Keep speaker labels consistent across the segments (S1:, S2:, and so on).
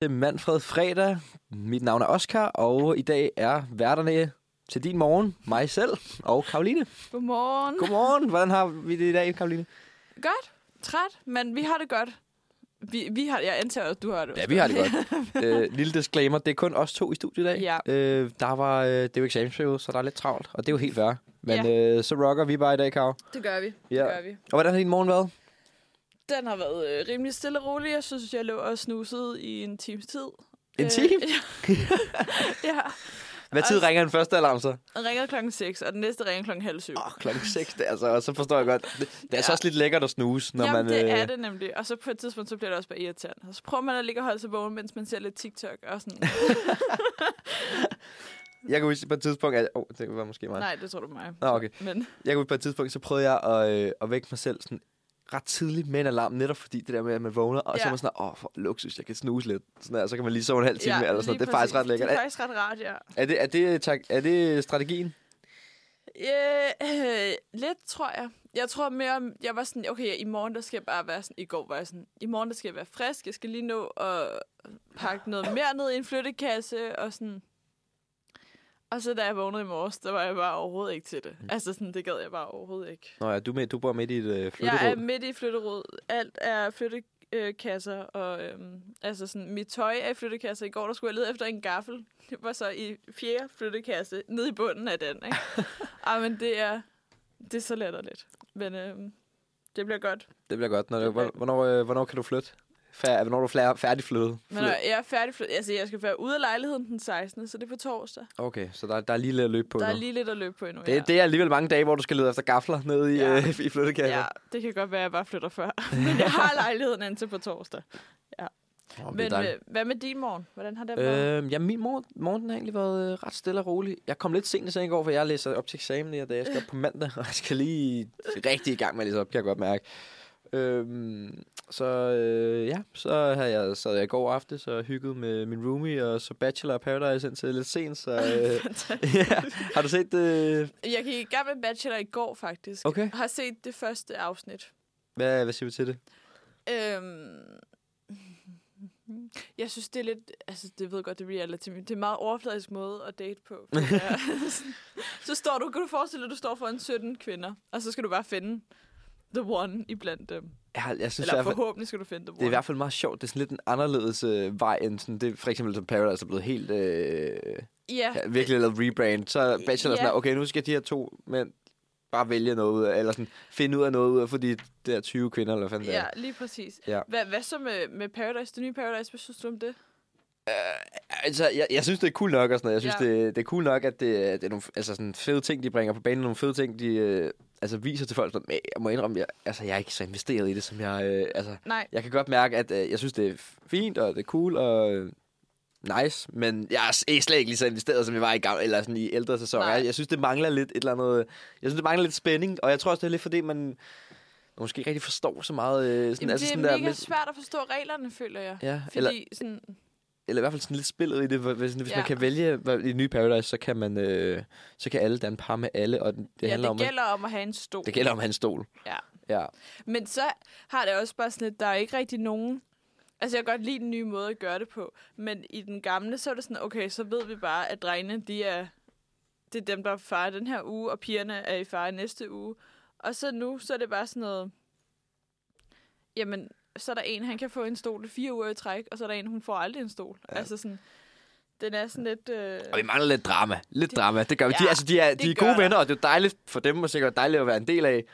S1: Det er Manfred Fredag. Mit navn er Oscar, og i dag er værterne til din morgen, mig selv og Karoline.
S2: Godmorgen.
S1: Godmorgen. Hvordan har vi det i dag, Karoline?
S2: Godt. Træt, men vi har det godt. Vi, vi har, jeg antager, at du har det.
S1: Ja, vi har det godt. øh, lille disclaimer, det er kun os to i studiet i dag.
S2: Ja.
S1: Øh, der var, øh, det er jo eksamensperiode, så der er lidt travlt, og det er jo helt værre. Men øh, så rocker vi bare i dag, Karo.
S2: Det gør vi. Det
S1: Ja.
S2: gør vi.
S1: Og hvordan har din morgen været?
S2: Den har været øh, rimelig stille og rolig. Jeg synes, jeg lå og snusede i en times tid.
S1: En
S2: Øh,
S1: time?
S2: ja. ja.
S1: Hvad tid
S2: altså-
S1: ringer den første alarm så?
S2: Den ringer klokken 6, og den næste ringer klokken halv syv.
S1: Åh, oh, klokken 6, det er altså, og så forstår jeg godt. Det, det er altså
S2: Ja.
S1: også lidt lækkert at snuse, når
S2: Jamen,
S1: man...
S2: det
S1: øh,
S2: er det nemlig. Og så på et tidspunkt, så bliver det også bare irriterende. Og så prøver man at ligge og holde sig vågen, mens man ser lidt TikTok og sådan.
S1: Jeg kan huske på et tidspunkt, at... Åh, oh, det var måske mig.
S2: Nej, det tror du mig.
S1: Nå, okay.
S2: Men
S1: Jeg kunne på et tidspunkt, så prøvede jeg at, øh, at vække mig selv sådan ret tidligt med en alarm, netop fordi det der med, at man vågner, og ja. så er
S2: Ja.
S1: man sådan, åh, for luksus, jeg kan snuse lidt. Sådan der, så kan man lige sove en halv time ja, eller sådan.
S2: lige
S1: Det er faktisk ret
S2: præcis.
S1: lækkert.
S2: Det er
S1: Er,
S2: faktisk ret rart, ja.
S1: er, det, er, det, tak, er det strategien?
S2: Ja, øh, lidt, tror jeg. Jeg tror mere, jeg var sådan, okay, i morgen, der skal jeg bare være sådan, i går var jeg sådan, i morgen, der skal jeg være frisk, jeg skal lige nå at pakke noget mere ned i en flyttekasse, og sådan. Og så da jeg vågnede i morges, der var jeg bare overhovedet ikke til det. Altså sådan, det gad jeg bare overhovedet ikke.
S1: Nå ja, du, er med, du bor midt i et øh,
S2: Jeg er
S1: flytterod.
S2: midt i flytterod. Alt er flyttekasser, og øhm, altså sådan, mit tøj er i flyttekasser. I går, der skulle jeg lede efter en gaffel. Det var så i fjerde flyttekasse, nede i bunden af den, ikke? Ej, men det er, det er så latterligt. Men øhm, det bliver godt.
S1: Det bliver godt. Når,
S2: Det bliver-
S1: hvornår, øh, hvornår kan du flytte? Fær, hvornår er du fær, færdig flyttet?
S2: Men når jeg er færdig flyttet. Altså, jeg skal være ude af lejligheden den 16. Så det er på torsdag.
S1: Okay, så der, der er lige lidt at løbe på
S2: Der er
S1: nu.
S2: lige lidt at løbe på endnu.
S1: Det, det er alligevel mange dage, hvor du skal lede efter gafler nede i,
S2: Ja.
S1: ja. øh, i flyttekasser.
S2: Ja, det kan godt være, at jeg bare flytter før. Men jeg har lejligheden indtil på torsdag.
S1: Åh, det er
S2: Men
S1: dejligt.
S2: øh, hvad med din morgen? Hvordan har den været?
S1: Øhm, ja, min morgen, morgen den har egentlig været øh, ret stille og rolig. Jeg kom lidt sent i seng i går, for jeg læser op til eksamen i dag. Jeg skal op på mandag, og jeg skal lige rigtig i gang med at læse op, kan jeg godt mærke. Øhm, så øh, ja, så havde jeg, sad jeg i går aften, så hyggede med min roomie, og så Bachelor of Paradise indtil lidt sent, så... Øh, ja. Har du set det? Øh,
S2: Jeg gik i gang med Bachelor i går, faktisk.
S1: Okay.
S2: Har set det første afsnit.
S1: hvad, hvad siger du til det?
S2: Øhm, jeg synes, det er lidt... Altså, det ved jeg godt, det er reality, men det er en meget overfladisk måde at date på. føler jeg. så står du... Kan du forestille dig, at du står foran 17 kvinder, og så skal du bare finde the one iblandt dem.
S1: Jeg, jeg synes, i
S2: Eller
S1: hvert fald-
S2: forhåbentlig skal du finde the one.
S1: Det er i hvert fald meget sjovt. Det er sådan lidt en anderledes øh, vej, end sådan det, for eksempel som Paradise er blevet helt... Øh,
S2: Ja,
S1: ja, virkelig lavet rebrand. Så Bachelor yeah.
S2: Øh, Ja.
S1: sådan, okay, nu skal de her to mænd bare vælge noget ud af, eller sådan finde ud af noget ud af, fordi det er 20 kvinder, eller hvad fanden
S2: ja, lige præcis.
S1: Ja.
S2: Hvad, hvad så med, med Paradise, det nye Paradise? Hvad synes du om det?
S1: det er. Øh, altså, jeg, jeg synes, det er cool nok og sådan noget. Jeg synes,
S2: Ja.
S1: yeah. det, det er cool nok, at det, er- det er nogle altså, sådan fede ting, de bringer på banen, nogle fede ting, de øh, altså, viser til folk. Sådan, men jeg må indrømme, jeg, altså, jeg er ikke så investeret i det, som jeg... Øh, altså,
S2: Nej,
S1: jeg kan godt mærke, at øh, jeg synes, det er fint, og det er cool, og øh, nice, men jeg er s- ikke- slet ikke lige så investeret, som jeg var i, gamle, eller sådan i ældre sæsoner.
S2: Nej.
S1: Jeg, jeg synes, det mangler lidt et eller andet... Jeg synes, det mangler lidt spænding, og jeg tror også, det er lidt fordi, man måske ikke rigtig forstår så meget... Øh, sådan,
S2: Jamen,
S1: altså
S2: det er
S1: sådan der,
S2: mega
S1: med-
S2: svært at forstå reglerne, føler jeg.
S1: Ja,
S2: Fordi
S1: eller,
S2: sådan,
S1: eller i hvert fald sådan lidt spillet i det. hvor- Hvis, hvis
S2: Ja.
S1: man kan vælge hvad- i nye Paradise, så kan, man, øh, så kan alle danne par med alle, og den- det
S2: det, ja,
S1: handler
S2: det
S1: om...
S2: om gælder om at have en stol.
S1: At, det gælder om hans stol.
S2: Ja.
S1: Ja.
S2: Men så har det også bare sådan lidt, der er ikke rigtig nogen... Altså, jeg kan godt lide den nye måde at gøre det på. Men i den gamle, så er det sådan, okay, så ved vi bare, at drengene, de er... Det er dem, der er far den her uge, og pigerne er i far næste uge. Og så nu, så er det bare sådan noget... Jamen, så er der en, han kan få en stol i fire uger i træk, og så er der en, hun får aldrig en stol. Ja. Altså sådan, den er sådan lidt... Øh...
S1: Og vi mangler lidt drama. Lidt det, drama, det gør vi. Ja,
S2: Ja,
S1: de, altså, de er, de er
S2: det
S1: gode
S2: gør der.
S1: venner, og det er jo dejligt for dem, og sikkert dejligt at være en del af.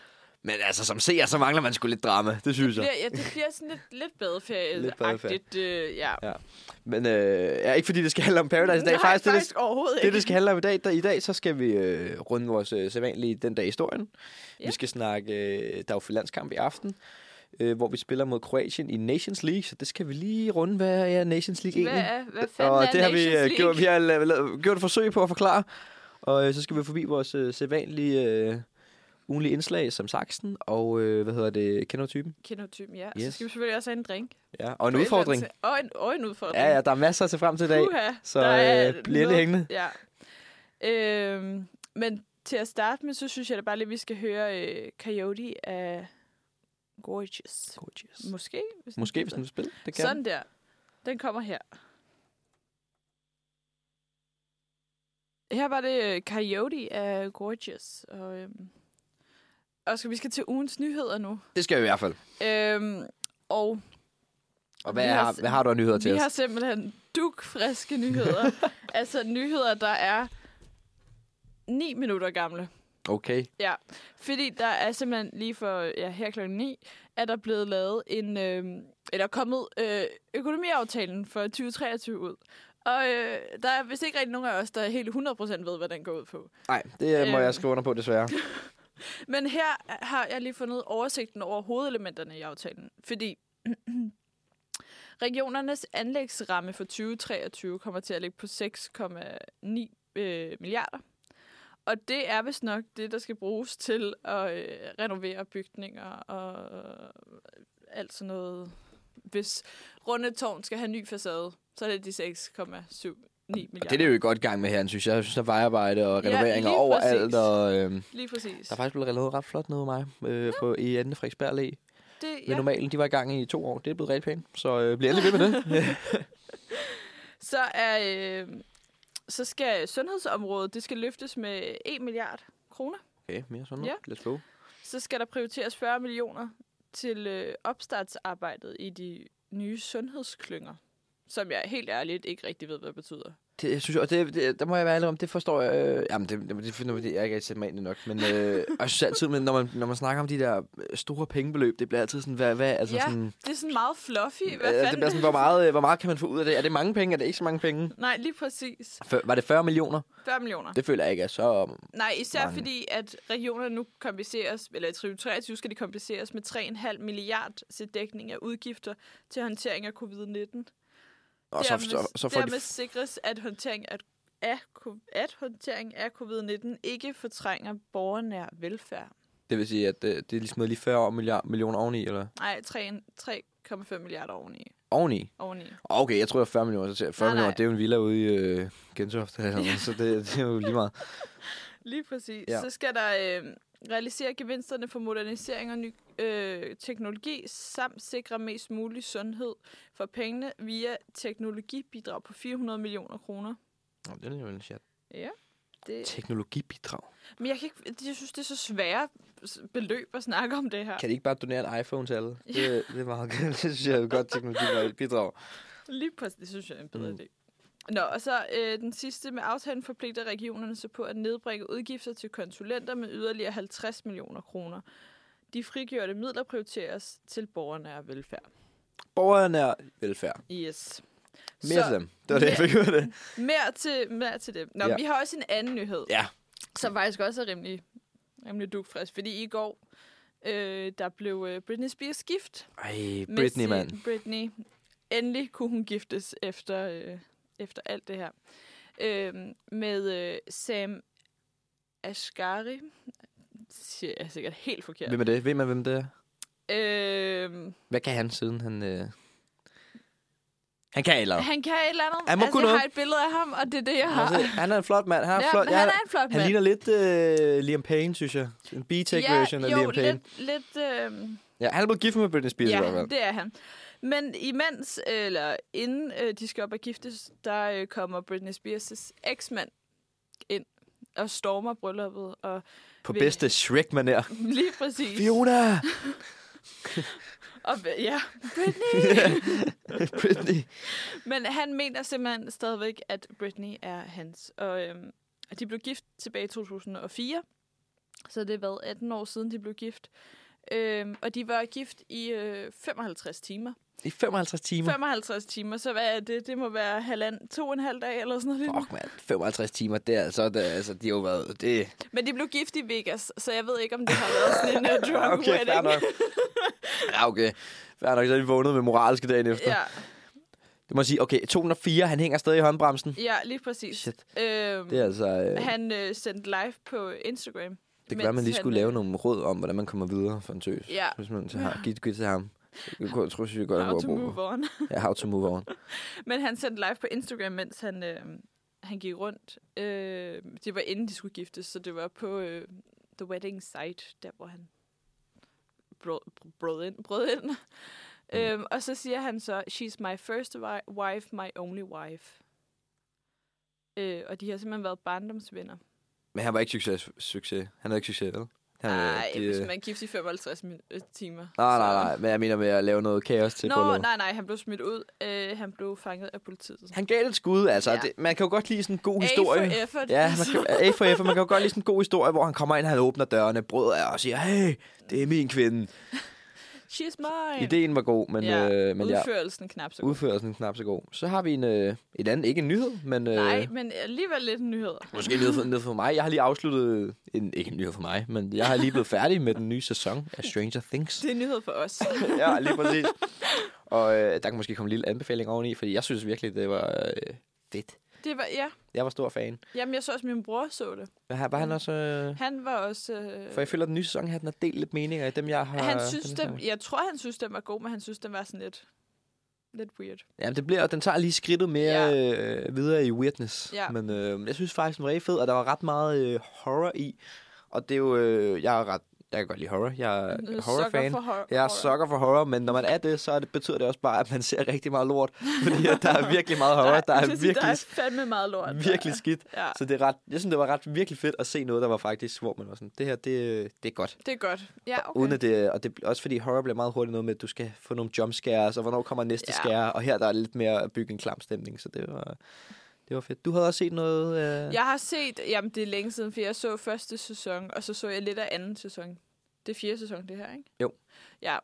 S1: Men altså, som seer, så mangler man sgu lidt drama. Det synes jeg.
S2: bliver, ja, det bliver sådan lidt, lidt badeferie
S1: Lidt badeferie.
S2: Øh, ja.
S1: Ja. Men øh, ja, ikke fordi det skal handle om Paradise i dag.
S2: Nej,
S1: faktisk, Altså, det,
S2: faktisk
S1: det,
S2: overhovedet
S1: det,
S2: ikke.
S1: det skal handle om i dag, der, i dag så skal vi øh, runde vores øh, sædvanlige Den Dag i Historien.
S2: Ja.
S1: Vi skal snakke, øh, der er jo landskamp i aften, øh, hvor vi spiller mod Kroatien i Nations League. Så det skal vi lige runde, hvad er Nations League
S2: Hvad,
S1: egentlig?
S2: er, hvad fanden
S1: Og
S2: er
S1: det har vi,
S2: Nations
S1: øh,
S2: League?
S1: gjort, vi har lavet, lavet, gjort et forsøg på at forklare. Og øh, så skal vi forbi vores øh, sædvanlige øh, ugenlige indslag som saksen. Og øh, hvad hedder det? Kender du typen?
S2: Kender typen, ja.
S1: Yes.
S2: Så skal vi selvfølgelig også have en drink.
S1: Ja. Og en udfordring.
S2: Og en, og en udfordring.
S1: Ja, ja, der er masser at se frem til i dag.
S2: Puha,
S1: så,
S2: der er
S1: øh, bliver lige
S2: noget-
S1: hængende.
S2: Ja. Øhm, men til at starte med, så synes jeg da bare lige, vi skal høre øh, Coyote af Gorgeous.
S1: Gorgeous.
S2: Måske. Hvis den
S1: Måske hvis
S2: hedder.
S1: den vil spille. Det kan.
S2: Sådan der. Den kommer her. Her var det øh, Coyote af Gorgeous. Og, øhm, og skal, vi skal til ugens nyheder nu.
S1: Det skal vi i hvert fald.
S2: Øhm, og
S1: Og hvad,
S2: Vi har
S1: har,
S2: s-
S1: hvad har du af nyheder til
S2: vi
S1: os?
S2: har simpelthen dukfriske nyheder. altså nyheder, der er 9 minutter gamle.
S1: Okay.
S2: Fordi der er simpelthen lige for ja, her klokken 9, at der er blevet lavet en, øh, eller er kommet øh, økonomiaftalen for 2023 ud. Og øh, der er vist ikke rigtig nogen af os, der helt 100% ved, hvad den går ud på.
S1: Nej, det øh, må
S2: Øhm.
S1: jeg skrive under på, desværre.
S2: Men her har jeg lige fundet oversigten over hovedelementerne i aftalen. Fordi regionernes anlægsramme for 2023 kommer til at ligge på 6,9 øh, milliarder. Og det er vist nok det, der skal bruges til at øh, renovere bygninger og øh, alt sådan noget. Hvis Rundetårn skal have ny facade, så er det de 6,7
S1: Og det er det jo i godt gang med herren, synes jeg. Jeg synes, der er vejarbejde og
S2: Ja,
S1: renoveringer
S2: lige
S1: overalt.
S2: præcis.
S1: Og, øh,
S2: Lige præcis.
S1: der er faktisk blevet lavet ret flot noget af mig øh, på, i anden Frederiksberg Allé.
S2: det,
S1: Men normalen, de var i gang i to år. Det er blevet rigtig pænt, så øh, bliver endelig ved med det.
S2: Så er øh, så skal sundhedsområdet, det skal løftes med 1 milliard kroner.
S1: Okay, mere sådan noget.
S2: Ja.
S1: Let's go.
S2: Så skal der prioriteres 40 millioner til øh, opstartsarbejdet i de nye sundhedsklynger, som jeg helt ærligt ikke rigtig ved, hvad betyder.
S1: Det, jeg synes, og det, det, der må jeg være ærlig om, det forstår jeg. Øh, jamen, det, det, det finder jeg ikke rigtig sætte mig ind i nok. Men øh, og jeg synes altid, men når, man, når man snakker om de der øh, store pengebeløb, det bliver altid sådan, hvad, hvad altså
S2: Ja,
S1: sådan...
S2: Det er sådan meget fluffy. Hvad
S1: Øh, det
S2: fanden?
S1: bliver sådan, hvor meget, øh, hvor meget kan man få ud af det? Er det mange penge? Er det ikke så mange penge?
S2: Nej, lige præcis.
S1: Før, var det 40 millioner?
S2: 40 millioner.
S1: Det føler jeg ikke er så...
S2: Nej, især
S1: Mange.
S2: fordi, at regionerne nu kompenseres, eller i 2023 skal de kompenseres med 3,5 milliard til dækning af udgifter til håndtering af covid-19.
S1: Og så, så, så får de...
S2: dermed sikres, at håndtering af, af, ko- at håndtering af covid-19 ikke fortrænger borgernær velfærd.
S1: Det vil sige, at øh, det er ligesom lige 40 milliard, millioner oveni, eller?
S2: Nej, tre- 3,5 milliarder oveni.
S1: Oveni?
S2: oveni.
S1: Okay, jeg tror, det er 40 millioner. Så siger jeg, 40
S2: Nej, nej.
S1: millioner, det er jo en villa ude i øh, Gentofte, eller sådan,
S2: Ja.
S1: noget, så det, det er jo lige meget.
S2: Lige præcis.
S1: Ja.
S2: Ja. Så skal der øh, realisere gevinsterne for modernisering og ny øh, teknologi, samt sikre mest mulig sundhed for pengene via teknologibidrag på 400 millioner kroner.
S1: Nå, det er jo en chat.
S2: Det,
S1: Teknologibidrag.
S2: men jeg, kan ikke, jeg synes, det er så svære s- beløb at snakke om det her.
S1: Kan de ikke bare donere en iPhone til alle? Det, det er meget godt. Det synes jeg er et godt teknologibidrag.
S2: Lige præcis, det synes jeg er en bedre
S1: Mm.
S2: mm. idé. Nå, og så øh, den sidste med aftalen forpligter regionerne sig på at nedbringe udgifter til konsulenter med yderligere 50 millioner kroner. De frigjorte midler prioriteres til borgernære velfærd.
S1: Borgerne er velfærd.
S2: Yes.
S1: Mere
S2: så,
S1: til dem. Det var det, jeg fik ud af det.
S2: Mere til, mere til dem. Nå,
S1: Ja.
S2: ja. vi har også en anden nyhed.
S1: Ja.
S2: Som faktisk også er rimelig, rimelig dukfrisk, fordi i går, øh, der blev øh, Britney Spears gift.
S1: Ej,
S2: med
S1: Britney,
S2: sin-
S1: mand.
S2: Britney. Endelig kunne hun giftes efter, øh, efter alt det her. Øh, med øh, Sam Ashgari. Siger jeg sikkert helt forkert.
S1: Hvem er det? Ved man, hvem det er?
S2: Øh,
S1: Hvad kan han siden han... Øh... Han kan eller
S2: han kan et eller andet.
S1: Han må
S2: altså,
S1: kunne
S2: jeg
S1: noget.
S2: har et billede af ham, og det er det, jeg har.
S1: Han er- Han er en flot mand. Han er,
S2: Ja,
S1: flot.
S2: men
S1: Ja,
S2: han er en flot
S1: han
S2: mand.
S1: ligner lidt øh, Liam Payne, synes jeg. En B-tech version af
S2: jo,
S1: Liam Payne.
S2: lidt, lidt øh,
S1: Ja, han er blevet gift med Britney Spears i hvert
S2: Ja,
S1: fald.
S2: det er han. Men imens, eller inden øh, de skal op og giftes, der øh, kommer Britney Spears' eksmand ind og stormer brylluppet. Og
S1: På
S2: vil-
S1: bedste Shrek-manér.
S2: lige præcis.
S1: Fiona!
S2: Og, vil- ja, Britney.
S1: Britney.
S2: Men han mener simpelthen stadigvæk, at Britney er hans. Og øhm, de blev gift tilbage i 2004. Så det har været 18 år siden, de blev gift. Øhm, og de var gift i øh, 55 timer.
S1: I 55 timer.
S2: 55 timer, så hvad er det? Det må være halvand, to og en halv dag eller sådan noget. lignende.
S1: Fuck, mand. 55 timer, det er altså, det, er- altså, de har jo været, det...
S2: Men de blev gift i Vegas, så jeg ved ikke, om det har været sådan en uh, drug
S1: Okay, fair
S2: wedding.
S1: nok. Ja, okay. Fair nok, så er de vågnet med moralske dagen efter.
S2: ja,
S1: Det må jeg sige, okay, 204, han hænger stadig i håndbremsen.
S2: ja, lige præcis.
S1: Shit.
S2: Øhm,
S1: Det er altså... Øh,
S2: Han øh, sendte live på Instagram.
S1: det kan være, man
S2: mens
S1: lige
S2: han,
S1: skulle lave
S2: øh,
S1: nogle råd om, hvordan man kommer videre for en tøs.
S2: Ja.
S1: Hvis man til ham, giv det til ham. Jeg kunne- tror, jeg godt,
S2: How
S1: at
S2: to move on.
S1: Ja, how to move on.
S2: Men han sendte live på Instagram, mens han, øh, han gik rundt. Øh, det var inden de skulle giftes, så det var på øh, The Wedding Site, der hvor han brød, brød ind. Brød ind.
S1: Mm.
S2: Mm. Øhm, og så siger han så, she's my first wi- wife, my only wife. Øh, og de har simpelthen været barndomsvenner.
S1: Men han var ikke succes. succes. Han havde ikke succes, vel? Han, øh,
S2: Nej,
S1: de,
S2: hvis
S1: øh,
S2: man gifter i 55 min- øh, timer.
S1: Nej, nej,
S2: så-
S1: nej. Men jeg mener med at lave noget kaos til
S2: Nå,
S1: brylluppet.
S2: nej, nej, han blev smidt ud. Øh, han blev fanget af politiet.
S1: Han gav det et skud, altså. Ja.
S2: Ja.
S1: Det, man kan jo godt lide sådan en god
S2: A
S1: historie.
S2: for effort.
S1: Ja, man
S2: altså.
S1: kan, A for F, man kan jo godt lide sådan en god historie, hvor han kommer ind, han åbner dørene, brød af og siger, hey, det er min kvinde.
S2: She's mine.
S1: Ideen var god, men, ja.
S2: Ja,
S1: øh, men ja,
S2: Udførelsen knap så god.
S1: udførelsen knap så god. Så har vi en, øh, et andet, ikke en nyhed, men øh,
S2: Nej, men alligevel lidt nyheder.
S1: måske en nyhed, for, en nyhed for mig. Jeg har lige afsluttet, en, ikke en nyhed for mig, men jeg har lige blevet færdig med den nye sæson af Stranger Things.
S2: Det er nyhed for os.
S1: ja, lige præcis. Og øh, der kan måske komme en lille anbefaling oveni, fordi jeg synes virkelig, det var øh, fedt.
S2: Det var, ja.
S1: Jeg var stor fan.
S2: Jamen, jeg så også, min bror så det.
S1: Hvad har, var han også... Øh,
S2: Han var også... Øh,
S1: for jeg føler, at den nye sæson her, den har delt lidt meninger i dem, jeg har...
S2: han synes, den,
S1: dem...
S2: jeg tror, han synes, den var god, men han synes, den var sådan lidt, lidt weird.
S1: Jamen, det bliver, og den tager lige skridtet mere øh, videre i weirdness.
S2: Ja.
S1: Men øh, jeg synes faktisk, den var rigtig fed, og der var ret meget øh, horror i. Og det er jo... Øh, jeg er ret... Jeg kan godt lide horror. Jeg er
S2: Sukker
S1: horror-fan.
S2: Mm, For hor-
S1: Jeg er
S2: horror.
S1: sukker for horror, men når man er det, så er det, betyder det også bare, at man ser rigtig meget lort. Fordi at der er virkelig meget horror. Der
S2: jeg
S1: er
S2: skal sige,
S1: virkelig,
S2: der er fandme meget lort. der.
S1: virkelig skidt.
S2: Ja,
S1: Så det er ret, jeg synes, det var ret virkelig fedt at se noget, der var faktisk, hvor man var sådan, det her, det, det er godt.
S2: det er godt. Ja, okay.
S1: Uden at det, og det, også fordi horror bliver meget hurtigt noget med, at du skal få nogle jumpscares, og hvornår kommer næste ja.
S2: Ja.
S1: scare, og her der er lidt mere at bygge en klam stemning, så det var, det var fedt. Du havde også set noget... Øh...
S2: Jeg har set, jamen det er længe siden, for jeg så første sæson, og så så jeg lidt af anden sæson. Det er fjerde sæson, det her, ikke?
S1: Jo.
S2: Ja.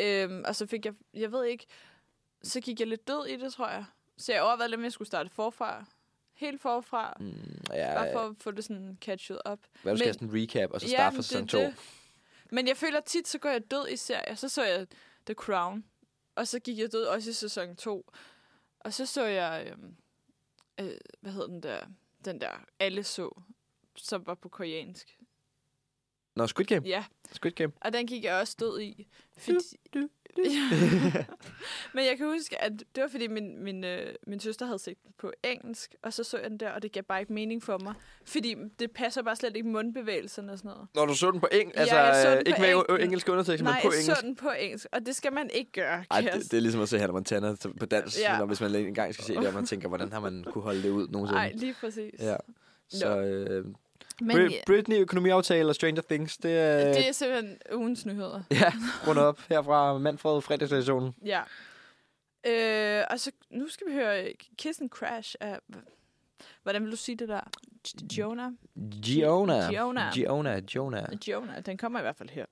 S2: Øhm, og så fik jeg, jeg ved ikke, så gik jeg lidt død i det, tror jeg. Så jeg overvejede lidt, om jeg skulle starte forfra. Helt forfra.
S1: Mm,
S2: Bare
S1: ja,
S2: for at få det sådan catchet op.
S1: hvad du skal have
S2: men-
S1: sådan en recap, og så starte fra
S2: men
S1: sæson
S2: det
S1: 2.
S2: er det. Men jeg føler tit, så går jeg død i serier. Så så jeg The Crown, og så gik jeg død også i sæson 2. Og så så jeg, øhm, øh, hvad hed den der, den der alle så, som var på koreansk.
S1: Nå, Squid Game.
S2: Ja,
S1: Squid Game.
S2: og den gik jeg også død i. Fordi...
S1: Du,
S2: Men jeg kan huske, at det var fordi min, min, øh, min søster havde set den på engelsk, og så så jeg den der, og det gav bare ikke mening for mig. Fordi det passer bare slet ikke mundbevægelserne og sådan noget.
S1: Når du så den på engelsk,
S2: Ja,
S1: altså
S2: jeg så den
S1: øh,
S2: på
S1: ikke med
S2: engelsk.
S1: engelske undertekster, men
S2: Nej,
S1: på
S2: jeg
S1: engelsk.
S2: så den på engelsk, og det skal man ikke gøre,
S1: Ej,
S2: kan jeg
S1: det, det er ligesom at se Hannah Montana t- på dans, ja.
S2: Ja.
S1: når, hvis man en gang skal se det, og man tænker, hvordan har man kunne holde det ud nogensinde?
S2: Nej, lige præcis.
S1: Ja. Så øh,
S2: Men
S1: Br-
S2: Br-
S1: Britney, økonomiaftale og Stranger Things, det er...
S2: det er simpelthen ugens nyheder.
S1: Ja, rundt op her fra Manfred fredagsstationen.
S2: Ja. Øh, og så nu skal vi høre øh, Kiss and Crash af... Hvordan vil du sige det der? Jonah?
S1: Giona.
S2: Giona.
S1: Giona, Giona.
S2: Jonah, den kommer i hvert fald her.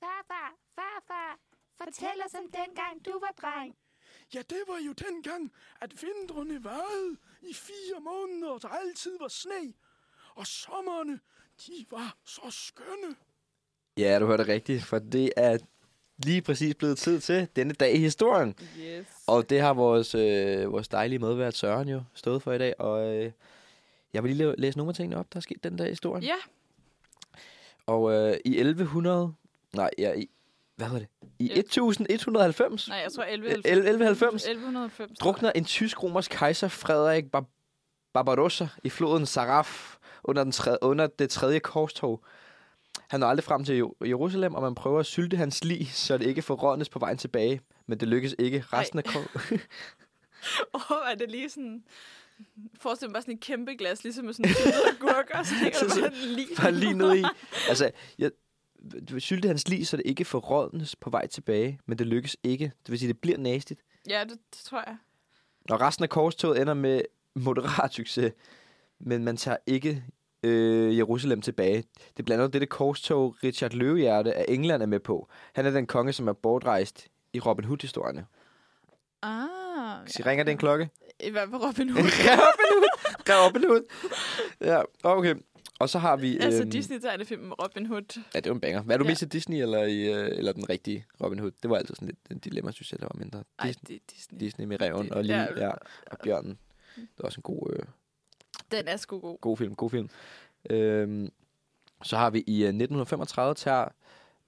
S3: Farfar, farfar, fortæl os om dengang du var dreng.
S4: Ja, det var jo dengang, at vintrene varede i fire måneder, og der altid var sne. Og sommerne, de var så skønne.
S1: Ja, du hørte rigtigt, for det er lige præcis blevet tid til denne dag i historien.
S2: Yes.
S1: Og det har vores, øh, vores dejlige medvært Søren jo stået for i dag, og øh, jeg vil lige la- læse nogle af tingene op, der er sket den dag i historien.
S2: Ja,
S1: Og øh, i 1100... Nej, ja, i... Hvad var det? I 1190...
S2: nej, jeg tror
S1: 1190
S2: 1190. 1190.
S1: drukner en tysk-romersk kejser Frederik Bar- Barbarossa i floden Saraf under, den tre- under det tredje korstog. Han når aldrig frem til Jo- Jerusalem, og man prøver at sylte hans lig, så det ikke forrådnes på vejen tilbage. Men det lykkes ikke. Resten af kor-
S2: Åh, er det lige sådan... Forestil dig bare sådan et kæmpe glas, ligesom med sådan en gurker, og så ligger
S1: Så- så-
S2: der bare lige.
S1: var lige nede i. Altså, jeg du sylte hans lig, så det ikke forrådnes på vej tilbage. Men det lykkes ikke. Det vil sige, det bliver nastigt.
S2: Ja, det, det tror jeg.
S1: Og resten af korstoget ender med moderat succes, men man tager ikke øh, Jerusalem tilbage. Det er blandt andet dette korstog, Richard Løvehjerte af England er med på. Han er den konge, som er bortrejst i Robin Hood-historierne.
S2: Ah,
S1: Så ringer den klokke?
S2: I hvert fald Robin Hood.
S1: Robin Hood! Robin Hood! Ja, okay. Og så har vi...
S2: altså
S1: øhm,
S2: Disney-tegnefilmen Robin Hood.
S1: Ja, det var en banger. Hvad er du
S2: Ja.
S1: mest til Disney eller, i, øh, eller den rigtige Robin Hood? Det var altid sådan lidt en dilemma, synes jeg, der var mindre.
S2: Ej,
S1: Disney,
S2: det er Disney.
S1: Disney med reven
S2: det-
S1: og, lige,
S2: ja.
S1: ja, og bjørnen. Det var også en god... Øh,
S2: Den er sgu god.
S1: God film, god film. Øhm, så har vi i øh, 1935 tager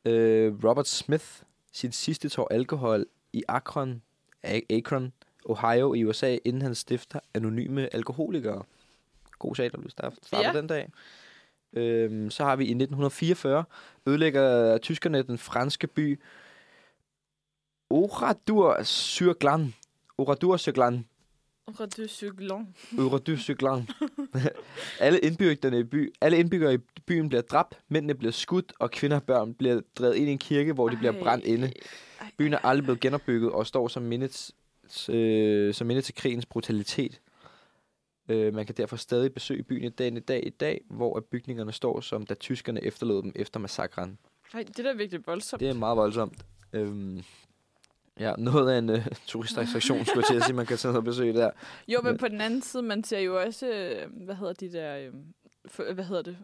S1: øh, Robert Smith sin sidste tår alkohol i Akron, A- Akron, Ohio i USA, inden han stifter anonyme alkoholikere. God sag, der blev staff- startet
S2: Ja.
S1: den dag. Øhm, så har vi i 1944 ødelægger tyskerne den franske by Oradour-sur-Glan. Oradour-sur-Glan.
S2: Rødde cyklon.
S1: Oradour-sur-Glan. alle, indbyggerne i by, alle indbyggere i byen bliver dræbt, mændene bliver skudt, og kvinder og børn bliver drevet ind i en kirke, hvor de Ej. bliver brændt inde. Byen er aldrig blevet genopbygget og står som minde, t- øh, som minde til krigens brutalitet. Øh, man kan derfor stadig besøge byen i dagen i dag i dag, hvor at bygningerne står, som da tyskerne efterlod dem efter massakren.
S2: Nej, det er da virkelig voldsomt.
S1: Det er meget voldsomt. Øhm, ja, noget af en øh, turistattraktion, skulle jeg til at sige, man kan tage ned og besøge der.
S2: Jo, men på den anden side, man ser jo også, øh, hvad hedder de der, øh, for, hvad hedder det?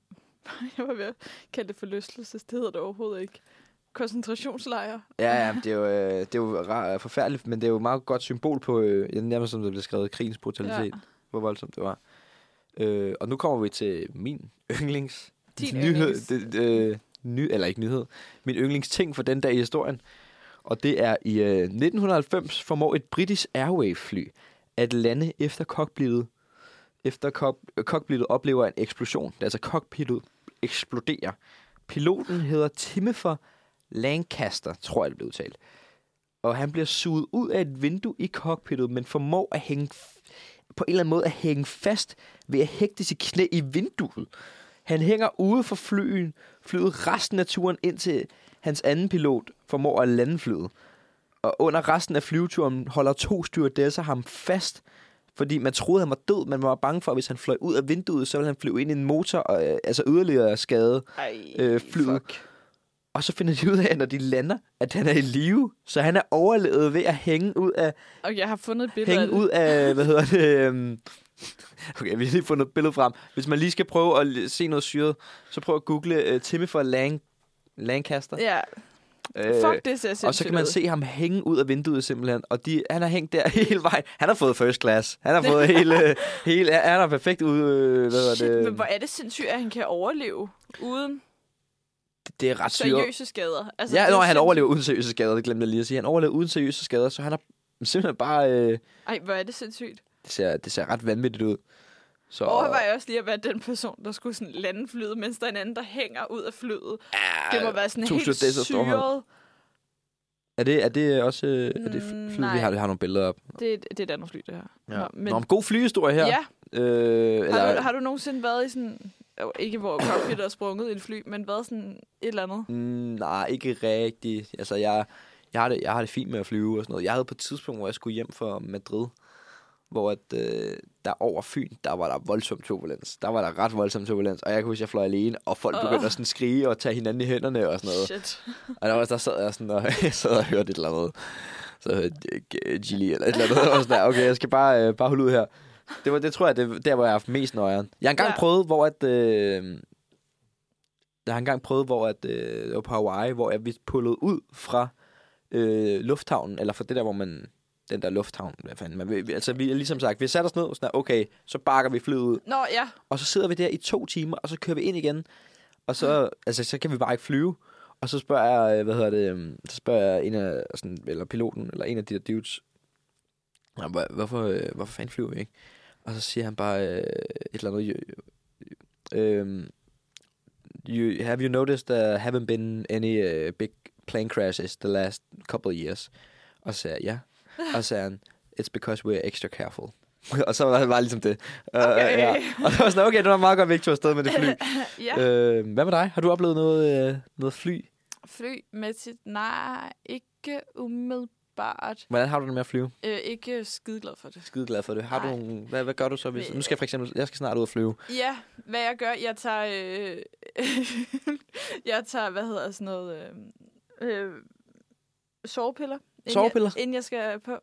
S2: Jeg var ved at kalde det forlystelses, det hedder det overhovedet ikke. Koncentrationslejre.
S1: Ja, ja, men det er jo, øh, det er jo ra- forfærdeligt, men det er jo et meget godt symbol på, øh, ja, nærmest som det blev skrevet, krigens brutalitet. Ja. Hvor voldsomt det var. Øh, og nu kommer vi til min yndlings...
S2: Din
S1: nyhed,
S2: yndlings.
S1: det, øh, ny, eller ikke nyhed. Min yndlingsting for den dag i historien. Og det er i øh, 1990 formår et British Airways-fly at lande efter cockpittet. Efter kok- cockpittet oplever en eksplosion. Det er altså cockpittet eksploderer. Piloten hedder Timothy Lancaster, tror jeg, det blev udtalt. Og han bliver suget ud af et vindue i cockpittet, men formår at hænge f- på en eller anden måde at hænge fast ved at hægte sit knæ i vinduet. Han hænger ude for flyen, flyet resten af turen indtil hans anden pilot formår at lande flyet. Og under resten af flyveturen holder to stewardesser ham fast, fordi man troede, han var død. Man var bange for, at hvis han fløj ud af vinduet, så ville han flyve ind i en motor og øh, altså yderligere skade
S2: Ej,
S1: øh, flyet. Fuck. Og så finder de ud af, når de lander, at han er i live. Så han er overlevet ved at hænge ud af...
S2: Og jeg har fundet et billede af
S1: Hænge
S2: det.
S1: ud af... Hvad hedder det? øhm, Okay, vi har lige fundet et billede frem. Hvis man lige skal prøve at l- se noget syret, så prøv at google uh, Timmy for Lang Lancaster. Øh,
S2: Ja, fuck, det ser sindssygt
S1: og så kan man
S2: ud.
S1: se ham hænge ud af vinduet simpelthen. Og de, han har hængt der hele vejen. Han har fået first class. Han har fået hele... hele han er perfekt ud... Øh, hvad hedder
S2: Shit,
S1: det?
S2: men hvor er det sindssygt, at han kan overleve uden
S1: det er ret syret.
S2: seriøse skader. Altså,
S1: Ja,
S2: det er
S1: når han
S2: sindssygt-
S1: overlever uden seriøse skader, det glemte jeg lige at sige. Han overlever uden seriøse skader, så han har simpelthen bare... Øh,
S2: Ej, hvor er det sindssygt.
S1: det, ser, det ser ret vanvittigt ud. Så,
S2: Overvej også lige at være den person, der skulle sådan lande flyet, mens der er en anden, der hænger ud af flyet.
S1: ja,
S2: Det må være sådan
S1: to
S2: helt
S1: stewardesser står her.
S2: syret.
S1: Er det, er det også øh, er det
S2: Mm,
S1: flyet,
S2: nej.
S1: vi har, vi har nogle billeder op?
S2: Det, er- det er et andet fly, det her. Nå, men,
S1: Nå, en god flyhistorie her.
S2: ja,
S1: Øh,
S2: har,
S1: eller,
S2: du, har du nogensinde været i sådan... jo, Ikke hvor cockpit er sprunget i et fly, men været sådan et eller andet?
S1: mm, nej, ikke rigtigt. Altså, jeg, jeg, har det, jeg har det fint med at flyve og sådan noget. Jeg havde på et tidspunkt, hvor jeg skulle hjem fra Madrid, hvor at, øh, der over Fyn, der var der voldsom turbulens. Der var der ret voldsom turbulens, og jeg kan huske, at jeg fløj alene, og folk
S2: Åh.
S1: begyndte at sådan skrige og tage hinanden i hænderne og sådan noget.
S2: Shit.
S1: Og der, var, der sad jeg sådan og, jeg sad og hørte et eller andet. Så hørte jeg øh, Gilly eller et eller andet. Og sådan der, okay, jeg skal bare, øh, bare holde ud her. Det, var, det tror jeg, det er der, hvor jeg har haft mest nøjeren. Jeg har engang
S2: Ja.
S1: ja. prøvet, hvor at... Øh, jeg har engang prøvet, hvor at, øh, det var på Hawaii, hvor jeg vist pullede ud fra øh, lufthavnen, eller fra det der, hvor man den der lufthavn, hvad fanden, man, vi- altså vi har ligesom sagt, vi satte os ned, og sådan der, okay, så bakker vi flyet ud,
S2: Nå, ja.
S1: og så sidder vi der i to timer, og så kører vi ind igen. Og så, altså, så kan vi bare ikke flyve. Og så spørger jeg, øh, hvad hedder det, øhm, så spørger jeg en af, sådan, eller piloten, eller en af de der dudes, "Nå, hvor- hvorfor, øh, hvorfor fanden flyver vi ikke? Og så siger han bare øh, et eller andet, "You- øhm, you, have you noticed there haven't been any uh, big plane crashes the last couple of years? Og så sagde jeg, ja. Og så sagde han, it's because we're extra careful. og så var det bare ligesom det. Okay.
S2: Okay.
S1: ja. Og så var jeg sådan, okay, det var meget godt, at vi ikke tog afsted med det fly.
S2: Øh, Ja,
S1: Øh, hvad med dig? Har du oplevet noget, øh, noget fly?
S2: flymæssigt. Nej, ikke umiddelbart.
S1: Hvordan har du det med at flyve?
S2: Øh, ikke skideglad for det.
S1: Skide glad for det. Har
S2: Nej.
S1: du nogle, hvad, hvad gør du så? Hvis,
S2: Men-
S1: nu skal jeg for eksempel, jeg skal snart ud og flyve.
S2: Ja, hvad jeg gør, jeg tager, øh, jeg tager, hvad hedder sådan noget, øh, øh, sovepiller. inden
S1: Sovepiller?
S2: Jeg, inden jeg skal på.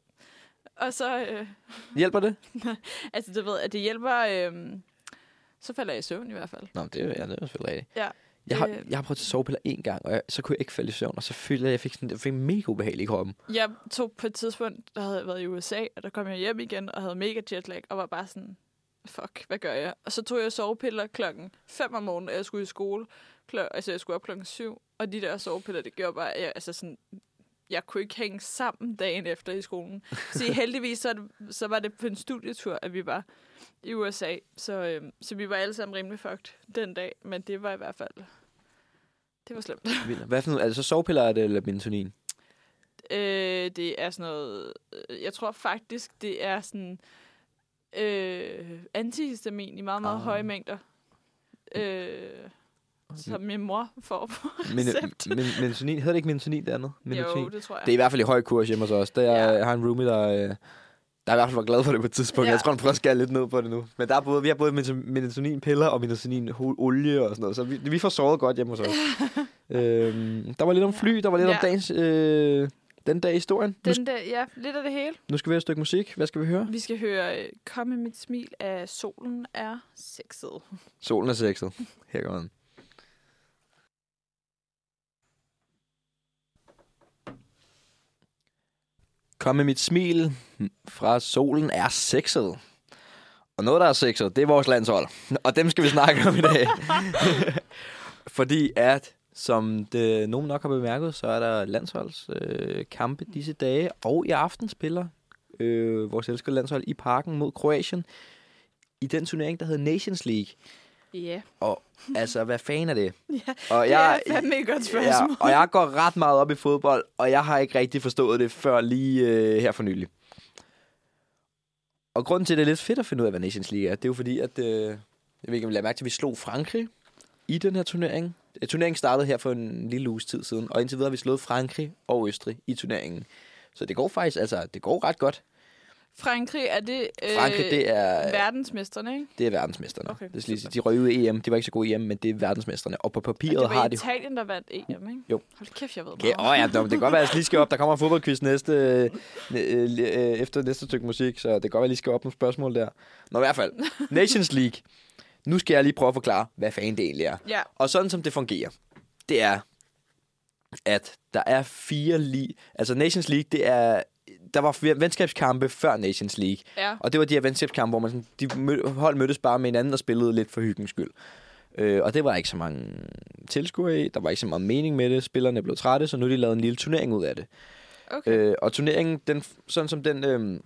S2: Og så, øh,
S1: Hjælper det?
S2: altså du ved, at det hjælper, øh, så falder jeg i søvn i hvert fald.
S1: Nå, men det er, ja, det er selvfølgelig rigtigt.
S2: Ja.
S1: Jeg har,
S2: Øh.
S1: jeg har prøvet at sovepiller en gang, og jeg, så kunne jeg ikke falde i søvn, og så følte jeg, at jeg fik, sådan, jeg fik mega ubehag i kroppen.
S2: Jeg tog på et tidspunkt, der havde jeg været i USA, og der kom jeg hjem igen og havde mega jetlag, og var bare sådan, fuck, hvad gør jeg? Og så tog jeg sovepiller klokken 5 om morgenen, og jeg skulle i skole, kl- altså jeg skulle op klokken 7, og de der sovepiller, det gjorde bare, at jeg, altså sådan, jeg kunne ikke hænge sammen dagen efter i skolen. Så heldigvis så, er det- så var det på en studietur, at vi var i USA. Så, øh, så vi var alle sammen rimelig fucked den dag. Men det var i hvert fald... Det var slemt.
S1: Vildt. Hvad for noget? Er det så sovepiller er det, eller melatonin?
S2: Øh, det er sådan noget... øh, Jeg tror faktisk, det er sådan... Øh, antihistamin i meget, meget
S1: Ah.
S2: oh. høje mængder. Øh, som min mor får på
S1: Men,
S2: recept.
S1: men, melatonin? Hedder det ikke melatonin det andet? Melatonin?
S2: jo, det tror jeg.
S1: Det er i hvert fald i høj kurs hjemme hos os. Der, ja.
S2: Ja.
S1: Jeg har en roomie, der, øh, der i hvert fald var glad for det på et tidspunkt. Ja.
S2: Ja.
S1: Jeg tror, han prøver at skære lidt ned på det nu. Men der er både, vi har både melatonin- melatoninpiller og melatonin-olie og sådan noget. Så vi, vi får sovet godt hjemme hos os. øhm, der var lidt om fly, der var lidt ja. om
S2: Ja.
S1: dagens... Øh, den dag i historien. Nu,
S2: Den der, ja, lidt af det hele.
S1: nu skal vi have et stykke musik. Hvad skal vi høre?
S2: Vi skal høre øh, Kom med mit smil af Solen er sexet.
S1: Solen er sexet. Her går den. Kom med mit smil fra Solen er sexet. Og noget, der er sexet, det er vores landshold. Og dem skal vi snakke om i dag. Fordi at, som det, nogen nok har bemærket, så er der landsholdskampe øh, kampe disse dage. Og i aften spiller øh, vores elskede landshold i parken mod Kroatien i den turnering, der hedder Nations League.
S2: Ja.
S1: Altså, hvad fanden er det?
S2: ja.
S1: Og
S2: Det er fandme et godt spørgsmål.
S1: og jeg går ret meget op i fodbold, og jeg har ikke rigtig forstået det før lige øh, her for nylig. Og grunden til, at det er lidt fedt at finde ud af, hvad Nations League er, det er jo fordi, at... Øh, jeg ved ikke, om I lader mærke til, at vi slog Frankrig i den her turnering. Øh, Turneringen startede her for en lille uges tid siden, og indtil videre har vi slået Frankrig og Østrig i turneringen. Så det går faktisk, altså, det går ret godt.
S2: Frankrig er det, øh,
S1: Frankrig, det er...
S2: verdensmesterne, ikke?
S1: Det er verdensmesterne. Okay,
S2: Okay,
S1: det skal lige sige.
S2: super.
S1: De røg ud i EM. De var ikke så gode i EM, men det er verdensmesterne. Og på
S2: Og
S1: papiret
S2: det var
S1: har de...
S2: Italien, der vandt EM, ikke?
S1: Jo.
S2: Hold kæft, jeg ved
S1: Okay, åh ja, nå, men det kan godt være, at jeg lige skal op. Der kommer en fodboldquiz næste, øh, øh, øh, efter næste stykke musik, så det kan godt være, at jeg lige skal op nogle spørgsmål der. Nå, i hvert fald. Nations League. Nu skal jeg lige prøve at forklare, hvad fanden det egentlig er.
S2: Ja,
S1: Og sådan som det fungerer, det er, at der er fire lige... Altså Nations League, det er... Der var flere venskabskampe før Nations League.
S2: ja.
S1: Og det var de her venskabskampe, hvor man sådan, de mød, hold mødtes bare med hinanden og spillede lidt for hyggens skyld. Øh, og det var ikke så mange tilskuere i. Der var ikke så meget mening med det. Spillerne blev trætte, så nu har de lavet en lille turnering ud af det.
S2: Okay.
S1: Øh, og turneringen, den, sådan som den øh,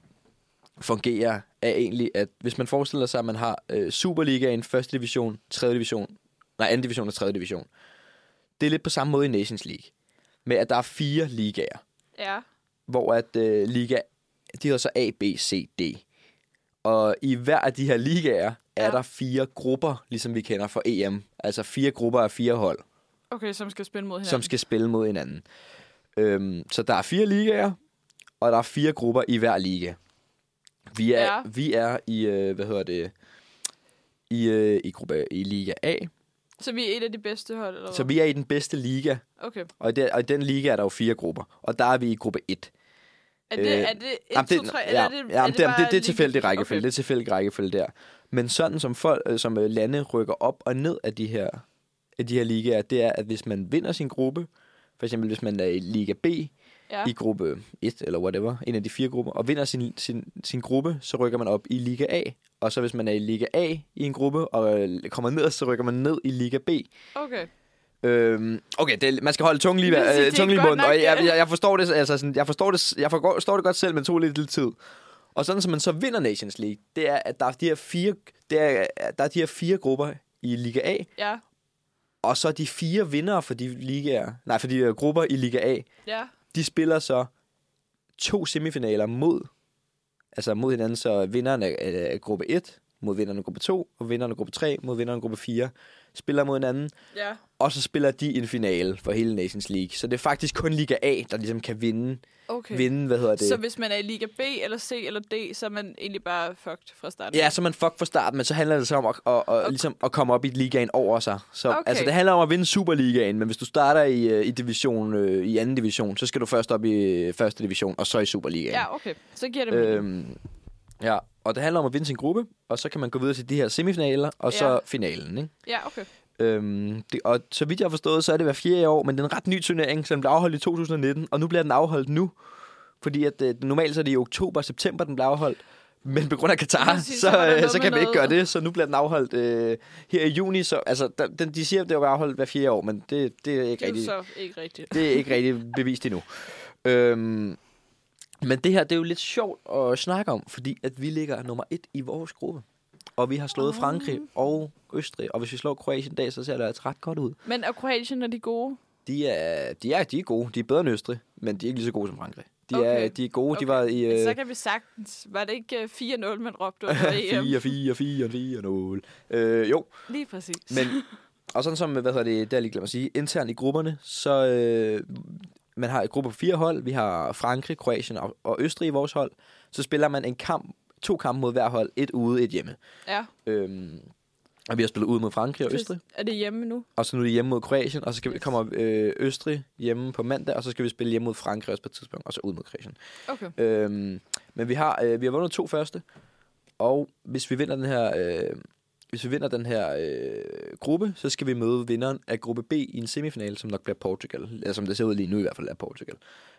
S1: fungerer, er egentlig, at hvis man forestiller sig, at man har øh, Superligaen, 1. division, 3. division, nej, 2. division og 3. division. Det er lidt på samme måde i Nations League. Med at der er fire ligaer
S2: Ja.
S1: hvor at øh, liga, de hedder så A, B, C, D. Og i hver af de her ligaer er
S2: Ja.
S1: der fire grupper, ligesom vi kender fra EM. Altså fire grupper af fire hold, ja.
S2: Okay, som skal spille mod hinanden.
S1: som skal spille mod hinanden. Øhm, så der er fire ligaer, og der er fire grupper i hver liga. Vi er, ja.
S2: Ja.
S1: vi er i, øh, hvad hedder det, i, øh, i, gruppe, i liga A.
S2: Så vi er et af de bedste hold, eller
S1: Så
S2: hvad?
S1: vi er i den bedste liga,
S2: Okay.
S1: og i, den, og i den liga er der jo fire grupper. Og der er vi i gruppe 1.
S2: Er det,
S1: Øh,
S2: er det 1,
S1: Jamen,
S2: 2, 3, eller er det,
S1: ja,
S2: er
S1: jamen, det, det,
S2: bare
S1: det, det er tilfældig
S2: lige-
S1: rækkefølge. Okay. Det er tilfældig rækkefølge der. Men sådan som, folk, øh, som øh, lande rykker op og ned af de her, af de her ligaer, det er, at hvis man vinder sin gruppe, for eksempel hvis man er i Liga B, ja.
S2: Ja.
S1: i gruppe 1 eller whatever, en af de fire grupper, og vinder sin, sin, sin gruppe, så rykker man op i Liga A. Og så hvis man er i Liga A i en gruppe og øh, kommer ned, så rykker man ned i Liga B.
S2: Okay.
S1: Øhm, okay, det, er- man skal holde tungen lige,
S2: Jeg vil sige,
S1: øh,
S2: det er
S1: tungen lige i
S2: godt
S1: munden, og
S2: nok,
S1: jeg,
S2: øh.
S1: jeg, jeg, forstår det, altså sådan, jeg forstår det, jeg forstår, forstår det godt selv, men tog lidt, lidt tid. Og sådan som man så vinder Nations League, det er, at der er de her fire, det er, der er de her fire grupper i Liga A,
S2: Ja.
S1: og så de fire vinder for de, ligaer, nej, for de øh, grupper i Liga A,
S2: Ja.
S1: de spiller så to semifinaler mod, altså mod hinanden, så vinderen af, af af gruppe 1 mod vinderen af gruppe 2, og vinderen af gruppe 3 mod vinderen af gruppe 4, spiller mod hinanden,
S2: Ja.
S1: og så spiller de en finale for hele Nations League. Så det er faktisk kun Liga A, der ligesom kan vinde,
S2: Okay.
S1: okay. vinde hvad hedder det?
S2: Så hvis man er i Liga B, eller C, eller D, så er man egentlig bare fucked fra starten.
S1: Ja, så er man fuck fra starten, men så handler det så om at, at, at, ligesom at komme op i ligaen over sig. Så,
S2: Okay.
S1: Altså, det handler om at vinde Superligaen, men hvis du starter i, øh, i division, øh, i anden division, så skal du først op i øh, første division, og så i Superligaen.
S2: Ja, okay. Så giver det mening.
S1: Øhm, ja, og det handler om at vinde sin gruppe, og så kan man gå videre til de her semifinaler, og ja. så
S2: Ja.
S1: finalen, ikke?
S2: Ja, okay.
S1: Øhm, det, og så vidt jeg har forstået, så er det hver fjerde år, men det er en ret ny turnering, så den blev afholdt i 2019, og nu bliver den afholdt nu. Fordi at, øh, normalt så er det i oktober og september, den bliver afholdt. Men på grund af Katar,
S2: Præcis,
S1: så,
S2: så var der
S1: så, øh,
S2: noget
S1: så kan vi
S2: med
S1: ikke gøre
S2: noget.
S1: det, så nu bliver den afholdt øh, her i juni. Så, altså, der, den, de siger, at det var afholdt hver fjerde år, men det, det er ikke
S2: Det er jo
S1: rigtigt
S2: så ikke rigtigt.
S1: det er ikke rigtig bevist endnu. Øhm, men det her, det er jo lidt sjovt at snakke om, fordi at vi ligger nummer et i vores gruppe. Og vi har slået
S2: Åh.
S1: Frankrig og Østrig. Og hvis vi slår Kroatien i dag, så ser det altså ret godt ud.
S2: Men og Kroatien er de gode.
S1: De er, de er, de er gode. De er bedre end Østrig, men de er ikke lige så gode som Frankrig. De, er,
S2: Okay.
S1: de er gode.
S2: Okay.
S1: De var i...
S2: Men
S1: øh,
S2: så kan vi sagtens... Var det ikke øh, 4-0, man råbte under E EM?
S1: 4, 4, 4, 4, 0. Øh, jo,
S2: Lige præcis.
S1: men... Og sådan som, hvad hedder det, der lige glemmer at sige, internt i grupperne, så øh, man har et gruppe på fire hold. Vi har Frankrig, Kroatien og, og Østrig i vores hold. Så spiller man en kamp, to kampe mod hver hold, et ude, et hjemme.
S2: ja.
S1: Øhm, og vi har spillet ude mod Frankrig og Østrig.
S2: Er det hjemme nu?
S1: Og så nu er det hjemme mod Kroatien, og så skal vi, kommer øh, Østrig hjemme på mandag, og så skal vi spille hjemme mod Frankrig også på et tidspunkt, og så ud mod Kroatien.
S2: Okay.
S1: Øhm, men vi har, øh, vi har vundet to første, og hvis vi vinder den her, øh, hvis vi vinder den her øh, gruppe, så skal vi møde vinderen af gruppe B i en semifinale, som nok bliver Portugal. Eller som det ser ud lige nu i hvert fald er Portugal.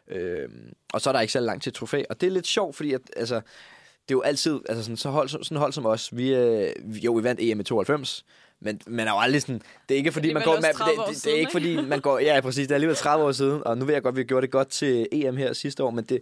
S1: Øhm, og så er der ikke så langt til et trofæ, og det er lidt sjovt, fordi at, altså, det er jo altid, altså sådan, så hold, sådan hold som os, vi, øh, vi- jo, vi vandt EM i 92, men man er jo aldrig sådan, det er ikke fordi,
S2: Det er
S1: man
S2: vel
S1: går,
S2: også
S1: man,
S2: 30 år
S1: det, det, det,
S2: siden,
S1: er ikke fordi, man går, ja præcis, det er alligevel 30 år siden, og nu ved jeg godt, vi gjorde det godt til EM her sidste år, men det,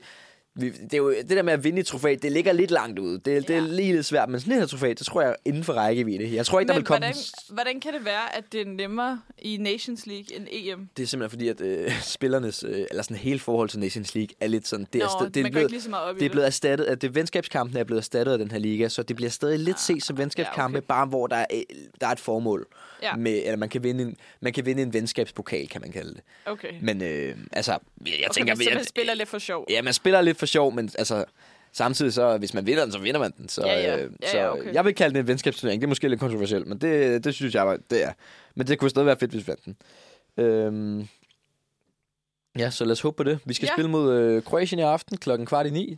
S1: vi, det er jo, det der med at vinde et trofæ, det ligger lidt langt ude. Det, det er
S2: Ja.
S1: lige lidt svært, men sådan et her trofæ, det tror jeg er inden for rækkevidde. Jeg tror ikke, der vil komme...
S2: hvordan, hvordan kan det være, at det er nemmere i Nations League end E EM?
S1: Det er simpelthen fordi, at øh, spillernes, øh, eller sådan hele forhold til Nations League, er lidt sådan... Det er,
S2: Nå,
S1: sta- det er
S2: man går ikke
S1: blevet,
S2: lige så meget op
S1: det
S2: i
S1: er blevet erstattet, at det venskabskampen er blevet erstattet af den her liga, så det bliver stadig lidt set som venskabskampe, ja,
S2: Ah, ja,
S1: okay. bare hvor der er, øh, der er et formål.
S2: Ja.
S1: Med, eller man kan, vinde en, man kan vinde en venskabspokal, kan man kalde det.
S2: det. Okay. Men,
S1: Men øh, altså, jeg okay,
S2: jeg
S1: tænker...
S2: tænker, Mm. okay, men så
S1: jeg-
S2: man spiller lidt for sjov.
S1: Ja, man spiller lidt for sjov, men altså, samtidig så, hvis man vinder den, så vinder man den. Så,
S2: Ja, ja.
S1: øh,
S2: Ja,
S1: så
S2: ja, okay.
S1: jeg vil kalde det en venskabsturnering. Det er måske lidt kontroversielt, men det, det synes jeg, var- det er. Men det kunne stadig være fedt, hvis vi vandt den. Øhm, ja, så lad os håbe på det. Vi skal ja.
S2: Ja.
S1: spille mod øh, Kroatien i aften klokken kvart i ni.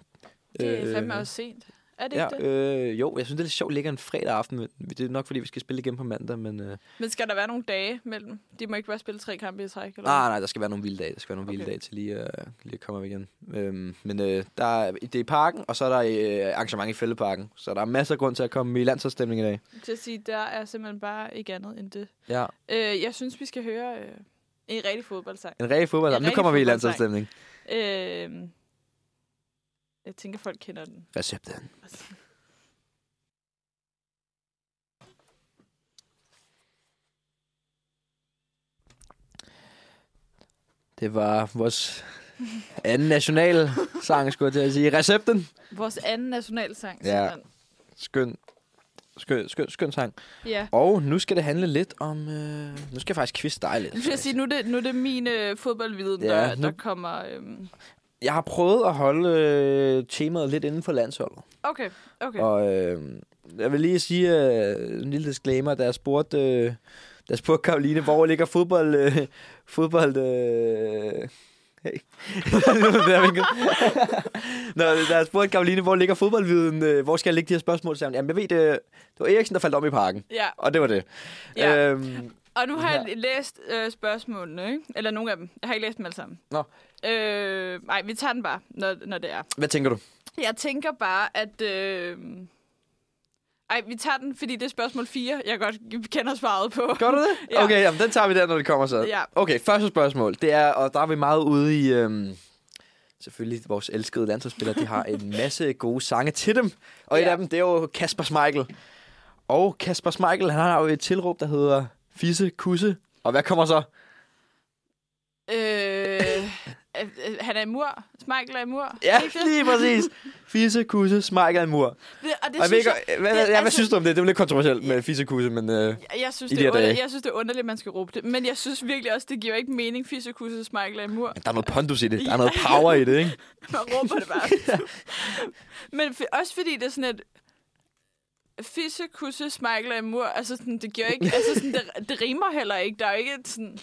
S2: Det er fandme også sent. Er det ja,
S1: Øh, Ja,
S2: ikke det?
S1: øh, jo, jeg synes, det er lidt sjovt, at det ligger en fredag aften. men Det er nok, fordi vi skal spille igen på mandag, men... Øh,
S2: Men skal der være nogle dage mellem? De må ikke bare spille tre kampe i træk, eller
S1: Nej, nej, der skal være nogle vilde dage. Der skal være nogle okay. vilde
S2: Okay.
S1: dage til lige, øh, lige at komme op igen. Øhm, men øh, der er, det er i parken, og så er der øh, arrangement i Fældeparken. Så der er masser af grund til at komme i landsholdsstemning i dag.
S2: hvad? Til at sige, der er simpelthen bare ikke andet end det.
S1: Ja,
S2: Øh, jeg synes, vi skal høre øh, en rigtig fodboldsang.
S1: en rigtig fodbold.
S2: En
S1: Nu
S2: rigtig
S1: kommer vi i
S2: fodboldsang.
S1: landsholdsstemning.
S2: Øh, jeg tænker, folk kender den.
S1: Recepten. Det var vores anden national sang, skulle jeg til at sige. Recepten.
S2: Vores anden nationalsang,
S1: Ja.
S2: simpelthen.
S1: Skøn. Skøn, skøn, skøn sang.
S2: Ja.
S1: Og nu skal det handle lidt om... Øh, nu skal jeg faktisk quizze dig lidt.
S2: Nu skal jeg sige, nu er det, nu er det min øh, fodboldviden,
S1: Ja,
S2: ja, der,
S1: nu-
S2: der kommer... Øhm,
S1: Jeg har prøvet at holde øh, temaet lidt inden for landsholdet.
S2: okay, okay.
S1: Og øh, jeg vil lige sige øh, en lille disclaimer, da jeg spurgte, øh, da jeg spurgte Karoline, hvor ligger fodbold... Øh, fodbold øh, hey. Nå, da jeg spurgte Karoline, hvor ligger fodboldviden, øh, hvor skal jeg lægge de her spørgsmål sammen? Jamen, jeg ved, det, det var Eriksen, der faldt om i parken.
S2: Ja,
S1: Og det var det.
S2: Ja.
S1: Øhm,
S2: og nu har jeg læst øh, spørgsmålene, ikke? Eller nogle af dem. Jeg har ikke læst dem alle sammen.
S1: Nå.
S2: Øh, nej, vi tager den bare, når, når det er.
S1: hvad tænker du?
S2: Jeg tænker bare, at... Øh... Ej, vi tager den, fordi det er spørgsmål 4, jeg godt kender svaret på.
S1: Gør du det?
S2: Ja.
S1: Okay, jamen, den tager vi der, når det kommer så.
S2: Ja.
S1: Okay, første spørgsmål. Det er, og der er vi meget ude i... Øhm, selvfølgelig, vores elskede landsholdsspillere, de har en masse gode sange til dem. Og et
S2: Ja.
S1: af dem, det er jo Kasper Schmeichel. Og Kasper Schmeichel, han har jo et tilråb, der hedder Fisse, Kusse. Og hvad kommer så?
S2: Øh, øh, øh, han er i mur. Smeichel er i mur.
S1: Ja,
S2: Ikke det?
S1: lige præcis. Fisse, Kusse, Schmeichel er en mur.
S2: Det, og det
S1: Og jeg ved
S2: synes
S1: ikke,
S2: jeg,
S1: hvad,
S2: det-
S1: hvad, ja, hvad
S2: altså-
S1: synes du om det? Det er jo lidt kontroversielt med Fisse, Kusse, men... Øh,
S2: jeg, synes,
S1: i
S2: det
S1: de her
S2: er under,
S1: dage?
S2: jeg synes, det er underligt, at man skal råbe det. Men jeg synes virkelig også, det giver ikke mening, fisekusse Smeichel er i mur.
S1: men der er noget pondus i det. Der er noget power i det, ikke?
S2: Man råber det bare. Men for, også fordi det er sådan et... Fisse, kusse, smeichel og mur. Altså, sådan, det giver ikke... Altså, sådan, det, det rimer heller ikke. Der er jo ikke et sådan...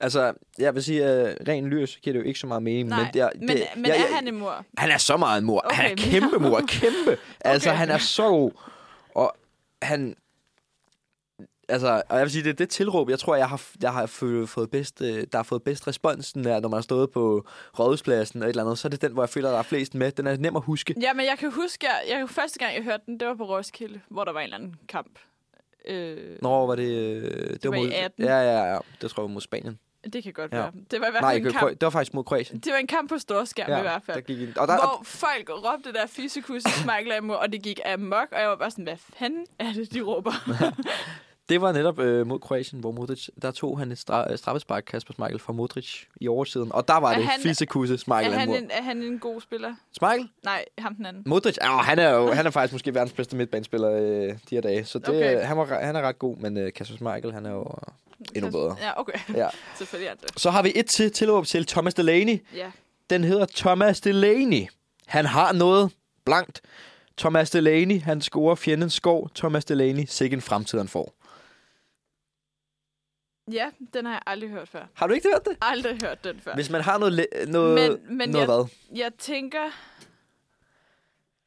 S1: Altså, jeg vil sige, at øh, ren lyr, så giver det jo ikke så meget mening.
S2: Nej,
S1: men, det, er-
S2: men,
S1: det,
S2: men er han en mur?
S1: Han er så meget en mor. Okay. Han er
S2: Okay.
S1: kæmpe mor. Kæmpe. Altså,
S2: Okay.
S1: han er så god. Og han... Altså, og jeg vil sige, det er det tilråb, jeg tror, jeg har, jeg har fø- fået bedst, øh, der har fået bedst respons, den der, når man har stået på rådhuspladsen og et eller andet, så er det den, hvor jeg føler, der er flest med. Den er nem at huske.
S2: Ja, men jeg kan huske, jeg, jeg, første gang, jeg hørte den, det var på Roskilde, hvor der var en eller anden kamp. Øh,
S1: Nå, var det... Øh, det,
S2: var i
S1: mod,
S2: 18.
S1: Ja, ja, ja. Det tror jeg var mod Spanien.
S2: Det kan godt
S1: Ja.
S2: ja. være. Det var i hvert
S1: Nej,
S2: fald en
S1: ikke,
S2: kamp.
S1: Kroa- det var faktisk mod Kroatien.
S2: Det var en kamp på storskærm ja, i hvert fald.
S1: Der gik en, og der, og,
S2: hvor folk råbte der fysikus i Michael og det gik amok, og jeg var bare sådan, hvad fanden er det, de råber?
S1: det var netop øh, mod Kroatien, hvor Modric, der tog han et stra- øh, straffespark, Kasper Schmeichel, fra Modric i oversiden. Og der var
S2: Er
S1: det
S2: han-
S1: fisekusse Schmeichel.
S2: er,
S1: han
S2: han
S1: mod.
S2: en, er han en god spiller?
S1: Schmeichel?
S2: Nej, ham den anden.
S1: Modric? Ja, han er jo han er faktisk måske verdens bedste midtbanespiller øh, de her dage. Så det,
S2: Okay.
S1: okay. han, var, han er ret god, men øh, Kasper Schmeichel, han er jo øh, endnu bedre.
S2: Ja, okay.
S1: Ja.
S2: Selvfølgelig er han det.
S1: Så har vi et til tilløb til Thomas Delaney.
S2: Ja.
S1: Den hedder Thomas Delaney. Han har noget blankt. Thomas Delaney, han scorer fjendens skov. Thomas Delaney, sikke en fremtid, han får.
S2: ja, den har jeg aldrig hørt før.
S1: Har du ikke hørt det?
S2: Aldrig hørt den før.
S1: Hvis man har noget... læ- noget
S2: Men- men
S1: noget
S2: jeg-
S1: hvad?
S2: Jeg tænker,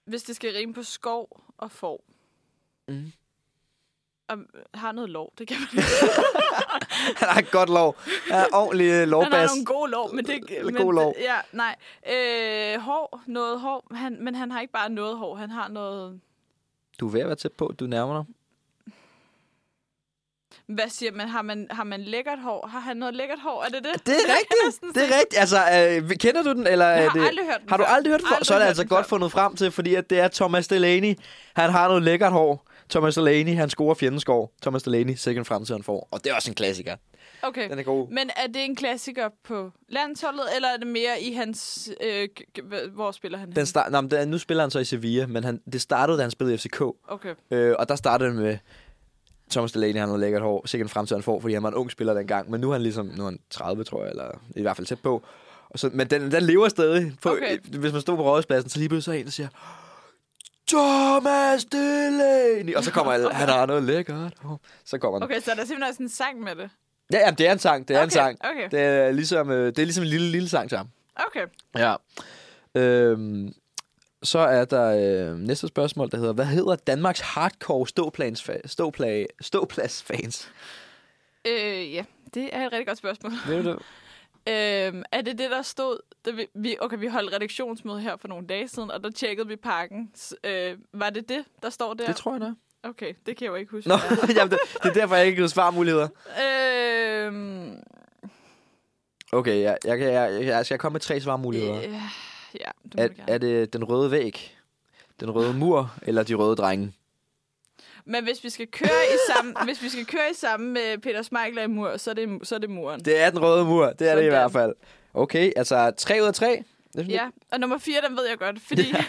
S2: hvis det skal rime på skov og får.
S1: Mm.
S2: Og har noget lov, det kan man ikke.
S1: Han har et godt lov. Han har ordentlig øh,
S2: Han har
S1: lovbas.
S2: nogle gode lov, men det...
S1: Eller
S2: Men,
S1: gode lov.
S2: Ja, nej. Øh, hår, noget hår. Han, men han har ikke bare noget hår, han har noget...
S1: Du er ved at være tæt på. Du nærmer dig.
S2: Hvad siger man? Har man, har man lækkert hår? Har han noget lækkert hår? Er det det?
S1: Det er rigtigt. Det er rigtigt. Altså, øh, kender du den? Eller
S2: Jeg
S1: er
S2: har
S1: det...
S2: aldrig hørt den
S1: Har du
S2: før.
S1: aldrig hørt den før?
S2: Aldrig
S1: Så er det
S2: hørt
S1: altså
S2: den
S1: godt
S2: før.
S1: fundet frem til, fordi at det er Thomas Delaney. Han har noget lækkert hår. Thomas Delaney, han scorer fjendeskov. Thomas Delaney, sikke en fremtid, han får. Og det er også en klassiker.
S2: Okay.
S1: Den er god.
S2: Men er det en klassiker på landsholdet, eller er det mere i hans... Øh, g- g- hva- hvor spiller han?
S1: Den
S2: henne?
S1: start, nå, men den, nu spiller han så i Sevilla, men han, det startede, da han spillede i FCK.
S2: Okay.
S1: Øh, og der startede det med, Thomas Delaney han har noget lækkert hår. Sikkert en fremtid, han får, fordi han var en ung spiller dengang. Men nu er han ligesom nu er han 30, tror jeg, eller i hvert fald tæt på. Og så, men den, den lever stadig. På,
S2: Okay.
S1: Hvis man stod på rådhuspladsen, så lige pludselig så er der en, der siger, Thomas Delaney! Og så kommer alle, han har noget lækkert hår. Så kommer den.
S2: okay, så er der simpelthen også en sang med det.
S1: Ja, jamen, det er en sang, det er en
S2: Okay,
S1: sang.
S2: okay.
S1: Det er ligesom, øh, det er ligesom en lille, lille sang til ham.
S2: Okay.
S1: Ja. Øhm, så er der øh, næste spørgsmål, der hedder, hvad hedder Danmarks hardcore ståplans ståpla ståpladsfans?
S2: Øh, ja, det er et rigtig godt spørgsmål.
S1: Ved du det?
S2: Øhm, er det det, der stod... Da vi- vi, okay, vi holdt redaktionsmøde her for nogle dage siden, og der tjekkede vi pakken. S- Øh, var det det, der står der?
S1: Det tror jeg da.
S2: Okay, det kan jeg jo ikke huske.
S1: Nå, jamen, det, det er derfor, jeg ikke givet svarmuligheder.
S2: Øhm,
S1: Okay, jeg, jeg, kan- jeg, jeg, skal jeg komme med tre svarmuligheder?
S2: øh, ja, det må
S1: Er,
S2: du gerne.
S1: er det den røde væg, den røde mur eller de røde drenge?
S2: Men hvis vi skal køre i samme, hvis vi skal køre i samme med Peter Schmeichel i mur, så er det, så er det muren. Det,
S1: Det er den røde mur, det er det i
S2: Sådan.
S1: hvert fald. Okay, altså tre ud af tre. Det synes jeg-
S2: ja, og nummer fire, den ved jeg godt, fordi ja.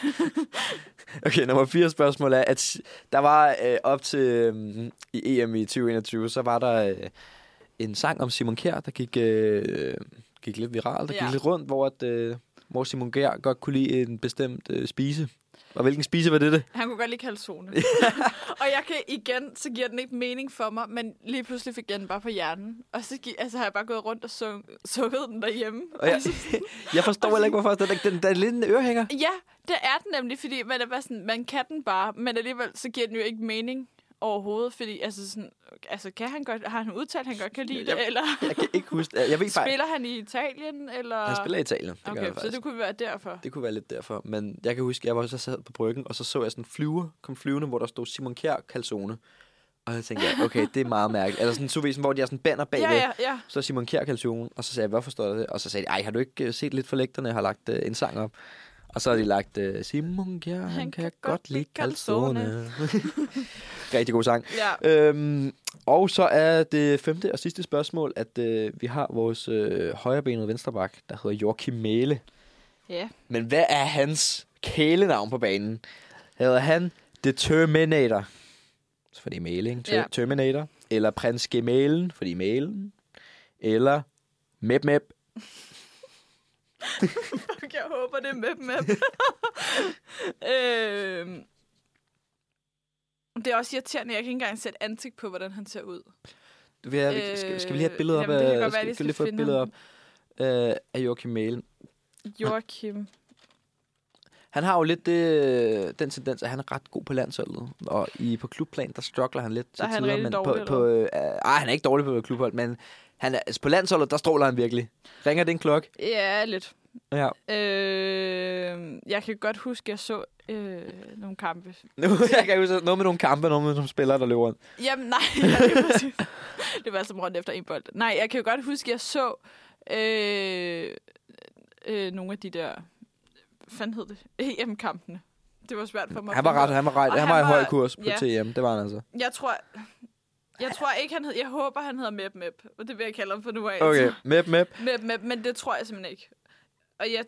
S1: Okay, nummer fire spørgsmål er, at s- der var øh, op til øh, i EM i 2021, så var der øh, en sang om Simon Kjær, der gik, øh, gik lidt viralt, der ja.
S2: Ja.
S1: gik lidt rundt, hvor, at, øh, hvor Simon Kjær godt kunne lide en bestemt øh, spise. Og hvilken spise var det det?
S2: han kunne godt lide kalsone. og jeg kan igen, så giver den ikke mening for mig, men lige pludselig fik jeg den bare på hjernen. Og så gi- altså, har jeg bare gået rundt og sung, sukket den derhjemme.
S1: Og jeg, jeg forstår heller ikke, hvorfor. Den, den, den, den er lidt en ørehænger.
S2: Ja, det er den nemlig, fordi man, er bare sådan, man kan den bare, men alligevel så giver den jo ikke mening overhovedet, fordi altså, sådan, altså kan han godt, har han udtalt, at han godt kan lide
S1: Jeg-
S2: det, eller
S1: Jeg kan ikke huske Jeg ved faktisk...
S2: spiller han i Italien, eller...
S1: Han spiller i Italien. Det, okay, gør
S2: Okay,
S1: han
S2: så
S1: faktisk.
S2: det kunne være derfor.
S1: det kunne være lidt derfor. Men jeg kan huske, jeg var så sad på bryggen, og så så jeg sådan en flyver, kom flyvende, hvor der stod Simon Kjær Kalsone. Og så tænkte jeg, okay, det er meget mærkeligt. Eller sådan, så ved, sådan, hvor de har sådan banner bagved.
S2: Ja, ja, ja.
S1: Så er Simon Kjær Kalsone, og så sagde jeg, hvorfor står der det? Og så sagde de, ej, har du ikke øh, set lidt for lægterne, har lagt øh, en sang op? Og så har de lagt, øh, Simon Kjær, han, han kan, kan godt lide Kalsone. Rigtig god sang.
S2: ja.
S1: Øhm, og så er det femte og sidste spørgsmål, at øh, vi har vores øh, højrebenede venstreback, der hedder Joachim Mæle.
S2: ja.
S1: Men hvad er hans kælenavn på banen? Hedder han The Terminator? Så fordi Mæle, ikke? Ter-
S2: Ja.
S1: Terminator. Eller Prins Gemælen, fordi Mælen. Eller Mep Mep.
S2: Fuck, jeg håber, det er med med. øhm. Det er også irriterende, jeg kan ikke engang sætte ansigt på, hvordan han ser ud.
S1: Du vil have, skal, skal vi lige have et billede op?
S2: Øh, jamen, det kan
S1: af-
S2: godt være,
S1: skal,
S2: jeg
S1: skal vi lige få
S2: lige skal
S1: et billede op
S2: finde
S1: øh, af Joachim Mælen.
S2: Joachim.
S1: Han har jo lidt det, den tendens, at han er ret god på landsholdet. Og i, på ah, klubplan, der struggler han lidt
S2: Der er han rigtig
S1: men
S2: dårlig,
S1: på, på, øh, ej, han er ikke dårlig på klubhold, men Han er, altså på landsholdet, der stråler han virkelig. Ringer det en klokke?
S2: Ja, lidt.
S1: Ja.
S2: Øh, jeg kan godt huske, at jeg så øh, nogle kampe.
S1: Nu, jeg kan huske noget med nogle kampe, noget med nogle spillere, der løber rundt.
S2: Jamen, nej. Ja, det, var, det var altså som rundt efter en bold. Nej, jeg kan jo godt huske, at jeg så øh, øh, nogle af de der... Hvad fanden hed det? EM-kampene. Det var svært for mig. at
S1: Han var
S2: finde ud
S1: ret, han var
S2: Og
S1: ret, han
S2: han
S1: var i høj
S2: var-
S1: kurs på
S2: ja.
S1: TM, det var han altså.
S2: Jeg tror... Jeg tror ikke, han hed... Jeg håber, han hedder Mep Mep. Og det vil jeg kalde ham for nu af.
S1: Okay, mep, mep.
S2: Mep Mep, men det tror jeg simpelthen ikke. Og jeg...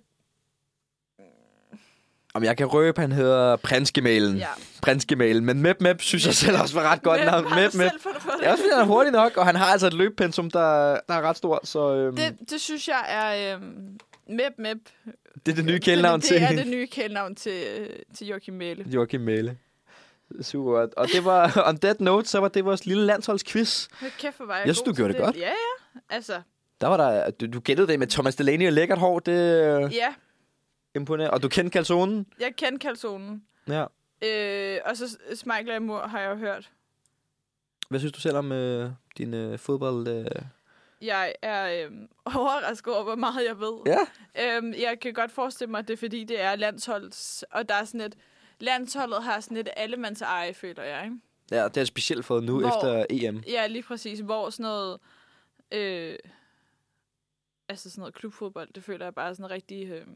S1: Om jeg kan røbe, han hedder Prinsgemalen. Ja.
S2: Ja.
S1: Prinsgemalen, men mep, mep synes jeg selv også var ret Mm. godt navn.
S2: har
S1: Mep,
S2: du
S1: mep.
S2: selv fundet på det?
S1: Jeg også fordi han er hurtig nok, og han har altså et løbepensum, der, der er ret stort, så øhm, det,
S2: Det, det synes jeg er... Øhm, Mep Mep.
S1: det er det nye kældnavn
S2: det,
S1: til
S2: Det er det nye kældnavn til, øh, til Joachim Mæle.
S1: Joachim Mæle. Super godt. Og det var, on that note, så var det vores lille landsholdsquiz.
S2: Hold kæft, hvor var jeg
S1: Jeg synes,
S2: god
S1: du gjorde
S2: til
S1: det godt.
S2: Ja, ja. Altså,
S1: Der var der, du, du gættede det med Thomas Delaney og lækkert hår, det er øh,
S2: ja.
S1: imponerende. Og du kendte kalsonen.
S2: Jeg kendte kalsonen.
S1: Ja.
S2: Øh, og så Smeichel og Mor har jeg jo hørt.
S1: Hvad synes du selv om øh, din øh, fodbold? Øh?
S2: Jeg er øhm, overrasket over, hvor meget jeg ved.
S1: Ja.
S2: Øhm, jeg kan godt forestille mig, at det er, fordi det er landsholds... Og der er sådan et... Landsholdet har sådan et allemands eje, føler jeg, ikke?
S1: Ja, det har jeg specielt fået nu
S2: Hvor-
S1: Hvor? efter EM.
S2: Ja, lige præcis. Hvor sådan noget... Øh, altså sådan noget klubfodbold, det føler jeg bare er sådan rigtig... Øh,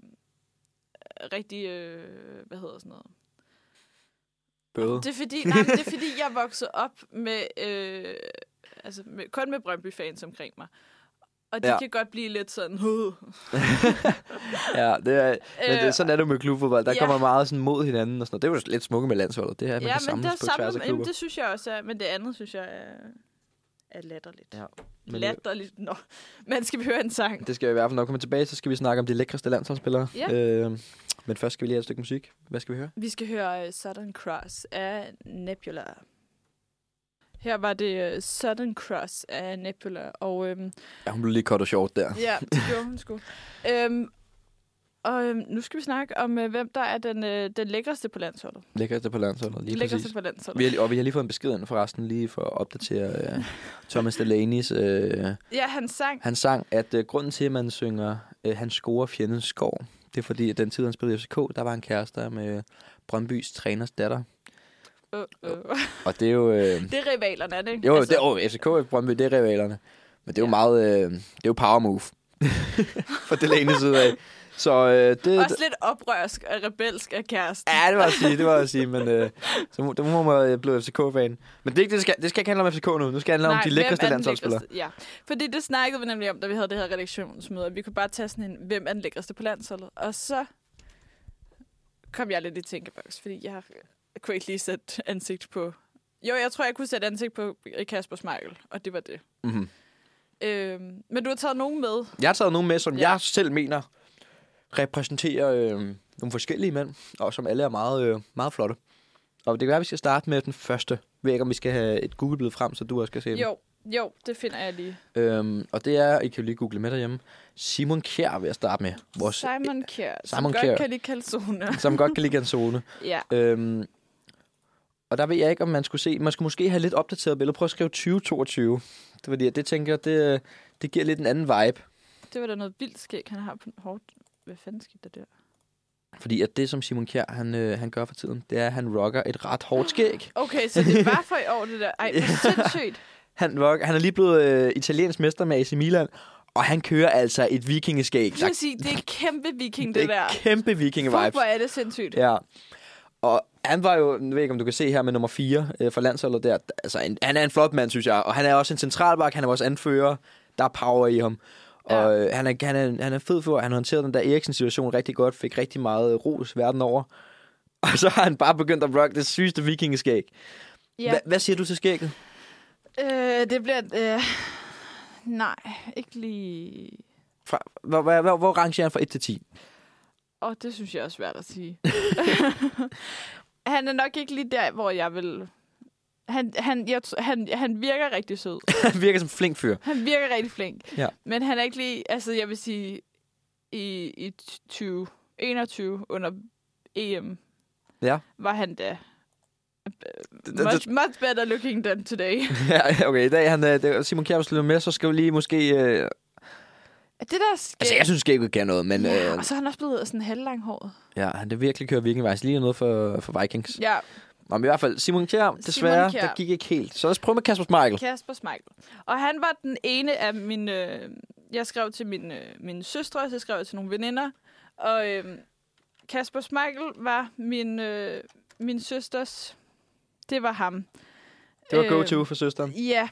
S2: rigtig... Øh, hvad hedder sådan noget?
S1: Bøde.
S2: Det er fordi, nej, men det er fordi jeg voksede op med, øh, altså med, kun med Brøndby-fans omkring mig. Og de
S1: Ja.
S2: ja. kan godt blive lidt sådan... øh, "Huh."
S1: Ja, det er, men det,
S2: Øh,
S1: sådan er det jo med klubfodbold. Der
S2: ja.
S1: ja. kommer meget sådan mod hinanden og sådan noget. Det er jo lidt smukke med landsholdet. Det her, man
S2: ja,
S1: kan
S2: men det,
S1: samles på tværs af
S2: samme, jamen,
S1: klubber.
S2: det synes jeg også er, men det andet synes jeg er, er latterligt.
S1: Ja,
S2: Ja,
S1: Men, øh,
S2: latterligt, nå. Men skal vi høre en sang?
S1: Det skal vi i hvert fald nok komme tilbage, så skal vi snakke om de lækreste landsholdsspillere.
S2: Ja.
S1: Øh, men først skal vi lige have et stykke musik. Hvad skal vi høre?
S2: Vi skal høre øh, Southern Cross af Nebula. Her var det øh, Southern Cross af Nebula, og øhm,
S1: Ja, hun blev lige kort og sjovt der.
S2: ja, det gjorde hun sgu. Øhm, og øhm, nu skal vi snakke om, øh, hvem der er den, øh, den lækreste på landsholdet.
S1: Lækreste på landsholdet, lige
S2: den
S1: lækreste
S2: lækreste
S1: præcis.
S2: på landsholdet.
S1: Vi har, og vi har lige fået en besked ind forresten, lige for at opdatere øh, Thomas Delaney's... Øh,
S2: Ja, han sang.
S1: han sang, at øh, grunden til, at man synger, øh, han scorer fjendens skov, det er fordi, at den tid, han spillede i FCK, der var han kærester med Brøndbys træners datter.
S2: Øh, øh.
S1: Og det er jo... Øh,
S2: Det er rivalerne, er det ikke?
S1: Jo, altså, det, oh, FCK og Brøndby, det er rivalerne. Men det er jo meget, øh, det er jo power move. For det ene side af. Så øh, det...
S2: Også lidt oprørsk og rebelsk af kæresten.
S1: Ja, det var at sige, det var at sige, men øh, så må, der må man øh, blive FCK-fan. Men det, er ikke, det, det, skal, det skal ikke handle om FCK nu, nu skal det handle om de
S2: hvem
S1: lækreste
S2: er den
S1: landsholdsspillere.
S2: lækreste? Ja, fordi det snakkede vi nemlig om, da vi havde det her redaktionsmøde. at Vi kunne bare tage sådan en, hvem er den lækreste på landsholdet? Og så kom jeg lidt i tænkeboks, fordi jeg kunne ikke lige sætte ansigt på... Jo, jeg tror, jeg kunne sætte ansigt på Kasper Smeichel, og det var det.
S1: Mm-hmm.
S2: Øhm, men du har taget nogen med.
S1: Jeg har taget nogen med, som
S2: Ja.
S1: ja. jeg selv mener repræsenterer øh, nogle forskellige mænd, og som alle er meget, øh, meget flotte. Og det kan være, at vi skal starte med den første. Jeg ved ikke, om vi skal have et Google-billede frem, så du også kan se dem.
S2: Jo, jo, det finder jeg lige.
S1: Øhm, og det er, I kan jo lige google med derhjemme, Simon Kjær vil jeg starte med. Vores,
S2: Simon Kjær, som
S1: Simon
S2: godt
S1: Kjær.
S2: kan lide calzone.
S1: Som godt kan lide Gansone.
S2: ja.
S1: Øhm, og der ved jeg ikke, om man skulle se, man skulle måske have lidt opdateret billeder. Prøv at skrive 2022. Det var det, det tænker jeg, det, øh, det giver lidt en anden vibe.
S2: Det var da noget vildt skæg, han har på hårdt. Hvad fanden skete der der?
S1: Fordi at det, som Simon Kjær han, øh, han gør for tiden, det er, at han rocker et ret hårdt skæg.
S2: Okay, så det var for i år, det der. Ej, hvor sindssygt.
S1: Han, rocker, han er lige blevet øh, italiensk mester med AC Milan, og han kører altså et vikingeskæg.
S2: Jeg vil sige, det er kæmpe viking, det,
S1: det er
S2: der.
S1: kæmpe
S2: Fuck,
S1: vikinge-vibes.
S2: hvor er det sindssygt.
S1: Ja. Og han var jo, jeg ved ikke, om du kan se her med nummer 4 øh, for landsholdet der. Altså, en, han er en flot mand, synes jeg. Og han er også en centralbak, han er vores anfører. Der er power i ham. Og øh, han, er, han, er, han er fed for, han håndterede den der Eriksen-situation rigtig godt. Fik rigtig meget øh, ros verden over. Og så har han bare begyndt at rock det sygeste vikingeskæg. Ja.
S2: Ja.
S1: hvad siger du til skægget?
S2: Øh, det bliver... Øh, nej, ikke lige...
S1: Fra, hvor, hvor, hvor, hvor rangerer han fra 1 til 10?
S2: Åh, oh, det synes jeg er svært at sige. han er nok ikke lige der, hvor jeg vil... Han, han, jeg, tr- han, han virker rigtig sød.
S1: Han virker som en flink fyr.
S2: Han virker rigtig flink.
S1: Ja.
S2: Men han er ikke lige... Altså, jeg vil sige... I, i 2021 under E EM
S1: Ja.
S2: var han da Much, much better looking than today.
S1: Ja, okay, i dag han, øh, det var Simon Kjær slutter med, så skal vi lige måske... Øh,
S2: Er det der skæg?
S1: altså, jeg synes skægget kan noget, men
S2: ja,
S1: øh,
S2: og så er han også blevet sådan halvlanghåret.
S1: ja, han det virkelig kører vikingvejs. Lige noget for, for Vikings.
S2: Ja,
S1: Nå, men i hvert fald, Simon Kjær, desværre,
S2: Kjær.
S1: der gik ikke helt. Så lad os prøve med Kasper Schmeichel.
S2: Kasper Schmeichel. Og han var den ene af mine... Øh, jeg skrev til min, øh, mine søstre, så skrev jeg til nogle veninder. Og øh, Kasper Schmeichel var min, øh, min søsters... Det var ham.
S1: Det var
S2: Øh,
S1: go-to for søsteren.
S2: Ja,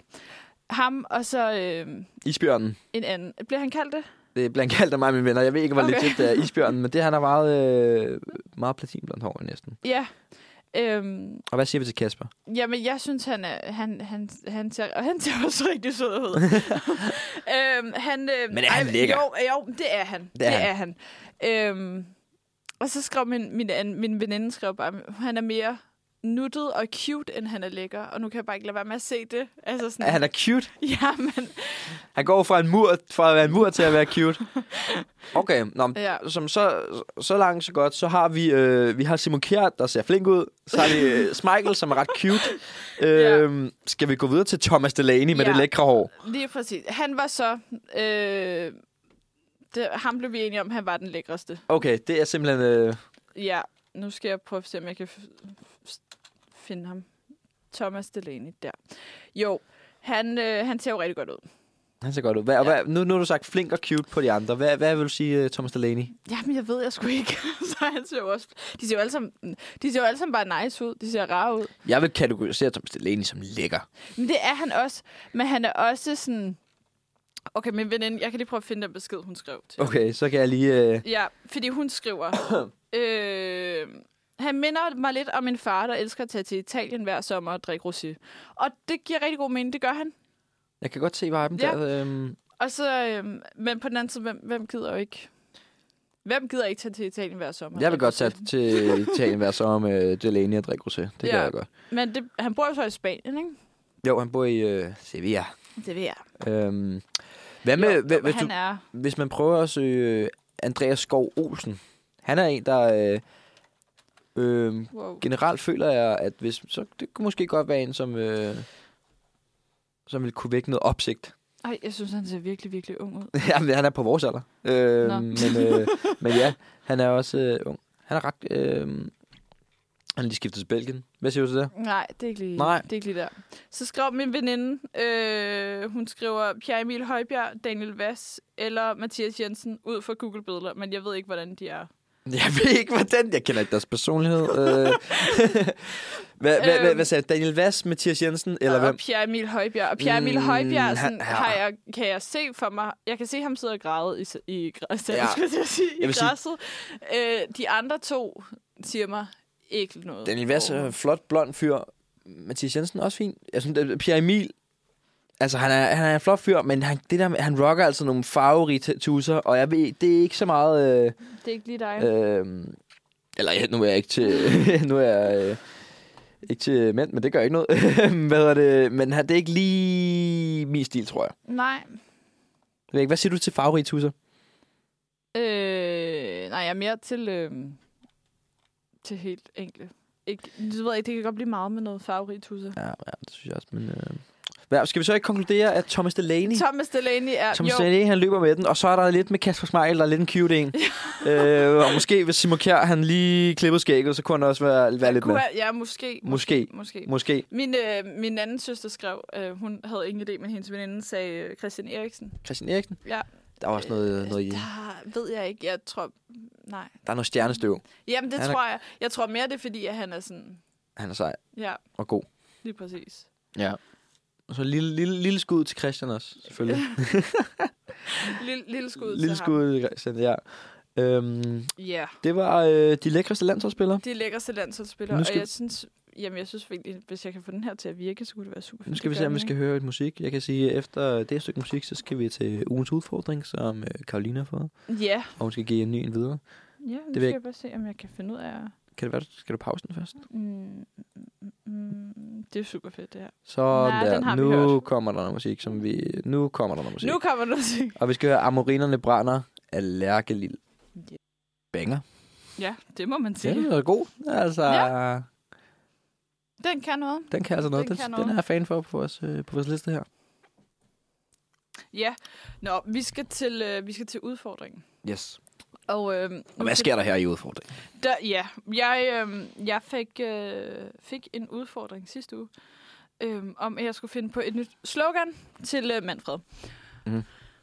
S2: ham og så øh,
S1: Isbjørnen.
S2: en anden. Bliver han kaldt det?
S1: Det bliver han kaldt af mig, mine venner. Jeg ved ikke, hvor
S2: Okay.
S1: okay. legit det er isbjørnen, men det han har meget, øh, meget platinblondt hår næsten.
S2: Ja. Øhm,
S1: Og hvad siger vi til Kasper?
S2: Jamen, jeg synes, han, er, han, han, han, ser, og han ser også rigtig sød ud. øhm, han, øhm,
S1: Men er han
S2: ej,
S1: lækker?
S2: Jo, jo, det er han. Det, det
S1: han.
S2: er han. Øhm, og så skrev min, min, an- min veninde skrev bare, han er mere nuttet og cute, end han er lækker. Og nu kan jeg bare ikke lade være med at se det. Altså sådan,
S1: Han er cute.
S2: Ja, men...
S1: Han går fra, en mur, fra at være en mur til at være cute. Okay, nå, men
S2: Ja.
S1: som så, så langt, så godt. Så har vi, øh, vi har Simon Kjær, der ser flink ud. Så har vi øh, Michael, som er ret cute. Øh, Skal vi gå videre til Thomas Delaney med
S2: Ja.
S1: det lækre hår?
S2: Lige præcis. Han var så... Øh, det, ham blev vi enige om, han var den lækreste.
S1: Okay, det er simpelthen... Øh,
S2: Ja, nu skal jeg prøve at se, om jeg kan f- f- finde ham. Thomas Delaney, der. Jo, han, øh, han ser jo rigtig godt ud.
S1: han ser godt ud. Hvad, og
S2: Ja.
S1: hvad, nu, nu har du sagt flink og cute på de andre. Hvad, hvad vil du sige, øh, Thomas Delaney?
S2: Jamen, jeg ved jeg sgu ikke. så han ser jo også... De ser jo alle sammen, de ser jo alle sammen bare nice ud. De ser rare ud.
S1: Jeg vil kategorisere Thomas Delaney som lækker.
S2: Men det er han også. Men han er også sådan... Okay, min veninde, jeg kan lige prøve at finde den besked, hun skrev til.
S1: Okay, så kan jeg lige... Øh,
S2: Ja, fordi hun skriver... øh, han minder mig lidt om min far, der elsker at tage til Italien hver sommer og drikke rosé. Og det giver rigtig god mening, det gør han.
S1: jeg kan godt se viben
S2: Ja.
S1: ja. der. Øh,
S2: Og så, øhm, men på den anden side, hvem, hvem gider jo ikke? Hvem gider ikke tage til Italien hver sommer?
S1: jeg vil godt tage til Italien hver sommer med øh, Delaney og drikke rosé. Det ja. kan
S2: Ja.
S1: jeg godt.
S2: Men det, han bor jo så i Spanien, ikke?
S1: Jo, han bor i øh, Sevilla.
S2: Det ved jeg.
S1: Øhm, hvad med,
S2: jo,
S1: jo, hvis,
S2: han
S1: du,
S2: er...
S1: hvis man prøver at søge øh, Andreas Skov Olsen? Han er en, der øh, øh,
S2: Wow.
S1: generelt føler jeg, at hvis, så det kunne måske godt være en, som, øh, som ville kunne vække noget opsigt.
S2: Ej, jeg synes, han ser virkelig, virkelig ung ud.
S1: Jamen, han er på vores alder.
S2: Nå.
S1: Øh, men, øh, men ja, han er også øh, ung. Han er ret... Øh, han er lige skiftet til Belgien. Hvad siger du til det?
S2: Nej, det er ikke lige,
S1: Nej.
S2: Det er ikke lige der. Så skrev min veninde, øh, hun skriver Pierre Emil Højbjerg, Daniel Vass eller Mathias Jensen ud fra Google-billeder, men jeg ved ikke, hvordan de er.
S1: Jeg ved ikke, hvordan. Jeg kender ikke deres personlighed. Øh, hvad, hvad, hvad,
S2: Øhm.
S1: hvad sagde du? Daniel Vass, Mathias Jensen, eller
S2: og
S1: hvem?
S2: Pierre Emil Højbjerg. Og Pierre Emil
S1: Mm,
S2: Højbjerg, sådan,
S1: han- ja.
S2: har jeg, kan jeg se for mig... Jeg kan se ham sidde og græde i, s- i, græsset, ja.
S1: Ja.
S2: skulle jeg til at sige, i
S1: Jeg vil sige-
S2: græsset. Øh, de andre to siger mig ikke noget.
S1: Daniel Vass er en flot, blond fyr. Mathias Jensen er også fin. Jeg synes, at Pierre Emil... Altså, han er, han er en flot fyr, men han, det der, med- han rocker altså nogle farverige t- tusser, og jeg ved, det er ikke så meget... Øh,
S2: Det er ikke lige dig.
S1: øh, eller ja, nu er jeg ikke til... nu er jeg... Øh, ikke til mænd, men det gør ikke noget. Hvad er det? Men han, det er ikke lige min stil, tror jeg.
S2: Nej.
S1: jeg ved ikke, hvad siger du til farverige tusser?
S2: Øh, nej, jeg er mere til, øh, til helt enkle. Ikke, du ved ikke, det kan godt blive meget med noget farverigt huset.
S1: Ja, ja, det synes jeg også, men... Øh... Hvad, skal vi så ikke konkludere, at Thomas Delaney...
S2: Thomas Delaney er...
S1: Thomas
S2: jo,
S1: Delaney, han løber med den, og så er der lidt med Kasper Smeichel, der er lidt en cute en. øh, og måske hvis Simon Kjær, han lige klippede skægget, så kunne han også være, være lidt
S2: kunne
S1: med.
S2: jeg- Ja, måske.
S1: Måske.
S2: Måske.
S1: Måske.
S2: Min, øh, min anden søster skrev, øh, hun havde ingen idé, men hendes veninde sagde øh, Christian Eriksen.
S1: Christian Eriksen?
S2: Ja. Øh,
S1: Der var også noget, noget i.
S2: Der ved jeg ikke. Jeg tror... Nej.
S1: Der er noget stjernestøv.
S2: Jamen, det
S1: Han
S2: er...
S1: er-
S2: tror jeg. Jeg tror mere, det er fordi, at han er sådan...
S1: Han er sej
S2: Ja,
S1: og god.
S2: lige præcis.
S1: Ja. Og så lille, lille, lille skud til Christian også, selvfølgelig.
S2: Lille, lille skud
S1: lille
S2: til ham.
S1: skud til Christian, ja. Øhm,
S2: Ja.
S1: det var øh, de lækreste landsholdsspillere.
S2: De er lækreste landsholdsspillere,
S1: Nu
S2: skal...
S1: skal-
S2: og jeg synes... Jamen, jeg synes virkelig, hvis jeg kan få den her til at virke, så kunne det være super
S1: Nu
S2: fedt.
S1: skal vi
S2: Det
S1: se,
S2: gør
S1: om
S2: den
S1: vi skal
S2: ikke.
S1: høre et musik. Jeg kan sige, at efter det stykke musik, så skal vi til ugens udfordring, som øh, Karoline har fået.
S2: Ja,
S1: Og hun skal give en ny en videre.
S2: ja nu
S1: ved
S2: skal
S1: jeg
S2: jeg
S1: ikke.
S2: bare se, om jeg kan finde ud af...
S1: Kan det være, du- skal du pause den først?
S2: Mm, mm, mm, det er super fedt, det her.
S1: Så
S2: Nej, den har
S1: der.
S2: vi
S1: Nu
S2: hørt.
S1: kommer der noget musik, som vi... Nu kommer der noget musik.
S2: Nu kommer du til.
S1: Og vi skal høre Amorinerne brænder af Lærkelil.
S2: Ja.
S1: Banger.
S2: Ja, det må man
S1: Ja,
S2: sige.
S1: den er god. Altså...
S2: Ja. Den kan noget.
S1: Den kan altså noget. Den,
S2: Den
S1: den,
S2: kan
S1: den
S2: noget.
S1: er jeg fan for på vores, øh, på vores liste her.
S2: Ja. Nå, vi skal til, øh, vi skal til udfordringen.
S1: Yes.
S2: Og, øh,
S1: Og hvad sker der her i udfordringen?
S2: Der, ja, jeg, øh, jeg fik, øh, fik en udfordring sidste uge, øh, om at jeg skulle finde på et nyt slogan til øh, Manfred.
S1: Mhm.
S2: Mm.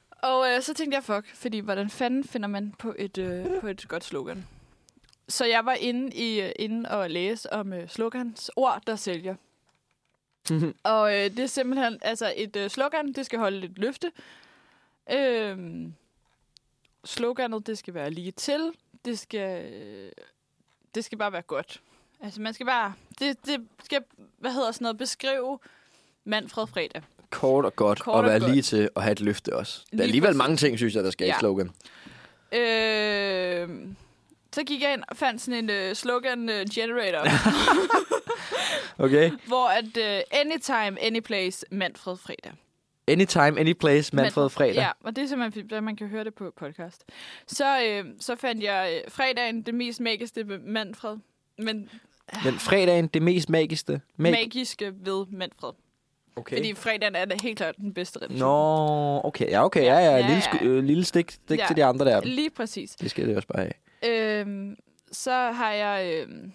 S2: Og øh, så tænkte jeg, fuck, fordi hvordan fanden finder man på et, øh, på et godt slogan? Så jeg var inde, i, øh, inde og læse om øh, slogans ord, der sælger.
S1: Mhm.
S2: og øh, det er simpelthen, altså et øh, slogan, det skal holde et løfte. Øh, sloganet, det skal være lige til. Det skal, øh, det skal bare være godt. Altså, man skal bare... Det, det skal, hvad hedder sådan noget, beskrive Manfred Fredag.
S1: Kort og godt,
S2: Kort
S1: og
S2: og
S1: være
S2: godt.
S1: lige til at have et løfte også. Der er
S2: Lige
S1: alligevel
S2: præcis.
S1: mange ting, synes jeg, der skal ja. i
S2: Ja.
S1: slogan.
S2: Øh, så gik jeg ind og fandt sådan en øh, slogan øh, generator,
S1: Okay?
S2: hvor at øh, anytime, anyplace, Manfred Fredag.
S1: Anytime, anyplace,
S2: Men-
S1: Manfred Fredag.
S2: Ja, og det er simpelthen, fordi der- man kan høre det på podcast. Så, øh, så fandt jeg øh, fredagen, det mest magiske ved Manfred. Men
S1: Men fredagen, det mest magiske. Mag-
S2: magiske ved Manfred.
S1: okay.
S2: Okay. Fordi fredagen er da helt klart den bedste revision.
S1: Nå, okay. Ja, okay. Ja, ja.
S2: Ja,
S1: Lille,
S2: ja.
S1: sku- øh, lille stik, stik ja.
S2: Ja.
S1: til de andre der.
S2: Lige præcis.
S1: Det skal det også bare have.
S2: Øhm, så har jeg... Øhm,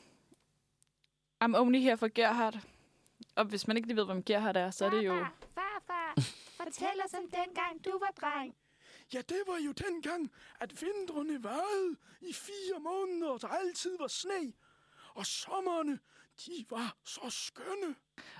S2: I'm only here for Gerhard. Og hvis man ikke lige ved, hvem Gerhard er, så er det jo...
S3: Farfar, farfar, fortæl os om dengang du var dreng.
S4: Ja, det var jo dengang, at vintrene varede i fire måneder, og der altid var sne. Og sommerne, de var så skønne.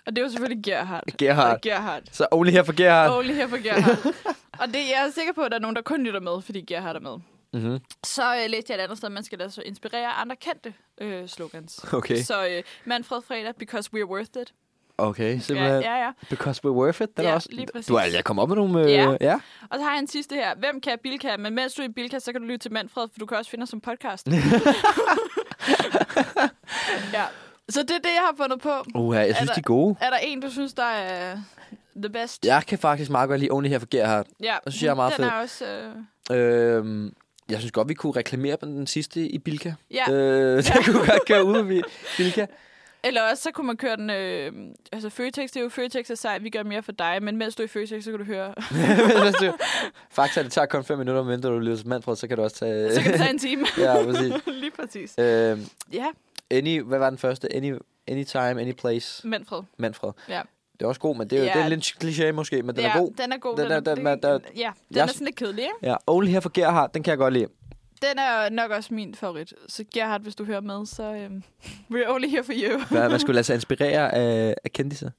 S2: Og det er jo selvfølgelig Gerhard.
S1: Gerhard.
S2: Og Gerhard.
S1: Så only her for Gerhard.
S2: Only here for Gerhard. og det, jeg er sikker på, at der er nogen, der kun lytter med, fordi Gerhard er med.
S1: Mm-hmm.
S2: Så øh, læste jeg et andet sted, at man skal lade sig inspirere af andre kendte øh, slogans.
S1: Okay.
S2: Så øh, Manfred Fredag, because we're worth it.
S1: Okay,
S2: Ja,
S1: simpelthen.
S2: ja, ja.
S1: Because we're worth it. Den
S2: Ja,
S1: er også...
S2: lige præcis.
S1: Du er altså kommet op med nogle... Øh,
S2: Ja.
S1: ja.
S2: Og så har jeg en sidste her. Hvem kan Bilka? Men mens du er i Bilka, så kan du lytte til Manfred, for du kan også finde os som podcast. ja. Så det er det, jeg har fundet på.
S1: Uh, jeg synes,
S2: der-
S1: de er gode.
S2: Er der en, du synes, der er the best?
S1: Jeg kan faktisk meget godt lide Only her for Gerhard.
S2: ja.
S1: det synes jeg er meget
S2: den
S1: fed.
S2: Er også, øh...
S1: Øhm, jeg synes godt, vi kunne reklamere på den sidste i Bilka.
S2: ja. Øh.
S1: Øh, det kunne godt køre ud med Bilka.
S2: Eller også, så kunne man køre den... Øh... Altså, Føtex, det er jo Føtex er sejt, vi gør mere for dig, men mens du er i Føtex, så kan du høre...
S1: altså, Faktisk, det tager kun 5 minutter, men du lytter til Manfred, så kan du også tage...
S2: så kan det tage en time.
S1: ja, præcis.
S2: Lige præcis.
S1: Øhm,
S2: Ja,
S1: any, hvad var den første? Any, anytime, any place,
S2: Manfred.
S1: Manfred.
S2: Ja.
S1: Det er også god, men det er jo
S2: Ja.
S1: det er lidt kliché måske, men den
S2: ja,
S1: er god.
S2: Den er god.
S1: Den er- den er- der-
S2: ja, den
S1: Jeg-
S2: er sådan lidt kedelig, ikke?
S1: Ja, Only her for Gerhard, den kan jeg godt lide.
S2: Den er nok også min favorit. Så Gerhard, hvis du hører med, så um, we're only here for you.
S1: Hvad, man skulle lade sig inspirere af, af kendtiser.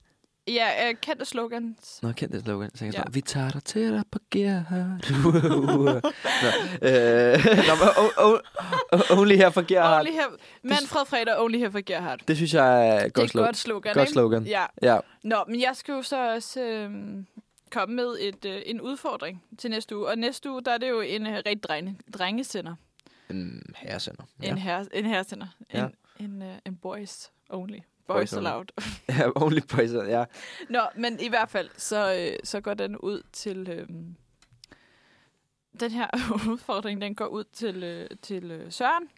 S2: ja, uh, kendte slogans.
S1: Nå, kendte slogan. Så kan jeg
S2: Ja.
S1: ja. vi tager dig til dig på Gerhard. Uh, Nå, øh, nå, men o- o- o- only her for Gerhard.
S2: Only here, Manfred Fredag, only here for Gerhard.
S1: Det synes jeg er et godt,
S2: det er
S1: slogan.
S2: et godt slogan,
S1: Godt
S2: ikke?
S1: slogan.
S2: Ja.
S1: Ja,
S2: Nå, men jeg skal jo så også øhm, komme med et, øh, en udfordring til næste uge. Og næste uge, der er det jo en øh, rigtig drenge, drengesender.
S1: en herresender.
S2: Ja. En, herre, en herresender.
S1: Ja.
S2: En, en, øh, en boys only. Boys,
S1: Boys
S2: boys
S1: only.
S2: allowed.
S1: Ja, only boys. Ja.
S2: Nå, men i hvert fald, så, øh, så går den ud til... Øh, den her udfordring, den går ud til, øh, til øh, Søren.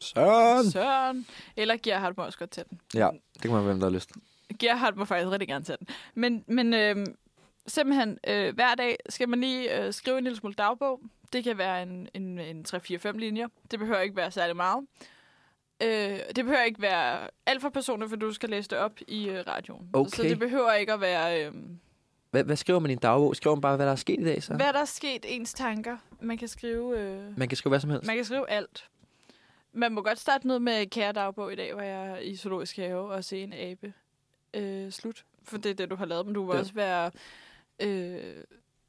S1: Sådan.
S2: Søren. Eller Gerhard må også godt tage den.
S1: Ja, det kan man være, hvem der har lyst.
S2: Gerhard må faktisk rigtig gerne tage den. Men, men øh, simpelthen, øh, hver dag skal man lige øh, skrive en lille smule dagbog. Det kan være en, en, en 3-4-5 linjer. Det behøver ikke være særlig meget. Øh, det behøver ikke være alt for personligt, for du skal læse det op i øh, radioen. Så
S1: Okay.
S2: det behøver ikke at være... Øh,
S1: Hvad, hvad skriver man i en dagbog? Skriver man bare, hvad der er sket i dag, så?
S2: Hvad der er sket, ens tanker. Man kan skrive, øh,
S1: Man kan skrive hvad som helst.
S2: man kan skrive alt. Man må godt starte ned med kære dagbog i dag, hvor jeg er i zoologisk have og se en abe. Øh, slut. For det er det, du har lavet, men du må
S1: Ja.
S2: ja. også være... Øh,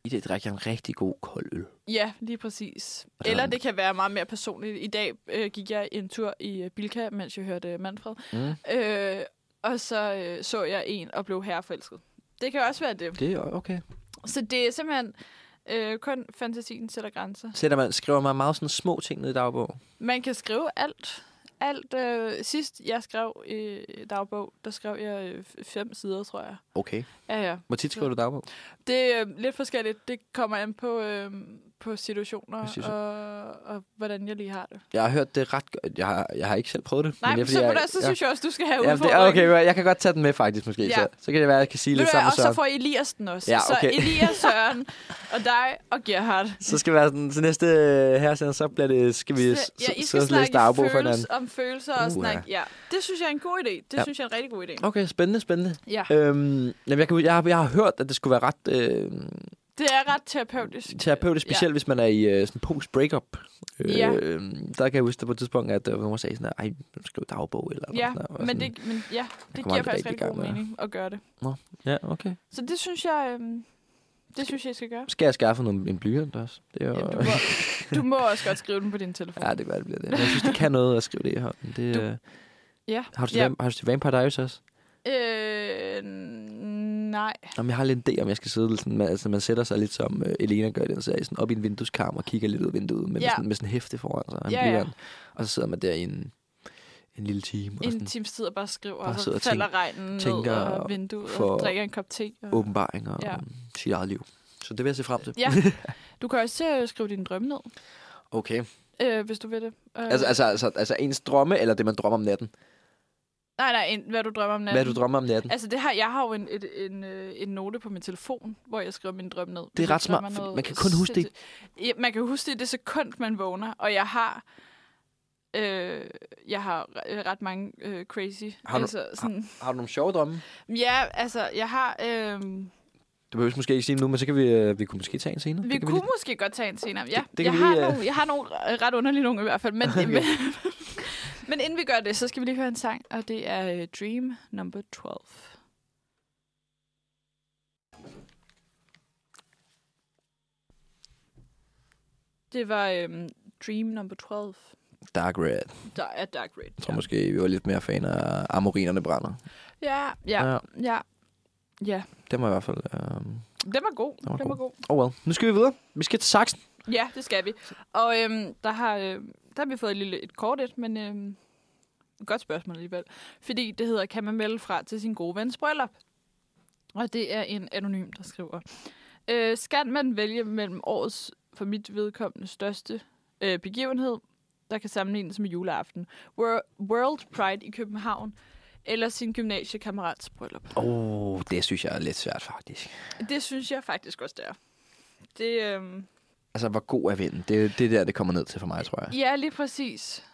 S1: I dag drikker jeg en rigtig god kold øl.
S2: ja, lige præcis.
S1: Og der er
S2: Eller
S1: en-
S2: det kan være meget mere personligt. I dag øh, gik jeg en tur i øh, Bilka, mens jeg hørte Manfred.
S1: Mm.
S2: Øh, og så øh, så jeg en og blev herreforelsket. Det kan også være det.
S1: Det er okay.
S2: Så det er simpelthen øh, kun fantasien sætter grænser.
S1: Sætter man, skriver man meget sådan små ting ned i dagbog.
S2: Man kan skrive alt. Alt. Øh, sidst jeg skrev i øh, dagbog, der skrev jeg øh, f- fem sider, tror jeg.
S1: Okay.
S2: Ja, ja.
S1: Hvor tit skriver du dagbog?
S2: Det er øh, lidt forskelligt. Det kommer an på, øh, på situationer
S1: Præcis.
S2: og, og hvordan jeg lige har det.
S1: Jeg har hørt det ret godt. Jeg har, jeg har ikke selv prøvet det.
S2: Nej,
S1: det er,
S2: men
S1: fordi
S2: så,
S1: jeg,
S2: jeg, så synes jeg også, du skal have
S1: ja, det,
S2: udfordringen.
S1: er- okay, jeg kan godt tage den med faktisk måske.
S2: Ja.
S1: Ja. Så, så kan det være, at jeg kan sige
S2: Ved
S1: lidt
S2: du hvad,
S1: sammen med
S2: og så
S1: Søren.
S2: får Elias den også.
S1: Ja, okay.
S2: Så Elias, Søren og dig og Gerhard.
S1: Så skal vi være sådan, til næste herresender, så bliver det, skal vi
S2: Så-
S1: så,
S2: ja, I
S1: så,
S2: skal
S1: så
S2: snakke
S1: læse dagbog for hinanden.
S2: følelse, om følelser og
S1: Uha.
S2: snakke. Ja. Det synes jeg er en god idé. Det ja.
S1: Ja.
S2: synes jeg er en rigtig god idé.
S1: Okay, spændende, spændende.
S2: Ja,
S1: Øhm, jamen, jeg, kan, jeg, har, jeg har hørt, at det skulle være ret øh,
S2: det er ret terapeutisk.
S1: terapeutisk,
S2: Ja.
S1: specielt ja. hvis man er i øh, sådan post-breakup. Øh,
S2: Ja.
S1: Der kan jeg huske det på et tidspunkt, at øh, nogen sagde sådan, her, ej, skriv dagbog eller
S2: Ja,
S1: noget. sådan,
S2: men det, men ja,
S1: kommer
S2: det giver
S1: aldrig
S2: faktisk
S1: rigtig i
S2: rigtig god
S1: gang med det.
S2: mening at gøre det.
S1: Ja, okay.
S2: Så det synes jeg, øhm, det synes jeg, I skal gøre.
S1: Skal jeg skaffe nogle, en blyant også? Det er jo...
S2: Jamen, du, må, du må også godt skrive den på din telefon.
S1: ja, det kan være, det bliver det. Men jeg synes, det kan noget at skrive det i hånden. Det,
S2: Du-
S1: øh,
S2: Ja.
S1: Har du til,
S2: Ja.
S1: ja. har du til Vampire Diaries også?
S2: Øh, nej.
S1: Jamen, jeg har lidt en idé, om jeg skal sidde lidt sådan, man, altså man sætter sig lidt som øh, Elena gør i den serie, sådan op i en vindueskarm og kigger lidt ud af vinduet med,
S2: Ja.
S1: ja. sådan, med sådan en hæfte foran sig. og en
S2: Ja, ja.
S1: blyant. Og så sidder man der i en, en lille time og
S2: En
S1: sådan,
S2: times tid og bare skriver,
S1: Bare
S2: og så
S1: sidder og
S2: falder regnen ned
S1: tænker
S2: og vinduet, og
S1: for-
S2: drikker en kop te. Og...
S1: åbenbaring og
S2: Ja.
S1: ja. sit eget liv. Så det vil jeg se frem til.
S2: Ja, du kan også øh, skrive dine drømme ned,
S1: Okay.
S2: øh, hvis du vil det. Øh,
S1: Altså, altså, altså, altså ens drømme, eller det, man drømmer om natten?
S2: Nej, nej, en, hvad du drømmer om natten.
S1: Hvad du drømmer om natten?
S2: Altså, det her, jeg har jo en, et, en, øh, en note på min telefon, hvor jeg skriver mine drømme ned. Hvis
S1: ret
S2: jeg
S1: smart,
S2: drømmer
S1: for
S2: noget
S1: man kan kun huske det i-
S2: sindssygt- Ja, man kan huske det i det sekund, man vågner, og jeg har... Øh, jeg har øh, ret mange øh, crazy.
S1: Har du-
S2: altså, sådan,
S1: Har du nogle sjove drømme?
S2: Ja, altså, jeg har... Øh,
S1: Du behøver måske ikke sige dem nu, men så kan vi, øh, vi kunne måske tage en senere.
S2: vi
S1: Det kan
S2: kunne vi
S1: lige-
S2: måske godt tage en senere. Ja,
S1: det kan
S2: jeg,
S1: vi
S2: har
S1: lige, øh,
S2: nogle, jeg har nogle øh, ret underlige nogle i hvert fald, men, men, men inden vi gør det, så skal vi lige høre en sang, og det er øh, Dream number 12. Det var øhm, Dream number 12,
S1: Dark Red.
S2: der er Dark Red.
S1: Jeg tror måske, vi var lidt mere fan af Amorinerne brænder.
S2: Ja, ja,
S1: ja.
S2: ja. Ja,
S1: Det var i hvert fald... Øh...
S2: den var god. Den
S1: var
S2: var, den var god.
S1: Oh well. Nu skal vi videre. Vi skal til Saxen.
S2: Ja, det skal vi. Og øhm, der, har, øhm, der har vi fået et, lille, et kort et, men øhm, et godt spørgsmål alligevel. Fordi det hedder, kan man melde fra til sin gode vens bryllup? Og det er en anonym, der skriver. Øh, skal man vælge mellem årets for mit vedkommende største øh, begivenhed, der kan sammenlignes med juleaften, Wor- World Pride i København, eller sin gymnasiekammerats bryllup?
S1: Åh, oh, det synes jeg er lidt svært faktisk.
S2: Det synes jeg faktisk også, det er. Det, øhm,
S1: Altså, hvor god er vinden? Det, det er der, det kommer ned til for mig, tror jeg.
S2: Ja, lige præcis.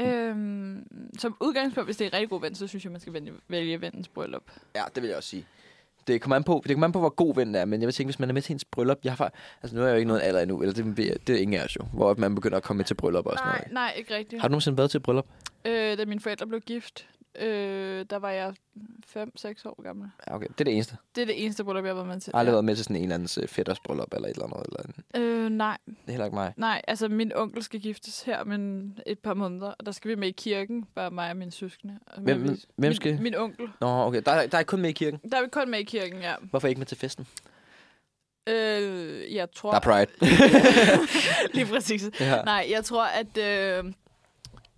S2: Øhm, som udgangspunkt, hvis det er en rigtig god ven, så synes jeg, man skal vælge, vælge vennens bryllup.
S1: Ja, det vil jeg også sige. Det kommer an på, det kommer an på hvor god vinden er, men jeg vil tænke, hvis man er med til hendes bryllup, jeg har, fa- altså nu er jeg jo ikke noget alder endnu, eller det, det er ingen af os jo, hvor man begynder at komme med til bryllup og sådan noget.
S2: Nej,
S1: ikke?
S2: nej, ikke rigtigt.
S1: Har du nogensinde været til et bryllup?
S2: Øh, da mine forældre blev gift, øh, der var jeg 5-6 år gammel.
S1: Ja, okay. Det er det eneste.
S2: Det er det eneste bryllup, jeg har været med til.
S1: Jeg har aldrig været med til sådan en eller andens øh, fætters bryllup eller et eller andet. Eller en,
S2: Øh, nej,
S1: det er heller ikke mig.
S2: nej, altså min onkel skal giftes her om en- et par måneder, og der skal vi med i kirken, bare mig og mine søskende. Og
S1: Hvem-
S2: min-
S1: hvem
S2: min,
S1: skal-
S2: Min onkel.
S1: Nå, okay. Der, er- der er kun med i kirken.
S2: Der er vi kun med i kirken, ja.
S1: Hvorfor ikke med til festen?
S2: Øh, jeg tror...
S1: Der er pride.
S2: lige præcis.
S1: ja.
S2: Nej, jeg tror, at... Øh,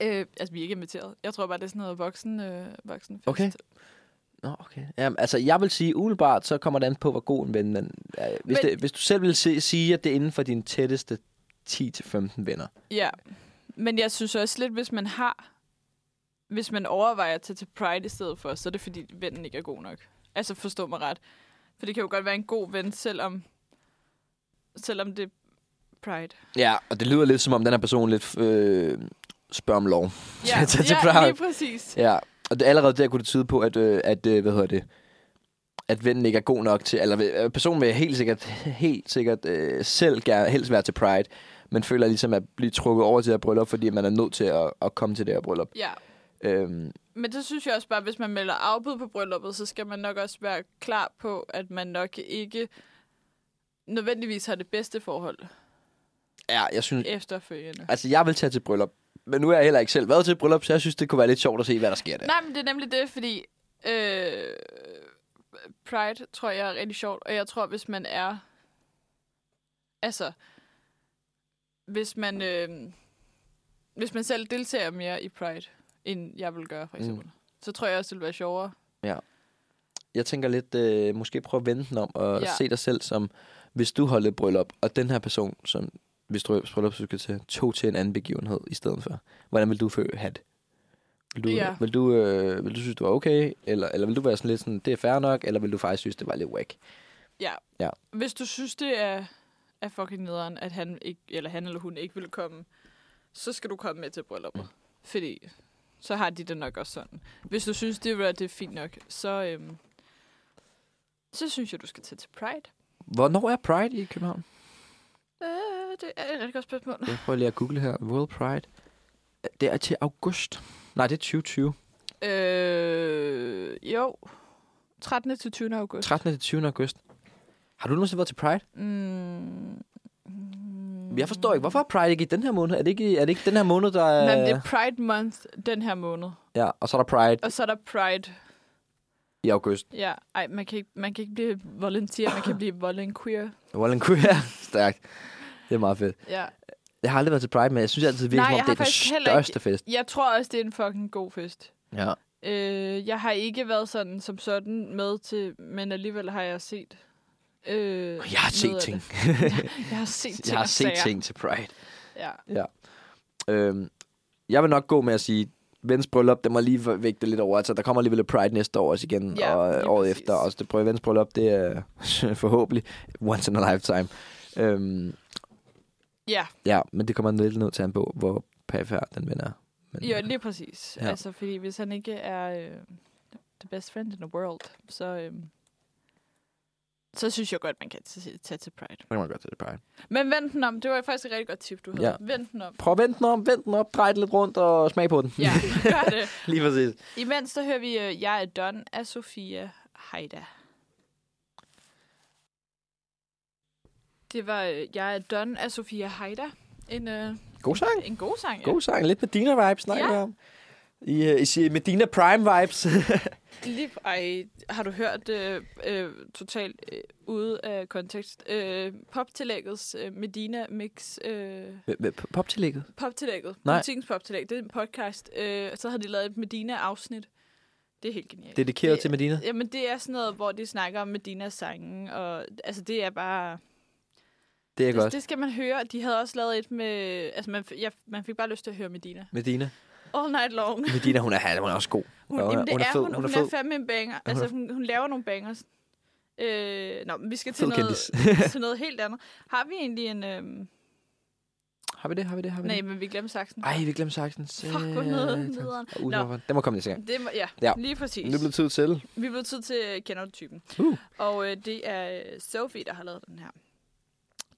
S2: øh, altså, vi er ikke inviteret. Jeg tror bare, det er sådan noget voksen, øh, voksenfest.
S1: Okay. Nå, okay. Jamen, altså, jeg vil sige, umiddelbart, så kommer det an på, hvor god en ven man er. Hvis,
S2: Men-
S1: det, hvis du selv vil se, sige, at det er inden for dine tætteste 10-15 venner.
S2: Ja. Men jeg synes også lidt, hvis man har... Hvis man overvejer at tage til Pride i stedet for, så er det fordi, vennen ikke er god nok. Altså, forstå mig ret. For det kan jo godt være en god ven, selvom, selvom det er Pride.
S1: Ja, og det lyder lidt, som om den her person lidt øh, spørger om lov.
S2: Ja,
S1: Tag til
S2: ja
S1: Pride.
S2: lige præcis.
S1: Ja, og det, allerede der kunne det tyde på, at, øh, at øh, hvad hedder det, at vennen ikke er god nok til, eller øh, personen vil helt sikkert, helt sikkert øh, selv gerne, helst være til Pride, men føler ligesom at blive trukket over til det her bryllup, fordi man er nødt til at, at komme til det her bryllup.
S2: Ja.
S1: Øhm,
S2: Men det synes jeg også bare, at hvis man melder afbud på brylluppet, så skal man nok også være klar på, at man nok ikke nødvendigvis har det bedste forhold
S1: ja, jeg synes,
S2: efterfølgende.
S1: Altså, jeg vil tage til bryllup. Men nu er jeg heller ikke selv været til bryllup, så jeg synes, det kunne være lidt sjovt at se, hvad der sker der.
S2: Nej, men det er nemlig det, fordi øh, Pride tror jeg er rigtig sjovt, og jeg tror, hvis man er... Altså, hvis man, øh, hvis man selv deltager mere i Pride, end jeg vil gøre, for
S1: Mm.
S2: eksempel, mm. så tror jeg også, det vil være sjovere.
S1: Jeg tænker lidt, øh, måske prøve at vende den om og
S2: Ja.
S1: ja. se dig selv som hvis du holdt et bryllup, og den her person, som hvis du bryllup, så skal til, tog til en anden begivenhed i stedet for, hvordan vil du fø- have det? Vil du,
S2: Ja.
S1: vil, du, øh, vil du synes, det var okay? Eller, eller vil du være sådan lidt sådan, det er fair nok? Eller vil du faktisk synes, det var lidt whack?
S2: Hvis du synes, det er, er fucking nederen, at han, ikke, eller han eller hun ikke vil komme, så skal du komme med til brylluppet. Mm. Fordi så har de det nok også sådan. Hvis du synes, det er, det er fint nok, så, øhm, så synes jeg, du skal tage til Pride.
S1: Hvornår er Pride i København?
S2: Øh, det er et rigtig godt spørgsmål.
S1: Jeg prøver lige at google her. World Pride. Det er til august. Nej, det er 2020.
S2: Øh, jo. 13. til 20. august.
S1: 13. til 20. august. Har du nogensinde været til Pride?
S2: Mm. Mm.
S1: Jeg forstår ikke, hvorfor er Pride ikke i den her måned? Er det ikke, er det ikke den her måned, der
S2: Øh.
S1: er...
S2: Nej, men det er Pride Month den her måned.
S1: Ja, og så er der Pride
S2: Og så er der Pride.
S1: i august.
S2: Ja, ej, man kan ikke, man kan ikke blive volunteer, man kan blive volunteer.
S1: Wallen Queer. Stærkt. Det er meget fedt.
S2: Ja.
S1: Jeg har aldrig været til Pride, men jeg synes altid virkelig,
S2: Nej,
S1: som
S2: jeg
S1: om det
S2: har
S1: er den
S2: faktisk heller ikke-
S1: største fest.
S2: Jeg tror også, det er en fucking god fest.
S1: Ja.
S2: Øh, jeg har ikke været sådan som sådan med til, men alligevel har jeg set... Øh,
S1: Jeg har set
S2: noget af
S1: ting.
S2: det. jeg, jeg har set ting.
S1: Jeg har
S2: og
S1: set
S2: sager.
S1: ting til Pride.
S2: Ja.
S1: Øhm, jeg vil nok gå med at sige, Vens bryllup, det må lige vægte lidt over. Altså, der kommer alligevel et Pride næste år også igen,
S2: Ja,
S1: og øh,
S2: lige
S1: året
S2: præcis.
S1: efter. Også det prøver Vens bryllup, det er forhåbentlig once in a lifetime. Øhm,
S2: Ja,
S1: ja, men det kommer lidt ned til an på, hvor perfekt den vinder. Men,
S2: jo, lige præcis.
S1: Ja.
S2: Ja. Altså, fordi hvis han ikke er øh, the best friend in the world, så... Øh, så synes jeg godt, man kan tage tage til Pride.
S1: kan man godt til det Pride.
S2: Men vend den om. Det var faktisk et rigtig godt tip, du havde.
S1: Ja.
S2: Ja. Vend den om.
S1: Prøv at vende den om, vend den op, drej den lidt rundt og smag på den.
S2: Ja, gør det.
S1: lige præcis.
S2: Imens så hører vi øh, Jeg er Don af Sofia Heida. Det var øh, Jeg er Don af Sofia Heida. En, øh,
S1: God sang.
S2: en god sang.
S1: God sang. Lidt Medina-vibes snakker
S2: Ja.
S1: ja. om. I, øh, I siger Medina Prime-vibes.
S2: Ja. Lige, ej, har du hørt øh, øh, totalt øh, ude af kontekst? Øh, poptillæggets øh, Medina Mix... Øh,
S1: Poptillægget.
S2: poptillægget.
S1: Nej.
S2: Politikens poptillæg. Det er en podcast. Øh, så har de lavet et Medina-afsnit. Det er helt genialt.
S1: Dedikeret
S2: Det-
S1: til Medina.
S2: Jamen, det er sådan noget, hvor de snakker om Medinas sange, og altså, det er bare...
S1: Det er
S2: Det,
S1: godt.
S2: det skal man høre. De havde også lavet et med... Altså, man, f- jeg, man fik bare lyst til at høre Medina.
S1: Medina.
S2: All night long.
S1: Medina, hun er, hun er også god.
S2: Hun,
S1: Ja, hun er-
S2: jamen, det
S1: hun er
S2: er
S1: fed,
S2: hun.
S1: hun er
S2: Hun er
S1: fed.
S2: fandme en banger. Altså, hun, hun laver nogle bangers. Øh, nå, men vi skal til
S1: Fed
S2: noget,
S1: kendis.
S2: til noget helt andet. Har vi egentlig en... Øhm,
S1: Har vi det? Har vi det? Har vi
S2: nej,
S1: det?
S2: men vi glemte saksen.
S1: Ej, vi glemte saksens.
S2: Fuck, hvor nederen, nederen.
S1: Udover, den må komme næste gang.
S2: Det må, ja,
S1: Ja.
S2: ja, lige præcis.
S1: Nu blev tid til.
S2: Vi blev tid til øh, kender du typen.
S1: Uh.
S2: Og øh, det er øh, Sophie, der har lavet den her.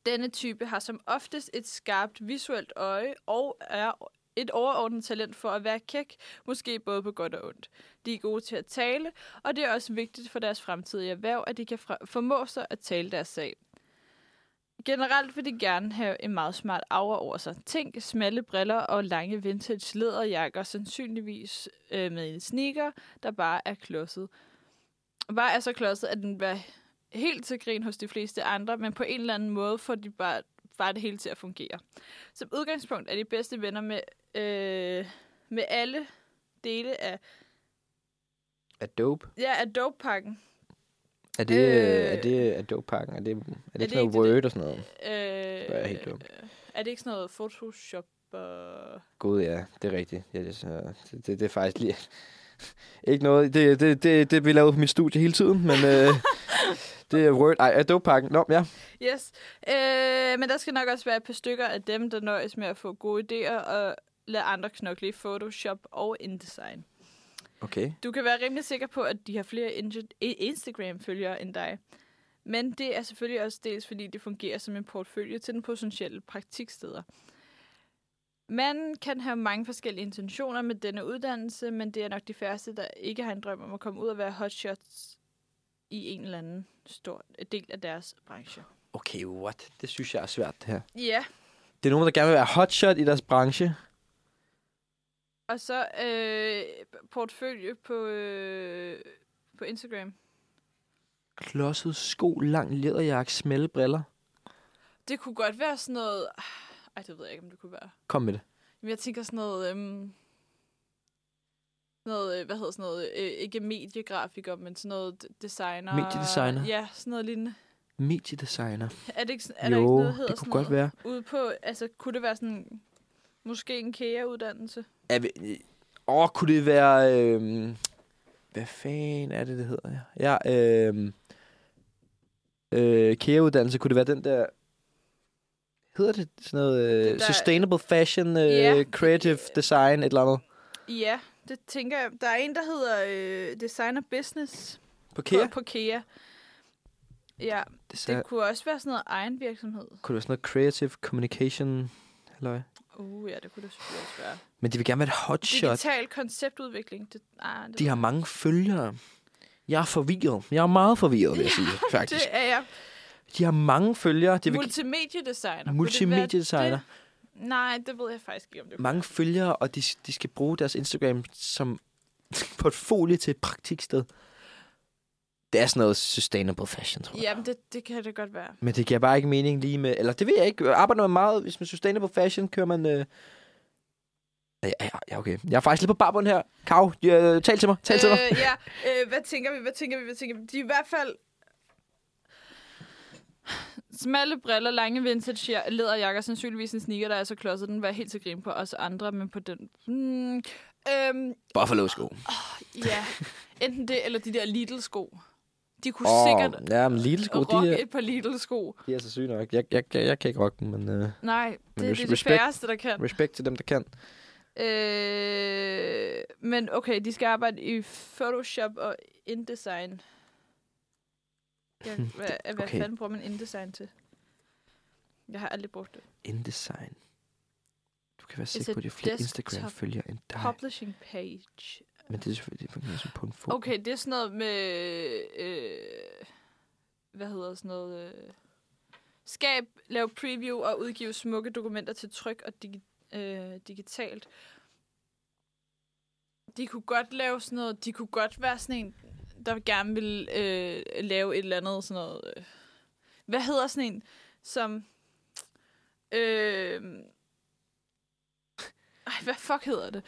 S2: Denne type har som oftest et skarpt visuelt øje og er et overordnet talent for at være kæk, måske både på godt og ondt. De er gode til at tale, og det er også vigtigt for deres fremtidige erhverv, at de kan fra- formå sig at tale deres sag. Generelt vil de gerne have en meget smart aura over sig. Tænk smalle briller og lange vintage læderjakker, sandsynligvis øh, med en sneaker, der bare er klodset var er så klodset, at den var helt til grin hos de fleste andre, men på en eller anden måde får de bare, bare det hele til at fungere. Som udgangspunkt er de bedste venner med, øh, med alle dele af,
S1: Er dope.
S2: ja, af dope-pakken.
S1: Er det,
S2: Øh.
S1: er det er dope-pakken? Er det, er det, er det
S2: det
S1: sådan noget
S2: ikke det,
S1: word og sådan noget?
S2: Øh,
S1: er helt dum.
S2: er det ikke sådan noget Photoshop? Øh,
S1: Gud, ja. Det er rigtigt. Ja, det, er- det, det, det er faktisk lige... Ikke noget. Det, det, det, det vi lavet på mit studie hele tiden, men øh, det er Word. Ej, Adobe-pakken. Nå, ja.
S2: Yes. Øh, men der skal nok også være et par stykker af dem, der nøjes med at få gode idéer og lade andre knokle i Photoshop og InDesign.
S1: Okay.
S2: Du kan være rimelig sikker på, at de har flere inge- i- Instagram-følgere end dig. Men det er selvfølgelig også dels, fordi det fungerer som en portfølje til den potentielle praktiksteder. Man kan have mange forskellige intentioner med denne uddannelse, men det er nok de færreste, der ikke har en drøm om at komme ud og være hotshots i en eller anden stor del af deres branche.
S1: Okay, what? Det synes jeg er svært, det her.
S2: Ja,
S1: Det er nogen, der gerne vil være hotshot i deres branche.
S2: og så øh, portfølje på, øh, på Instagram.
S1: Klodset sko, lang læderjakke, smalle briller.
S2: Det kunne godt være sådan noget... Ej, det ved jeg ikke, om det kunne være.
S1: Kom med det.
S2: Men jeg tænker sådan noget... Øhm, noget, øh, hvad hedder sådan noget, øh, ikke mediegrafiker, men sådan noget d- designer.
S1: Mediedesigner?
S2: Ja, sådan noget lignende.
S1: mediedesigner.
S2: Er, det ikke, sådan- er
S1: jo,
S2: der ikke noget, der hedder
S1: det
S2: sådan
S1: kunne godt
S2: noget?
S1: være.
S2: Ude på, altså, kunne det være sådan, måske en kære-uddannelse?
S1: Er vi, øh, åh, kunne det være... Øh, hvad fanden er det, det hedder? Ja, øh, øh, kære-uddannelse, kunne det være den der... Hedder det sådan noget? Øh,
S2: Det der-
S1: sustainable Fashion, øh,
S2: Ja,
S1: Creative Design, et eller andet?
S2: Ja, det tænker jeg. Der er en, der hedder øh, Designer Business
S1: På
S2: på,
S1: kære?
S2: på KEA. Ja, det
S1: Design.
S2: kunne også være sådan noget egen virksomhed.
S1: Kunne det være sådan noget Creative Communication? Halløj.
S2: Uh, ja, det kunne det selvfølgelig også være.
S1: Men de vil gerne være et hotshot.
S2: Digital konceptudvikling. Det, ah, det,
S1: De har mange følgere. Jeg er forvirret. Jeg er meget forvirret, vil jeg sige, faktisk.
S2: det er jeg.
S1: De har mange følgere. De vil
S2: Multimediedesigner. Kunne det være
S1: multimediedesigner.
S2: det? Nej, det ved jeg faktisk ikke, om det kunne
S1: Mange følgere, og de, de skal bruge deres Instagram som portfolio til et praktiksted. Det er sådan noget sustainable fashion, tror jeg.
S2: Jamen, det, det kan det godt være.
S1: Men det giver bare ikke mening lige med... Eller det ved jeg ikke. Arbejder man meget... Hvis man sustainable fashion, kører man... Øh... Ja, ja, ja, okay. Jeg er faktisk lidt på barbund her. Kav, øh, tal til mig. Tal øh... til mig.
S2: øh, ja, øh, hvad tænker vi, hvad tænker vi, hvad tænker vi? De er i hvert fald... Smalle briller, lange vintage ja- læderjakker, sandsynligvis en sneaker, der er så klodset, den var helt til grin på os andre, men på den... Mm, øhm,
S1: Buffalo-sko.
S2: ja, enten det, eller de der Lidl-sko. De kunne oh,
S1: Åh,
S2: sikkert
S1: ja, men Lidl-sko,
S2: rocke
S1: de, er-
S2: et par Lidl-sko.
S1: de er så syge nok. Jeg, jeg, jeg, jeg kan ikke rocke dem, men øh,
S2: Nej,
S1: Men
S2: det, det er
S1: res-
S2: de
S1: respekt.
S2: færreste, der kan.
S1: respekt til dem, der kan.
S2: Øh, men okay, de skal arbejde i Photoshop og InDesign. Ja,
S1: Hmm,
S2: hvad, hvad
S1: okay.
S2: fanden bruger man InDesign til? Jeg har aldrig brugt det.
S1: InDesign. Du kan være
S2: a
S1: sikker på, at jeg har flere
S2: desktop
S1: Instagram-følgere end dig.
S2: Publishing page.
S1: Men det er selvfølgelig det fungerer som på en fod.
S2: Okay, det er sådan noget med... Øh, hvad hedder sådan noget? Øh, skab, lav preview og udgive smukke dokumenter til tryk og digi- øh, digitalt. De kunne godt lave sådan noget... De kunne godt være sådan en, der gerne vil øh, lave et eller andet sådan noget... Øh, hvad hedder sådan en, som... Øh, ej, hvad fuck hedder det?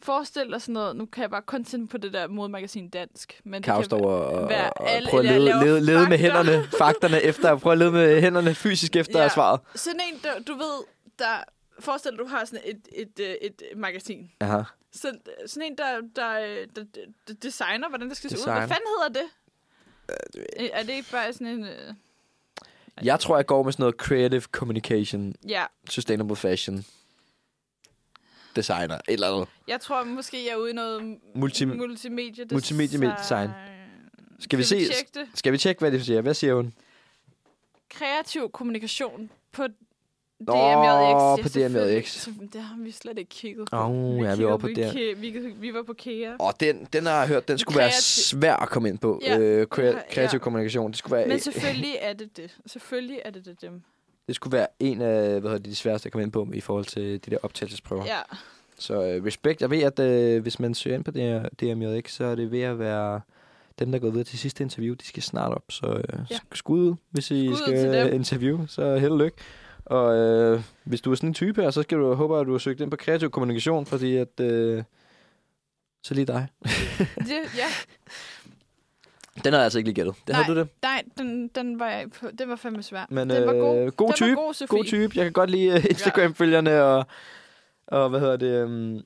S2: Forestil dig sådan noget, nu kan jeg bare kun tænke på det der modmagasin dansk. Men det
S1: Kav
S2: kan
S1: står og, og,
S2: være
S1: og
S2: alle-
S1: prøver at
S2: eller
S1: lede,
S2: lave
S1: lede, lede med
S2: fakter.
S1: hænderne, fakterne efter, prøver at lede med hænderne fysisk efter
S2: Ja.
S1: ja. svaret.
S2: Sådan en, der, du ved, der... Forestil dig, du har sådan et, et, øh, et, et magasin.
S1: Aha.
S2: Så, sådan en, der, der, øh, der, der, der designer, hvordan det skal se ud.
S1: Designer.
S2: Hvad fanden hedder det? Øh, Er det ikke bare sådan en... Øh,
S1: Jeg tror, jeg går med sådan noget creative communication,
S2: ja,
S1: sustainable fashion, designer, et eller andet.
S2: jeg tror måske, jeg er ude i noget
S1: Multi-
S2: multimedie
S1: multimediedesign. Skal vi se?
S2: tjekke det?
S1: Skal vi tjekke, hvad det siger? Hvad siger hun?
S2: Kreativ kommunikation på DMJX.
S1: på
S2: Ja, selvfølgelig.
S1: DMJX.
S2: Så- Det har vi slet ikke kigget på.
S1: Åh, oh, ja, vi
S2: kiggede-
S1: var på der.
S2: ki- Vi, vi var på KEA.
S1: Og den, den har jeg hørt, den skulle være
S2: Kreativ-
S1: svær at komme ind på.
S2: Ja.
S1: Ja. Øh, krea-
S2: Ja.
S1: kreativ kommunikation. Det skulle være,
S2: Men selvfølgelig er det det. Selvfølgelig er det det dem.
S1: det skulle være en af hvad hedder det, de sværeste at komme ind på i forhold til de der optagelsesprøver.
S2: Ja.
S1: Så øh, respekt. Jeg ved, at øh, hvis man søger ind på DR, DMJX, så er det ved at være dem, der er gået videre til sidste interview. De skal snart op, så øh,
S2: Ja.
S1: ja. skud, ud, hvis I
S2: Skud
S1: skud
S2: til
S1: skal
S2: dem.
S1: øh, interview. Så held og lykke. Og øh, hvis du er sådan en type her, så skal du håbe, at du har søgt ind på kreativ kommunikation, fordi at... Øh, så lige dig.
S2: Det, ja.
S1: Den har jeg altså ikke lige gættet. Det
S2: Nej.
S1: havde du det.
S2: Nej, den, den var jeg på. Den var fandme svær.
S1: Men
S2: den var god.
S1: øh, god
S2: den
S1: type.
S2: Var god, Sofie.
S1: god type. Jeg kan godt lide øh, Instagram-følgerne og, og hvad hedder det, um,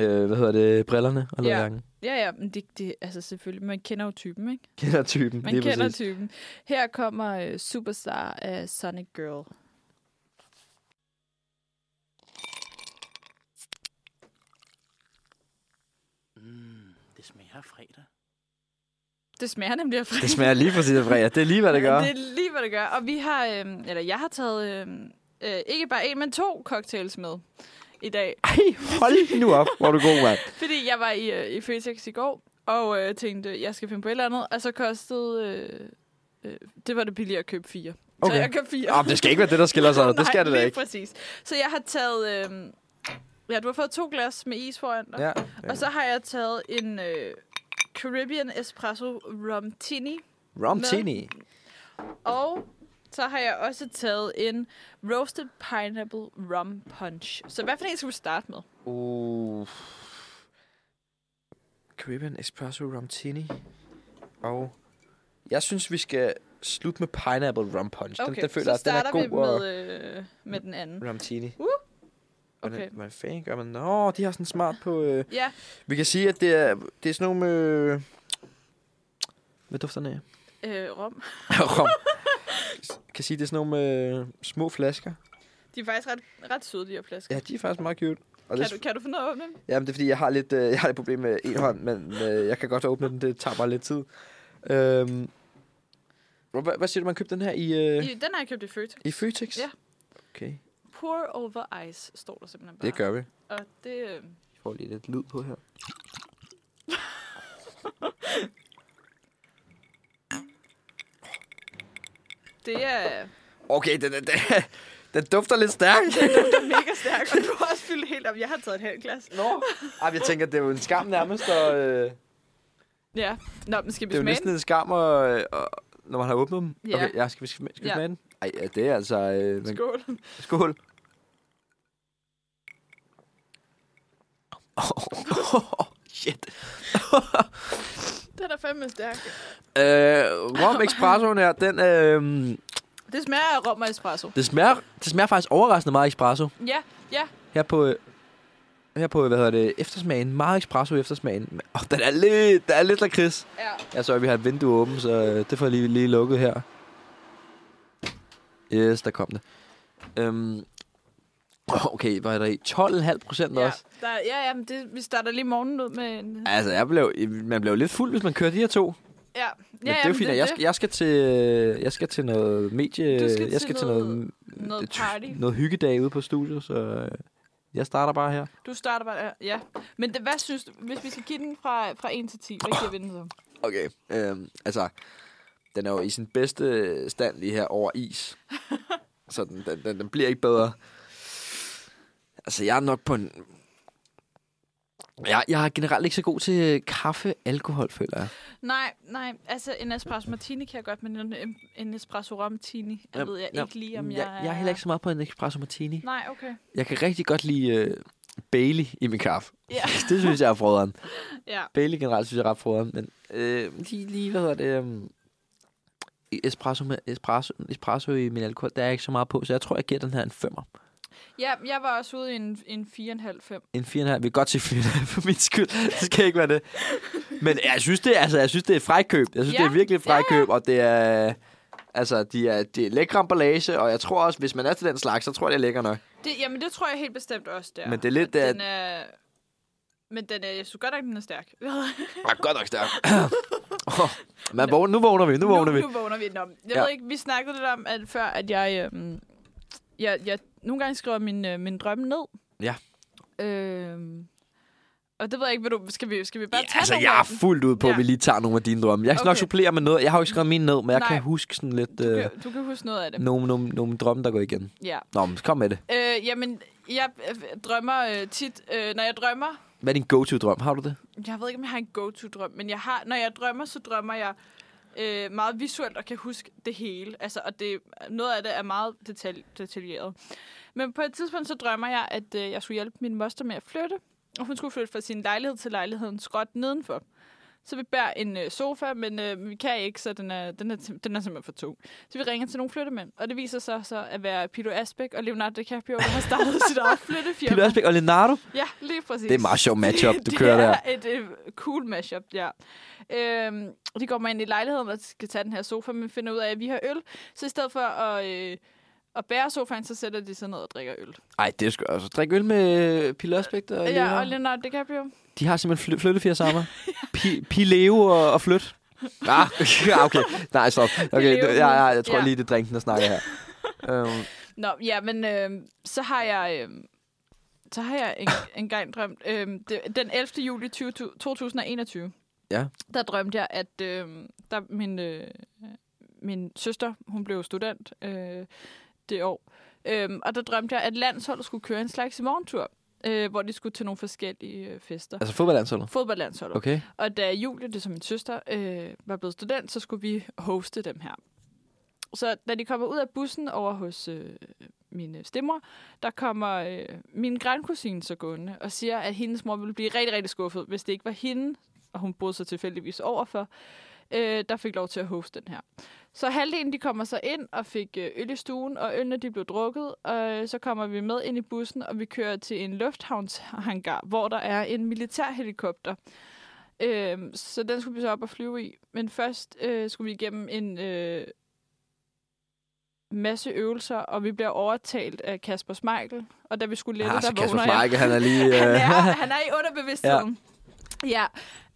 S1: øh, hvad hedder det, brillerne og
S2: Ja.
S1: lederjakken.
S2: Ja, ja, men det, det, altså selvfølgelig, man kender jo typen, ikke?
S1: Kender typen,
S2: Man
S1: lige
S2: kender
S1: præcis.
S2: typen. Her kommer øh, Superstar af Sonic Girl.
S4: Mm, det smager fredag.
S2: Det smager nemlig af fredag.
S1: Det smager lige præcis af fredag. Det er lige, hvad det gør.
S2: Det er lige, hvad det gør. Og vi har, øh, eller jeg har taget øh, øh, ikke bare en, men to cocktails med i dag.
S1: Ej, hold nu op, hvor er du god, mand.
S2: Fordi jeg var i, øh, i Føtex i går, og øh, tænkte, jeg skal finde på et eller andet. Og så kostede... Øh, øh, det var det billigere at købe fire.
S1: Okay.
S2: Så jeg købte fire.
S1: Oh, det skal ikke være det, der skiller sig. Det
S2: Nej,
S1: skal det da
S2: lige
S1: ikke.
S2: præcis. Så jeg har taget... Øh, ja, du har fået to glas med is foran dig.
S1: Ja.
S2: Og så har jeg taget en øh, Caribbean Espresso Rum Tini.
S1: Rum
S2: Med-
S1: tini.
S2: Og så har jeg også taget en Roasted Pineapple Rum Punch. Så hvad for en skal vi starte med?
S1: Uh. Caribbean Espresso Rum Tini. Og jeg synes, vi skal slut med pineapple rum punch. Okay, den,
S2: Okay,
S1: den føler,
S2: så
S1: at den er
S2: starter
S1: god.
S2: vi med, øh, med den anden.
S1: og ramtini.
S2: Uh,
S1: Hvordan,
S2: okay.
S1: hvordan fanden gør man? Nå, de har sådan smart på... Øh,
S2: Ja,
S1: vi kan sige, at det er, det er sådan nogle... Øh, hvad dufter den af?
S2: øh, rom.
S1: rom. kan sige, det er sådan nogle øh, små flasker.
S2: De er faktisk ret, ret søde, de her flasker.
S1: Ja, de er faktisk meget cute. Og
S2: Kan
S1: det,
S2: du, kan du finde noget om dem?
S1: Jamen, det er fordi, jeg har lidt, øh, jeg har lidt problem med en hånd, men øh, jeg kan godt åbne den. Det tager bare lidt tid. Øhm, hvad, hvad- hvad siger du, man købte den her i, øh,
S2: I, den har jeg købt i Føtex.
S1: i Føtex?
S2: Ja.
S1: Okay,
S2: Pour over ice, står der simpelthen bare.
S1: det gør vi.
S2: Og det... øh,
S1: Jeg får lige lidt lyd på her.
S2: Det er
S1: Okay, den, den, den, den dufter lidt stærkt.
S2: mega stærkt, og du har også fyldt helt op. Jeg har taget et halvt glas.
S1: Nå. Ej, jeg tænker, det er jo en skam nærmest, og øh, det
S2: Ja. Nå, men skal vi
S1: er jo
S2: smage
S1: næsten
S2: den?
S1: en skam, og, øh, og, når man har åbnet dem.
S2: Ja.
S1: Okay, ja, skal vi, skal vi skal vi
S2: Ja.
S1: smage den? Ej, ja, det er altså... Øh, men,
S2: Skål.
S1: skål. Oh, shit.
S2: Den er fandme stærk.
S1: Øh, rom espressoen her, den, øh,
S2: Det smager af rom og espresso.
S1: det, smager, det smager faktisk overraskende meget espresso.
S2: Ja, ja.
S1: Her på, øh, her på hvad hedder det, eftersmagen. Meget espresso i eftersmagen. Men, Åh, den er lidt, der er lidt lakrids.
S2: ja.
S1: Jeg så, at vi har et vindue åbent, så øh, det får jeg lige, lige lukket her. Yes, der kom det. Øhm, åh, okay, hvad er der i? 12,5 procent
S2: Ja,
S1: også.
S2: der, ja, ja, men det, vi starter lige morgenen ud med en...
S1: Altså, jeg blev, man blev lidt fuld, hvis man kører de her to.
S2: Ja,
S1: Men
S2: ja,
S1: det er jo fint, at jeg, skal, jeg, skal til, jeg skal til noget medie...
S2: Du skal
S1: jeg
S2: til
S1: skal til
S2: noget-
S1: noget,
S2: noget
S1: det-
S2: party.
S1: noget hyggedag ude på studiet, så øh, jeg starter bare her.
S2: Du starter bare der, ja. Men det, hvad synes du, hvis vi skal give den fra, fra 1 til 10, hvad giver vi den så?
S1: Okay, øhm, altså, den er jo i sin bedste stand lige her over is. så den, den, den, den bliver ikke bedre. Altså, jeg er nok på en... Jeg, jeg er generelt ikke så god til kaffe, alkohol, føler jeg.
S2: Nej, nej, altså en espresso martini kan jeg godt, men en, en espresso rom tini, jeg ved jeg
S1: Jamen,
S2: ikke lige, om
S1: jeg,
S2: jeg,
S1: jeg, jeg er heller ikke så meget på en espresso martini.
S2: Nej, okay.
S1: Jeg kan rigtig godt lide øh, Bailey i min kaffe.
S2: Ja.
S1: det synes jeg er froderen.
S2: Ja,
S1: Bailey generelt synes jeg er ret froderen, men øh, lige, lige, hvad hedder det, øh, espresso, med, espresso, espresso i min alkohol, der er jeg ikke så meget på, så jeg tror, jeg giver den her en femmer.
S2: ja jeg var også ude i en, en 4,5-5.
S1: En 4,5. Vi kan godt sige 4,5 for min skyld. Det skal ikke være det. Men jeg synes, det, er- altså, jeg synes, det er et frækkøb. Jeg synes, ja.
S2: Ja.
S1: det er virkelig et frækkøb, og det er... Altså, de er, det er lækre emballage, og jeg tror også, hvis man er til den slags, så tror jeg, det er lækker nok.
S2: Det, jamen, det tror jeg helt bestemt også, der.
S1: Men det er lidt, det er-
S2: Den er... Men den er, jeg synes godt nok, den er stærk.
S1: Ja, godt nok stærkt. oh, man vågner, nu vågner vi, nu vågner vi.
S2: Nu, nu vågner vi. Nå, jeg
S1: Ja.
S2: ja. ved ikke, vi snakkede lidt om, at før, at jeg, øhm, jeg, jeg nogle gange skriver min, øh, min drømme ned.
S1: Ja.
S2: Øhm, og det ved jeg ikke, vil du, skal vi, skal vi bare tage
S1: altså,
S2: nogle
S1: jeg er
S2: af dem?
S1: fuldt ud på, at
S2: Ja.
S1: vi lige tager nogle af dine drømme. Jeg skal okay. nok
S2: Okay.
S1: supplere med noget. Jeg har jo ikke skrevet mine ned, men jeg
S2: Nej.
S1: kan huske sådan lidt
S2: Du
S1: øh,
S2: kan, du kan huske noget af det.
S1: nogle, nogle, nogle drømme, der går igen.
S2: Ja.
S1: Nå, men kom med det.
S2: Øh, jamen, jeg øh, drømmer øh, tit, øh, når jeg drømmer,
S1: Hvad er din go-to-drøm? Har du det?
S2: jeg ved ikke, om jeg har en go-to-drøm, men jeg har, når jeg drømmer, så drømmer jeg øh, meget visuelt og kan huske det hele. Altså, og det, noget af det er meget detal- detaljeret. Men på et tidspunkt, så drømmer jeg, at øh, jeg skulle hjælpe min moster med at flytte. Og hun skulle flytte fra sin lejlighed til lejligheden skråt nedenfor. Så vi bærer en øh, sofa, men øh, vi kan ikke, så den er, den, er, sim- den er simpelthen for tung. Så vi ringer til nogle flyttemænd, og det viser sig så at være Pilo Asbæk og Leonardo DiCaprio, der har startet sit eget flyttefirma.
S1: Pille Ørsbæk og Leonardo?
S2: Ja, lige præcis.
S1: Det er en meget sjov matchup, du
S2: Det
S1: kører der.
S2: er et øh, cool mashup, ja. Øhm, og de går mig ind i lejligheden og skal tage den her sofa, men finder ud af, at vi har øl. Så i stedet for at, øh, at bære sofaen, så sætter de sig ned og drikker øl.
S1: Ej, det skal altså. Drik øl med Pille Ørsbæk og
S2: Ja, og
S1: Leonardo.
S2: Leonardo DiCaprio.
S1: De har simpelthen fly- flyttefjer sammen. Pi- Pileo og, og flyt. Ah, ja, okay. Nej, stop. Okay,
S2: Pileo.
S1: nu- ja, ja, jeg tror
S2: Ja.
S1: lige, det er drinken, der snakker her. øhm,
S2: Nå, ja, men øh, så har jeg... Øh, så har jeg en, en gang drømt, øhm, det, den 11. juli 20, 2021,
S1: Ja.
S2: der drømte jeg, at øhm, der min, øh, min søster, hun blev student øh, det år, øhm, og der drømte jeg, at landsholdet skulle køre en slags morgentur, øh, hvor de skulle til nogle forskellige øh, fester.
S1: altså fodboldlandsholdet.
S2: Fodboldlandsholdet.
S1: Okay.
S2: Og da Julie, det er som min søster, øh, var blevet student, så skulle vi hoste dem her. Så da de kommer ud af bussen over hos øh, mine stemmer, der kommer øh, min grandkusine så gående og siger, at hendes mor ville blive rigtig, rigtig skuffet, hvis det ikke var hende, og hun boede så tilfældigvis overfor, øh, der fik lov til at hoste den her. Så halvdelen de kommer så ind og fik øh, øl i stuen, og ølene de blev drukket. Og øh, så kommer vi med ind i bussen, og vi kører til en lufthavnshangar, hvor der er en militærhelikopter. Øh, så den skulle vi så op og flyve i. Men først øh, skulle vi igennem en øh, masse øvelser, og vi bliver overtalt af Kasper Smeichel. Og da vi skulle lette,
S1: Ah, så
S2: der
S1: Kasper
S2: vågner jeg.
S1: Smeichel, han er lige... Øh,
S2: Han er, han er i underbevidstheden. Ja.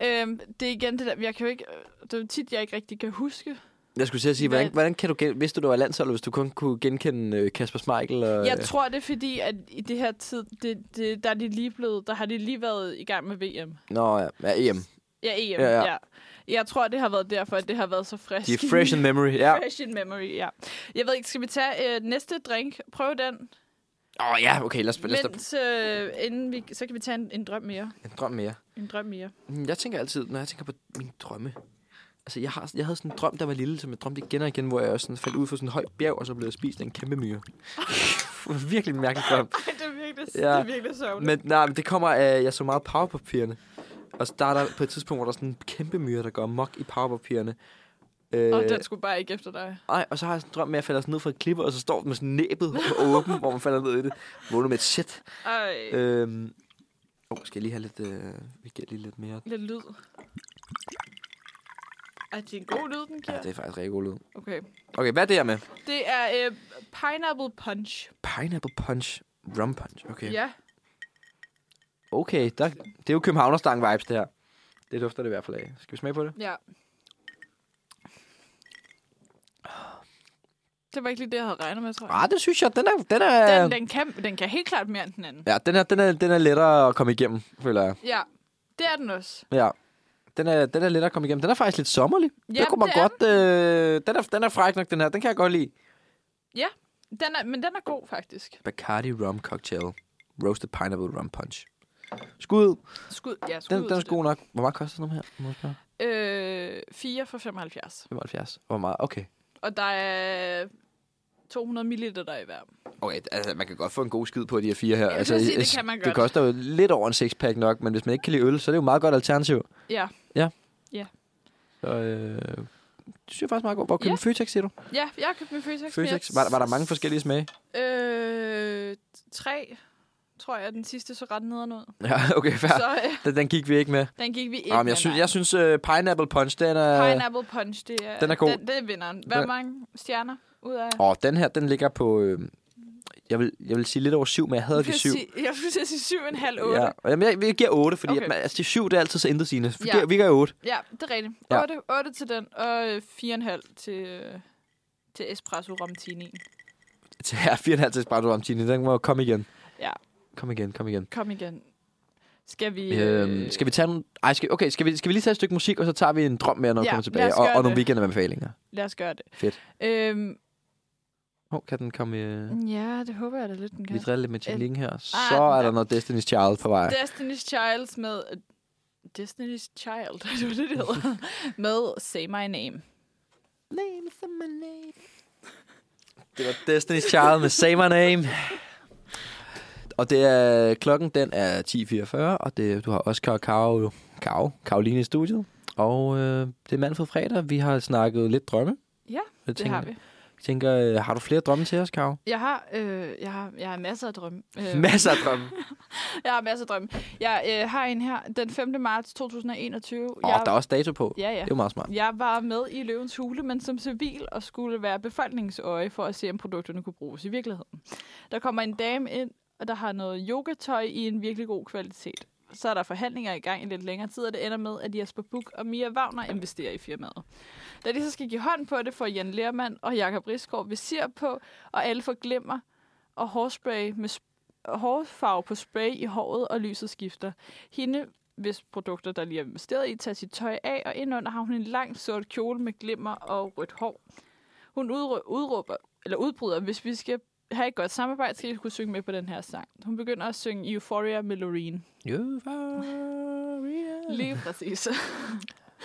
S2: ja. Øhm, det er igen det der, jeg kan jo ikke, det er jo tit, jeg ikke rigtig kan huske.
S1: jeg skulle til at sige, hvordan,
S2: Hvad-
S1: hvordan kan du... gen- Vidste du, du var landsholdet, hvis du kun kunne genkende øh, Kasper Smeichel? Og,
S2: Jeg tror, det er fordi, at i det her tid, det, det, der, er de lige blevet, der har de lige været i gang med VM.
S1: Nå, ja, ja, E EM.
S2: Ja, EM,
S1: Ja,
S2: ja.
S1: ja.
S2: ja. Jeg tror, det har været derfor, at det har været så frisk.
S1: De er fresh in memory, ja.
S2: Fresh in memory, ja. Jeg ved ikke, skal vi tage øh, næste drink? Prøv den,
S1: Åh oh, ja, okay, lad os, lad os da-
S2: mens, øh, inden vi, så kan vi tage en, en drøm mere.
S1: en drøm mere.
S2: En drøm mere.
S1: Mm, Jeg tænker altid, når jeg tænker på mine drømme. Altså, jeg, har, jeg havde sådan en drøm, der var lille, som jeg drømte igen og igen, hvor jeg også sådan faldt ud fra sådan en høj bjerg, og så blev jeg spist af en kæmpe myre. Virkelig en mærkelig drøm.
S2: Ej, det er virkelig,
S1: Ja.
S2: ja. det er virkelig sørgeligt.
S1: Men nej, men det kommer af, jeg så meget powerpapirerne. Og så der er der på et tidspunkt, hvor der er sådan en kæmpe myre, der går mok i powerpapirerne. Øh,
S2: Og den skulle bare ikke efter dig.
S1: ej, og så har jeg sådan en drøm med, at jeg falder sådan ned fra et klipper, og så står den med sådan næbet åben, hvor man falder ned i det. Vågner med et shit.
S2: Ej, øh.
S1: Øhm, oh, skal jeg lige have lidt, øh, vi giver lige lidt mere.
S2: lidt lyd. Er det er en god lyd, den
S1: Ja,
S2: giver?
S1: det er faktisk rigtig god lyd.
S2: Okay.
S1: Okay, hvad er det her med?
S2: Det er øh, pineapple punch.
S1: Pineapple punch. Rum punch. Okay.
S2: Ja.
S1: Okay, der, det er jo Københavnerstang vibes, det her. Det dufter det i hvert fald af. Skal vi smage på det?
S2: ja. Det var ikke lige det, jeg havde regnet med, tror jeg.
S1: Ah, det synes jeg, den er... Den er
S2: Den, den, kan, den kan helt klart mere end den anden.
S1: Ja, den er, den, er, den er lettere at komme igennem, føler jeg.
S2: Ja, det er den også.
S1: Ja. Den er, den er lettere at komme igennem. Den er faktisk lidt sommerlig.
S2: Jamen,
S1: det kunne man
S2: det er
S1: godt... Øh, den, er, den er fræk nok, den her. Den kan jeg godt lide.
S2: Den er, men den er god, faktisk.
S1: Bacardi Rum Cocktail. Roasted Pineapple Rum Punch. Skud.
S2: Skud, ja, skud
S1: Den,
S2: ud
S1: den er
S2: til
S1: god nok. Hvor meget koster sådan noget her? Må jeg spørge?
S2: det. Øh, 4 for 75.
S1: 75. Hvor meget? Okay.
S2: Og der er 200 milliliter der i hver.
S1: Okay, altså, man kan godt få en god skid på de her fire her. Altså,
S2: Ja, det vil sige, det kan man
S1: Det
S2: godt.
S1: koster jo lidt over en sixpack nok, men hvis man ikke kan lide øl, så er det jo et meget godt alternativ.
S2: Ja.
S1: Så, øh, det synes jeg faktisk meget godt. Hvor købte
S2: Ja.
S1: yeah. Føtex, siger du?
S2: Ja, jeg har købt min Føtex. men jeg-
S1: Føtex. Var, var der mange forskellige smage?
S2: Øh, tre, tror jeg, den sidste så ret nederen ud.
S1: Ja, okay, fair.
S2: Så øh,
S1: Den, den gik vi ikke med.
S2: den gik vi ikke
S1: Nå, men
S2: med,
S1: jeg synes,
S2: nej.
S1: jeg synes uh, Pineapple Punch, den er...
S2: Pineapple Punch, det er,
S1: Den er god.
S2: Den, det er vinderen. Hvad
S1: Den-
S2: mange stjerner ud af?
S1: Åh, den her, den ligger på... Øh, jeg, vil, jeg vil sige lidt over syv, men jeg havde at
S2: Jeg
S1: give
S2: skulle
S1: syv.
S2: sige- Jeg skulle til at sige syv og en halv otte.
S1: Ja,
S2: Ja.
S1: og jamen, jeg, jeg giver 8, fordi okay.
S2: Okay.
S1: at, man- altså, det 7 det er altid så intet sigende.
S2: Ja.
S1: Ja. Vi gør 8.
S2: ja, det er rigtigt.
S1: Ja.
S2: Otte, otte til den, og øh, fire og en halv til, øh, til Espresso Romtini.
S1: Til her 4,5 til Espresso Ramtini. Den må komme igen.
S2: Ja.
S1: Kom igen, kom igen.
S2: Kom igen. Skal vi... øh,
S1: Øhm, skal vi tage nogle... Ej, skal, okay, skal vi, skal vi lige tage et stykke musik, og så tager vi en drøm mere, når vi
S2: Ja,
S1: kommer
S2: lad
S1: tilbage,
S2: os
S1: og,
S2: gøre
S1: og
S2: det.
S1: nogle weekendanbefalinger.
S2: Lad os gøre det.
S1: Fedt.
S2: Øhm,
S1: Åh, oh, kan den komme... Øh,
S2: ja, det håber jeg da lidt, den Ah,
S1: vi
S2: Mm, kan.
S1: driller lidt med Chilling her. Så
S2: nej.
S1: er der noget Destiny's Child på vej.
S2: Destiny's Child med... Destiny's Child, det var det, det hedder. med Say My Name.
S1: Det var Destiny's Child med Say My Name. Og det er, klokken den er 10.44, og det, du har Oscar og Karo, Karo, Karoline i studiet. Og øh, det er mand for fredag. Vi har snakket lidt drømme.
S2: Ja,
S1: jeg
S2: Det
S1: tænker,
S2: har vi.
S1: Jeg tænker, øh, har du flere drømme til os, Karo?
S2: Jeg har, øh, jeg har, jeg har masser af drømme. Øh,
S1: Masser af drømme.
S2: jeg har masser af drømme. Jeg øh, har en her, den 5. marts 2021.
S1: Og
S2: jeg,
S1: der er også dato på.
S2: ja, ja.
S1: Det er jo meget smart.
S2: Jeg var med i Løvens Hule, men som civil, og skulle være befolkningsøje for at se, om produkterne kunne bruges i virkeligheden. Der kommer en dame ind, og der har noget yogatøj i en virkelig god kvalitet. Så er der forhandlinger i gang i lidt længere tid, og det ender med, at Jesper Buch og Mia Wagner investerer i firmaet. Da de så skal give hånd på det, får Jan Lermand og Jakob Risgaard visir på, og alle får glimmer og hårspray med sp- hårfarve på spray i håret, og lyset skifter. Hende hvis produkter, der lige er investeret i, tager sit tøj af, og indunder har hun en lang sort kjole med glimmer og rødt hår. Hun udrø- udråber, eller udbryder, hvis vi skal have et godt samarbejde, skal vi kunne synge med på den her sang. Hun begynder at synge Euphoria med Loreen.
S1: Euphoria.
S2: Lige præcis.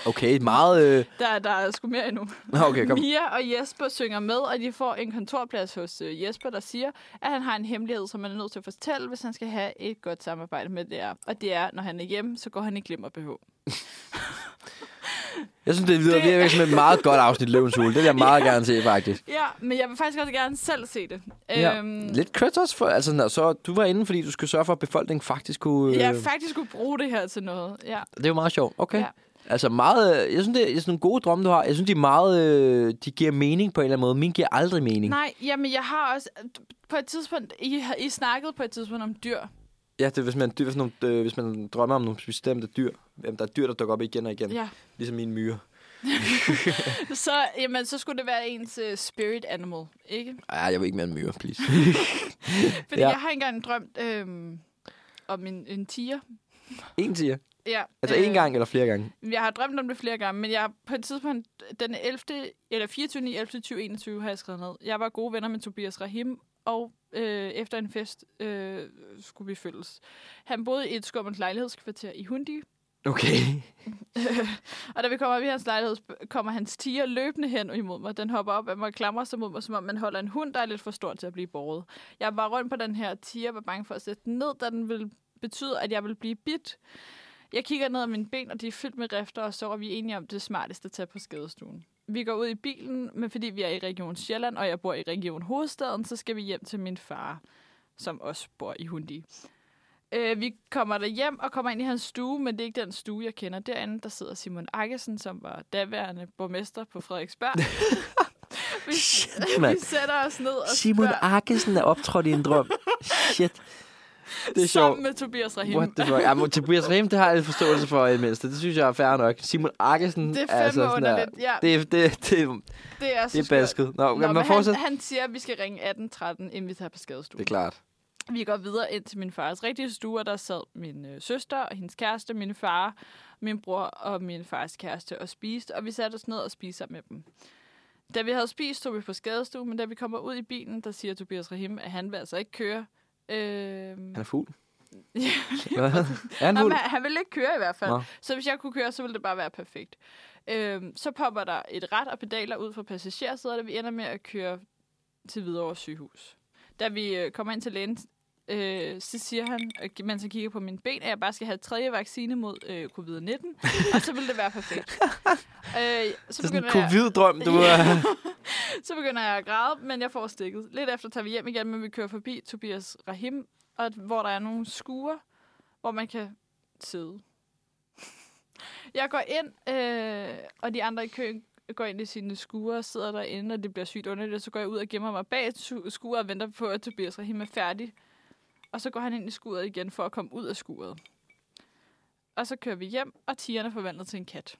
S1: Okay, meget... Øh...
S2: Der, der er sgu mere endnu.
S1: Nå, Okay, kom.
S2: Mia og Jesper synger med, og de får en kontorplads hos øh, Jesper, der siger, at han har en hemmelighed, som han er nødt til at fortælle, hvis han skal have et godt samarbejde med DR. Og det er, når han er hjemme, så går han i glimmer BH.
S1: Jeg synes, det lyder
S2: Det-
S1: virkelig som et meget godt afsnit Løvens Hule. Det vil jeg meget gerne se, faktisk.
S2: Ja, men jeg vil faktisk også gerne selv se det.
S1: Ja.
S2: Øhm,
S1: Lidt credit også for, altså, når, så du var inde, fordi du skulle sørge for, at befolkningen faktisk kunne... Øh,
S2: jeg faktisk kunne bruge det her til noget. Ja.
S1: det er jo meget sjovt. Okay.
S2: Ja.
S1: Altså meget, øh, jeg synes, det er sådan nogle gode drømme, du har. Jeg synes, de er meget, øh, de giver mening på en eller anden måde. Min giver aldrig mening.
S2: Nej, jamen jeg har også... På et tidspunkt... I, har- I snakkede på et tidspunkt om dyr.
S1: Ja, det er, hvis man, dyr, hvis, man, øh, hvis man drømmer om nogle bestemte dyr. Jamen, der er dyr, der dukker op igen og igen.
S2: Ja.
S1: Ligesom mine myre.
S2: Så, jamen, så skulle det være ens uh, spirit animal, ikke?
S1: Ej, jeg vil ikke mere en myre, please.
S2: Fordi
S1: Ja.
S2: ja. jeg har engang drømt øhm, om en, en tiger.
S1: en siger.
S2: Ja, øh,
S1: Altså, en gang eller flere gange.
S2: Jeg har drømt om det flere gange, men jeg har på et tidspunkt, den 11, eller 24. 11. 2021 har jeg skrevet ned. Jeg var gode venner med Tobias Rahim, og øh, efter en fest øh, skulle vi følges. Han boede i et skummelt lejlighedskvarter i Hundi,
S1: Okay.
S2: og da vi kommer op i hans lejlighed, sp- kommer hans tiger løbende hen imod mig. Den hopper op af mig og klamrer sig mod mig, som om man holder en hund, der er lidt for stor til at blive båret. Jeg var rundt på den her tiger, var bange for at sætte den ned, da den ville betyde, at jeg ville blive bidt. Jeg kigger ned ad mine ben, og de er fyldt med rifter, og så er vi enige om det er smartest at tage på skadestuen. Vi går ud i bilen, men fordi vi er i Region Sjælland, og jeg bor i Region Hovedstaden, så skal vi hjem til min far, som også bor i Hundi. Øh, vi kommer der hjem og kommer ind i hans stue, men det er ikke den stue, jeg kender derinde. Der sidder Simon Akkesen, som var daværende borgmester på Frederiksberg. vi,
S1: mand.
S2: vi sætter os ned og
S1: Simon
S2: spørger,
S1: Arkesen er optrådt i en drøm. Shit. Det er sjovt.
S2: sammen med Tobias Rahim.
S1: What the fuck? Ja, men Tobias Rehm, det har jeg en forståelse for i det mindste. Det synes jeg er fair nok. Simon Arkesen
S2: Det er
S1: er altså
S2: fandme
S1: sådan der,
S2: underligt. Ja, det,
S1: det, er- det, det,
S2: det er så
S1: det er
S2: skørt.
S1: basket. Nå, Nå
S2: Nå, men
S1: man
S2: han,
S1: fortsæt.
S2: han siger, at vi skal ringe 1813, inden vi tager på skadestuen.
S1: Det er klart.
S2: Vi går videre ind til min fars rigtige stue, og der sad min øh, søster og hendes kæreste, min far, min bror og min fars kæreste og spiste, og vi satte os ned og spiste sammen med dem. Da vi havde spist, tog vi på skadestuen, men da vi kommer ud i bilen, der siger Tobias Rahim, at han vil altså ikke køre. Øhm,
S1: Han er fugl.
S2: ja,
S1: Hvad? er han
S2: han,
S1: fugl?
S2: han ville ikke køre i hvert fald.
S1: Nå.
S2: Nå. Så hvis jeg kunne køre, så ville det bare være perfekt. Øhm, så popper der et ret og pedaler ud fra passagersædet, og vi ender med at køre til Hvidovre sygehus. Da vi øh, kommer ind til lægen, øh, så siger han, øh, mens han kigger på mine ben, at jeg bare skal have tredje vaccine mod øh, covid-19, og så vil det være perfekt. øh, så,
S1: Det er sådan en
S2: begynder jeg,
S1: covid-drøm, du
S2: Ja.
S1: er.
S2: så begynder jeg at græde, men jeg får stikket. Lidt efter tager vi hjem igen, men vi kører forbi Tobias Rahim, og hvor der er nogle skure, hvor man kan sidde. Jeg går ind, øh, og de andre i køen går ind i sine skure og sidder derinde, og det bliver sygt underligt. og Så går jeg ud og gemmer mig bag et su- skure og venter på, at Tobias Rahim er færdig. Og så går han ind i skuret igen for at komme ud af skuret. Og så kører vi hjem, og tigerne er forvandlet til en kat.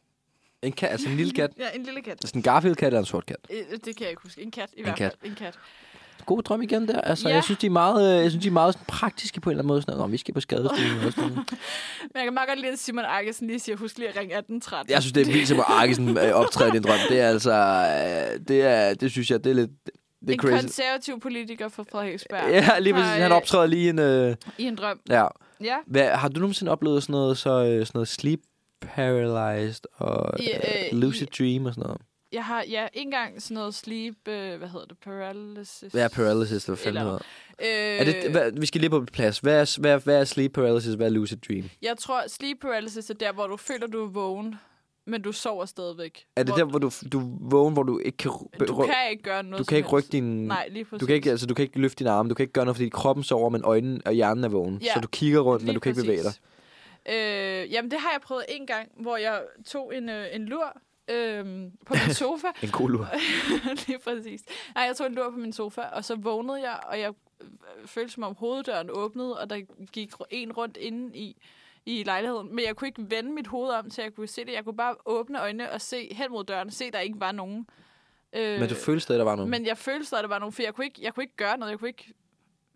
S1: En kat, altså en lille kat.
S2: Ja, en lille kat.
S1: Sådan en Garfield-kat eller en sort kat.
S2: Øh, Det kan jeg ikke huske. En kat i en hvert
S1: kat.
S2: fald. En kat.
S1: God drøm igen der. Altså,
S2: Ja.
S1: jeg synes, de er meget, øh, jeg synes, de er meget sådan praktiske på en eller anden måde. Sådan, Nå, vi skal på skadestuen. eller sådan noget.
S2: Men jeg kan meget godt lide, at Simon Arkesen lige siger, husk lige at ringe 1813.
S1: Jeg synes, det er vildt, som Arkesen øh, optræder i en drøm. Det er altså... øh, Det, er, det synes jeg, det er lidt... Det er
S2: en
S1: crazy.
S2: konservativ politiker fra Frederiksberg
S1: Ja, lige præcis.
S2: Nej.
S1: Han optræder lige en... Øh,
S2: i en drøm.
S1: ja.
S2: Ja,
S1: Hvad, har du nogensinde oplevet sådan noget, så, øh, sådan noget sleep paralyzed og
S2: I,
S1: øh,
S2: øh,
S1: lucid dream og sådan noget?
S2: jeg har ja, engang sådan noget sleep, øh, hvad hedder det, paralysis.
S1: Hvad er paralysis, eller hvad fanden
S2: Eller-
S1: hedder?
S2: Øh,
S1: Er det, hvad, vi skal lige på plads. Hvad er, hvad, hvad er sleep paralysis? Hvad er lucid dream?
S2: Jeg tror, sleep paralysis er der, hvor du føler, du er vågen, men du sover stadigvæk.
S1: Er det
S2: hvor,
S1: der, hvor du, du vågen, hvor du ikke kan... ru-
S2: Du
S1: ru-
S2: kan ikke gøre noget
S1: du
S2: som
S1: kan ikke
S2: helst.
S1: rykke din...
S2: Nej, lige præcis.
S1: Du kan, ikke, altså, du kan ikke løfte dine arme, du kan ikke gøre noget, fordi kroppen sover, men øjnene og hjernen er vågen.
S2: Ja,
S1: så du kigger rundt, men du kan ikke bevæge dig.
S2: dig. Øh, jamen, det har jeg prøvet en gang, hvor jeg tog en, øh, en lur øh, på min sofa,
S1: En god lur.
S2: Lige præcis. Nej, jeg tog en lur på min sofa, og så vågnede jeg, og jeg øh, følte som om hoveddøren åbnede, og der gik ru- en rundt inde i, i lejligheden. Men jeg kunne ikke vende mit hoved om, så jeg kunne se det. Jeg kunne bare åbne øjnene og se hen mod døren, se, der ikke var nogen. Øh,
S1: Men du følte stadig, der var noget.
S2: men jeg følte stadig, at der var nogen, for jeg kunne ikke, jeg kunne ikke gøre noget. Jeg kunne ikke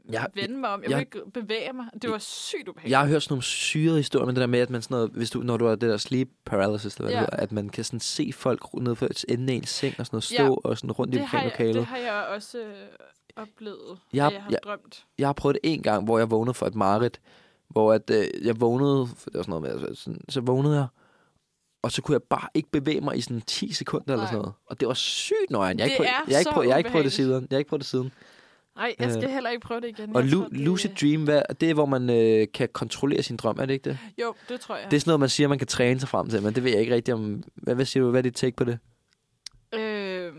S1: Jeg-
S2: jeg, vende mig om. Jeg,
S1: jeg-
S2: jeg kunne ikke bevæge mig. Det var sygt ubehageligt.
S1: Jeg har hørt sådan nogle syrede historier med det der med, at man sådan noget, hvis du, når du har det der sleep paralysis, eller hvad
S2: Ja.
S1: det hedder, at man kan sådan se folk nede for enden af ens seng og sådan noget stå
S2: Ja.
S1: og sådan rundt i
S2: det, har
S1: omkring
S2: jeg, det
S1: lokalet.
S2: har jeg også øh, oplevet,
S1: Jeg-
S2: jeg, at jeg har
S1: jeg-
S2: drømt.
S1: Jeg har prøvet det en gang, hvor jeg vågnede for et mareridt, hvor at, øh, jeg vågnede, for det var sådan noget med, altså, sådan, så vågnede jeg, og så kunne jeg bare ikke bevæge mig i sådan 10 sekunder eller
S2: Nej.
S1: sådan noget. Og det var sygt nøjeren. Jeg har ikke
S2: Det
S1: prøvet-
S2: er
S1: jeg har ikke
S2: så
S1: prøvet- jeg har ikke prøvet det
S2: ubehageligt.
S1: siden. Jeg har ikke prøvet det siden.
S2: Nej, jeg skal
S1: Øh,
S2: heller ikke prøve det igen.
S1: Og
S2: Jeg
S1: lu-
S2: tror, det-
S1: lucid dream, hvad, det er, hvor man øh, kan kontrollere sin drøm, er det ikke det? Ja.
S2: Jo, det tror jeg.
S1: Det er sådan noget, man siger, man kan træne sig frem til, men det ved jeg ikke rigtigt om. Hvad, hvad siger du? Hvad er dit take på det?
S2: Øh,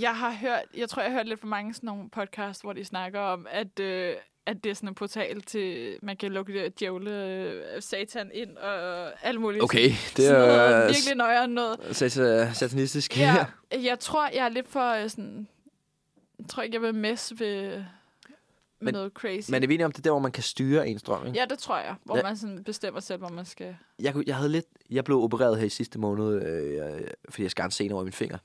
S2: jeg har hørt, jeg tror, jeg har hørt lidt for mange sådan nogle podcasts, hvor de snakker om, at, øh, at det er sådan en portal til, man kan lukke det djævle øh, satan ind og øh, alt muligt.
S1: det
S2: sådan
S1: er
S2: noget,
S1: øh,
S2: virkelig nøjere noget.
S1: sat- øh, satanistisk.
S2: Ja, jeg tror, jeg er lidt for øh, sådan... Jeg tror ikke, jeg vil mess ved med
S1: Men-
S2: noget crazy.
S1: Men er vi enige om, det er der, hvor man kan styre ens drøm, ikke?
S2: Ja, det tror jeg. Hvor
S1: Ja.
S2: man sådan bestemmer selv, hvor man skal...
S1: jeg, kunne- jeg havde lidt... Jeg blev opereret her i sidste måned, øh, jeg- fordi jeg skar en sen over i min finger.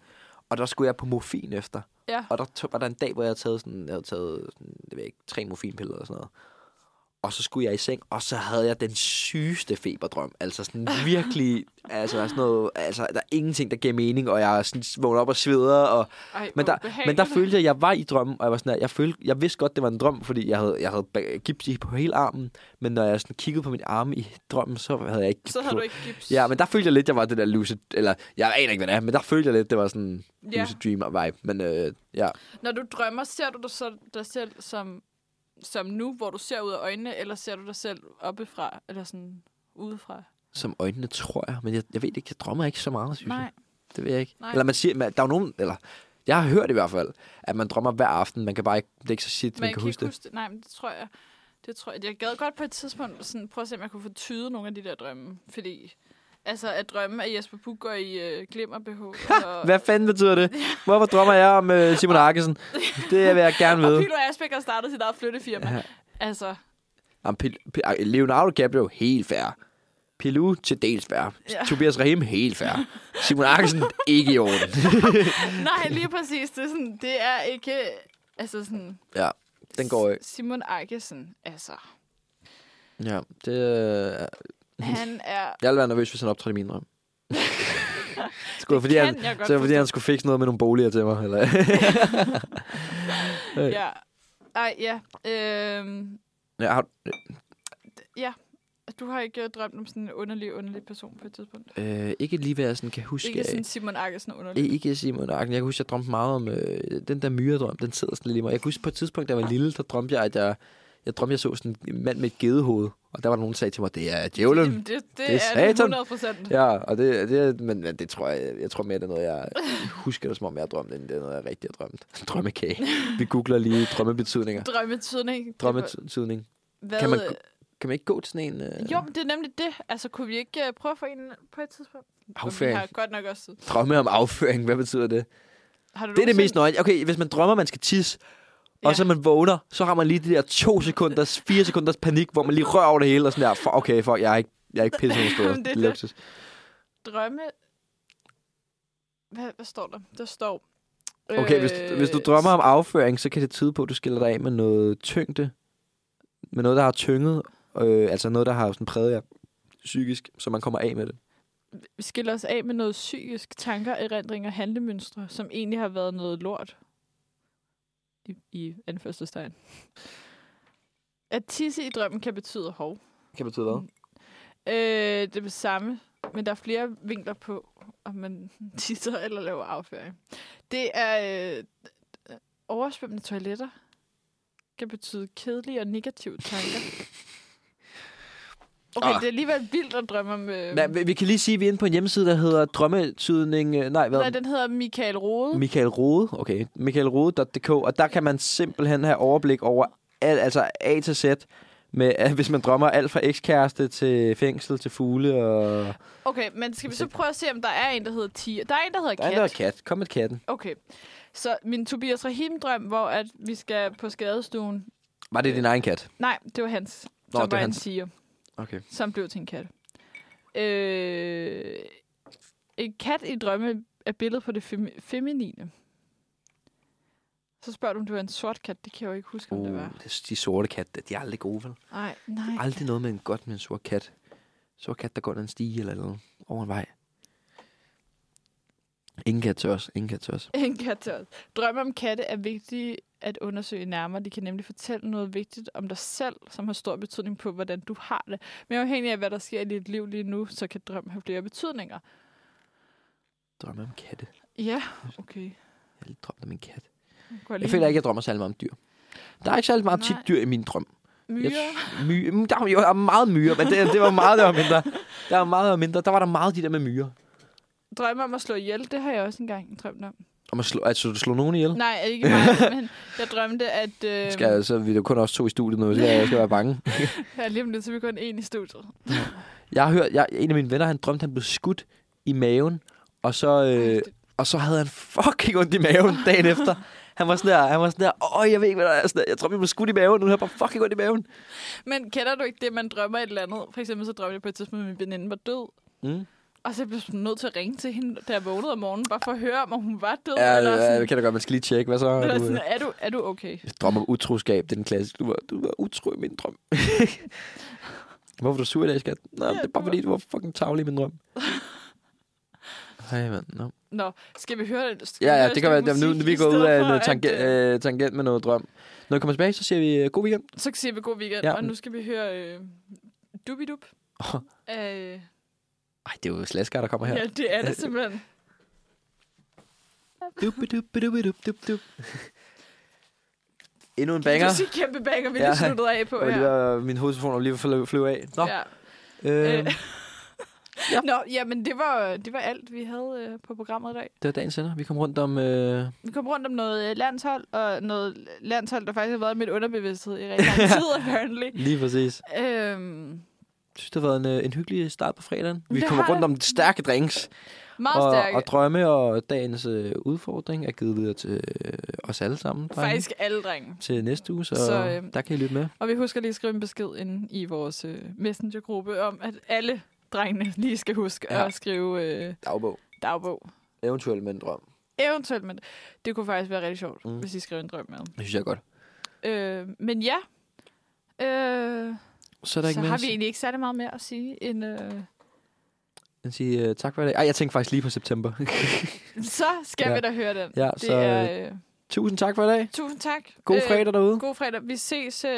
S1: Og der skulle jeg på morfin efter.
S2: Ja.
S1: Og der tog, var der en dag, hvor jeg havde taget, sådan, jeg havde taget sådan, det ved jeg ikke, tre morfinpiller eller sådan noget. Og så skulle jeg i seng, og så havde jeg den sygeste feberdrøm. Altså sådan virkelig, altså sådan noget, altså der er ingenting, der giver mening, og jeg er sådan vågner op og sveder, og
S2: Ej,
S1: men
S2: hvor
S1: der, men der
S2: ubehageligt.
S1: følte jeg, at jeg var i drømmen, og jeg var sådan her, jeg, følte, jeg vidste godt, det var en drøm, fordi jeg havde, jeg havde ba- gips i på hele armen, men når jeg sådan kiggede på min arme i drømmen, så havde jeg ikke gips
S2: Så har
S1: på.
S2: du ikke gips.
S1: Ja, men der følte jeg lidt, jeg var det der lucid, eller jeg aner ikke, hvad det er, men der følte jeg lidt, det var sådan
S2: Ja.
S1: lucid dream vibe, men øh, ja.
S2: Når du drømmer, ser du dig, så dig selv som, som nu, hvor du ser ud af øjnene, eller ser du dig selv oppefra, eller sådan udefra?
S1: Som øjnene, tror jeg, men jeg, jeg ved ikke, jeg drømmer ikke så meget, synes jeg.
S2: Nej.
S1: Det ved jeg ikke.
S2: Nej.
S1: Eller man siger, man, der er jo nogen, eller jeg har hørt i hvert fald, at man drømmer hver aften, man kan bare ikke, det er ikke så shit, man,
S2: Men
S1: man
S2: jeg
S1: kan huske det.
S2: huske det. Nej, men det tror jeg. Det tror jeg. Jeg gad godt på et tidspunkt sådan, prøve at se, om jeg kunne få tydet nogle af de der drømme. Fordi altså, at drømme, at Jesper Buch går i øh, glimmerbh. og,
S1: Hvad fanden betyder det? Hvorfor drømmer jeg om øh, Simon Arkesen? Det vil jeg gerne
S2: og
S1: vide.
S2: Pilo Asbæk har startet sit eget flyttefirma.
S1: Ja.
S2: Ja. Altså,
S1: Jamen, Pil- Pil- Ej, Leonardo DiCaprio, helt fair. Pilu, til dels fair. Ja.
S2: Ja.
S1: Tobias Rahim, helt fair. Simon Arkesen, ikke i orden.
S2: nej, lige præcis. Det er, sådan, det er ikke... Altså sådan,
S1: ja, den går ikke.
S2: Simon Arkesen, altså.
S1: Ja, det... Øh,
S2: Han er...
S1: jeg ville være nervøs, hvis han optrådte i min drøm. Skulle, det fordi
S2: kan
S1: han,
S2: jeg godt
S1: så fordi han skulle fikse noget med nogle boliger til mig. Eller?
S2: Ja. Ej, ja. Øhm,
S1: ja, har,
S2: ja. Du har ikke øh, drømt om sådan en underlig, underlig person på et tidspunkt.
S1: øh, ikke lige, hvad jeg sådan kan huske.
S2: Ikke
S1: af.
S2: sådan Simon Akkesen underlig.
S1: I- Ikke Simon Arken. Jeg kan huske, jeg drømte meget om øh, den der myredrøm. Den sidder sådan lidt i mig. Jeg kan huske, på et tidspunkt, da jeg var lille, der drømte jeg, at jeg, jeg drømte, jeg så sådan en mand med et gedehoved. Og der var nogen, der sagde til mig, det er djævlen.
S2: Jamen, det, det,
S1: Det er
S2: det er,
S1: satan.
S2: er 100 procent. Ja.
S1: Ja, og det, det, men men det tror jeg, jeg tror mere, det er noget, jeg husker det, som om jeg har drømt, end det er noget, jeg rigtig har drømt. Drømmekage. Vi googler lige drømmebetydninger.
S2: Drømmetydning.
S1: Drømmetydning.
S2: Hvad?
S1: Kan man, kan man ikke gå til sådan en... Øh,
S2: Jo, men det er nemlig det. Altså, kunne vi ikke uh, prøve at få en på et tidspunkt? Og vi
S1: afføring?
S2: har godt nok også tid.
S1: Drømme om afføring, hvad betyder det?
S2: Har du
S1: Det er det
S2: nogensinde-
S1: mest nøje. Okay, hvis man drømmer, man skal tisse, og
S2: Ja.
S1: så man vågner, så har man lige de der to sekunders, fire sekunders panik, hvor man lige rører over det hele, og sådan der, "Fuck, okay, fuck, jeg er ikke, jeg er ikke pisset nogen steder.
S2: Jamen, det
S1: Det
S2: er
S1: er
S2: det.
S1: luksus.
S2: Drømme... Hvad, hvad står der? Der står...
S1: Okay, hvis,
S2: øh,
S1: hvis du drømmer om afføring, så kan det tyde på, at du skiller dig af med noget tyngde, med noget, der har tynget, øh, altså noget, der har sådan præget jer psykisk, så man kommer af med det.
S2: Vi skiller os af med noget psykisk tanker, erindringer, handlemønstre, som egentlig har været noget lort. I, i anførselstegn. At tisse i drømmen kan betyde hov.
S1: Kan betyde hvad?
S2: Øh, det er det samme, men der er flere vinkler på, om man tisser eller laver afføring. Det er øh, oversvømmende toiletter. kan betyde kedelige og negative tanker. Okay,
S1: Ah.
S2: det er alligevel vildt at drømme om... Øh,
S1: Nej, vi, vi kan lige sige, at vi er inde på en hjemmeside, der hedder drømmetydning... øh, Nej, hvad?
S2: Nej, den hedder Michael Rode.
S1: Michael Rode, okay, michaelrode.dk, og der kan man simpelthen have overblik over al, altså A til Z, med, at hvis man drømmer alt fra ekskæreste til fængsel til fugle og...
S2: Okay, men skal vi så prøve at se, om der er en, der hedder Tia? Der er en, der hedder
S1: Der er
S2: Kat.
S1: en, der er kat. Kom med katten.
S2: Okay. Så min Tobias Rahim-drøm, hvor at vi skal på skadestuen.
S1: Var det din egen kat?
S2: Nej, det var hans.
S1: Nå,
S2: som
S1: det var
S2: var en
S1: hans.
S2: tiger,
S1: Okay.
S2: som blev til en kat. Øh, en kat i drømme er billedet på det fem- feminine. Så spørger du, om det var en sort kat. Det kan jeg jo ikke huske, om det
S1: Uh,
S2: var.
S1: det er de sorte katte, de er aldrig gode, vel?
S2: Ej, nej.
S1: Aldrig noget med en godt med en sort kat. Sort kat, der går ned ad en stige eller noget. Over en vej. Ingen kat til os. Ingen kat til os.
S2: En kat til os. Drømme om katte er vigtige at undersøge nærmere. De kan nemlig fortælle noget vigtigt om dig selv, som har stor betydning på, hvordan du har det. Men afhængig af, hvad der sker i dit liv lige nu, så kan drøm have flere betydninger.
S1: Drømmer om katte.
S2: Ja, okay.
S1: Jeg har lige drømt om en kat.
S2: Går
S1: Jeg føler ikke, jeg drømmer særlig meget om dyr. Der er ikke særlig meget tit
S2: Nej.
S1: dyr i min drøm.
S2: Myre.
S1: Jeg, myre. Mm, Der var jo der er meget myre, men det, det var meget, der var mindre. Der var meget, der var mindre. Der var der meget de der med myre.
S2: Drømme om at slå ihjel, det har jeg også engang drømt om.
S1: Om at slå, altså, slå nogen ihjel. Nej.
S2: Nej, ikke mig, men jeg drømte, at... Øh,
S1: Skal, jeg- så er vi er jo kun også to i studiet nu, så jeg skal være bange.
S2: Ja, lige om lidt, så er vi kun en i studiet.
S1: Jeg har hørt, jeg, en af mine venner, han drømte, han blev skudt i maven, og så, øh, og så havde han fucking ondt i maven dagen efter. Han var sådan der, han var sådan der, åh, jeg ved ikke, hvad der er. Sådan der, jeg tror, jeg blev skudt i maven, nu har jeg bare fucking ondt i maven.
S2: Men kender du ikke det, man drømmer et eller andet? For eksempel så drømte jeg på et tidspunkt, at min veninde var død.
S1: Mm.
S2: Og så blev jeg sådan nødt til at ringe til hende, da jeg vågnede om morgenen, bare for at høre, om om hun var død.
S1: Ja,
S2: eller
S1: ja,
S2: sådan,
S1: det kan da godt, man skal lige tjekke, hvad så?
S2: eller sådan,
S1: Du, øh,
S2: er, du, er du okay?
S1: jeg drømmer om utroskab, det er den klassiske. Du var, du var utro i min drøm. Hvorfor er du sur i dag, skat? Nej, ja, det er
S2: du
S1: bare
S2: var-
S1: fordi, du var fucking tavlig i min drøm. Hej, mand. No.
S2: Nå, skal vi høre det?
S1: Ja, ja, det kan være, jamen, nu, nu vi går ud af noget tangent, øh, tangent med noget drøm. Når vi kommer tilbage, så siger vi øh, god weekend.
S2: Så siger vi god weekend,
S1: Ja,
S2: ja, og
S1: men-
S2: nu skal vi høre øh, Dubidup.
S1: Åh.
S2: Øh,
S1: Ej, det er jo slasker, der kommer her.
S2: ja, det er det simpelthen.
S1: Dup, dup, dup, dup, dup, dup. Endnu en
S2: Banger.
S1: banger.
S2: Du sige kæmpe banger, vi
S1: Ja.
S2: lige sluttede af på
S1: Og det
S2: her.
S1: var min hovedtelefon, der lige flyve, flyve af. Nå,
S2: Ja.
S1: øh,
S2: Øh. Nå, jamen det var, det var alt, vi havde øh, på programmet i dag.
S1: det var dagens ender. Vi kom rundt om... Øh,
S2: Vi kom rundt om noget øh, landshold, og noget landshold, der faktisk har været i mit underbevidsthed i rigtig lang tid, apparently.
S1: lige præcis.
S2: Øhm,
S1: Jeg synes, det har været en, øh, en hyggelig start på fredagen. Vi
S2: Det
S1: kommer
S2: har
S1: rundt
S2: det.
S1: om stærke drinks
S2: meget
S1: og,
S2: stærk.
S1: og drømme, og dagens øh, udfordring er givet videre til øh, os alle sammen. drenge,
S2: Faktisk alle drenge.
S1: Til næste uge, så,
S2: Så,
S1: så
S2: øh,
S1: øh, der kan I lytte med.
S2: Og vi husker lige at skrive en besked inde i vores øh, messengergruppe om, at alle drengene lige skal huske ja.
S1: Ja.
S2: at skrive øh,
S1: Dagbog.
S2: dagbog.
S1: Eventuelt med en drøm.
S2: Eventuelt, men det kunne faktisk være rigtig sjovt, mm.
S1: Mm.
S2: hvis I skrev en drøm med.
S1: Det synes jeg er godt.
S2: Øh, men ja, øh,
S1: Så er der
S2: så
S1: ikke mere
S2: har
S1: at
S2: vi
S1: sige-
S2: egentlig ikke særlig meget mere at sige end... Øh,
S1: end at sige øh, tak for i dag. Ej, jeg tænkte faktisk lige på september.
S2: så skal ja.
S1: Ja.
S2: vi da høre den.
S1: ja,
S2: Det
S1: så øh,
S2: er, øh,
S1: tusind tak for i dag.
S2: tusind tak.
S1: God
S2: Øh,
S1: fredag derude.
S2: God fredag. Vi ses øh,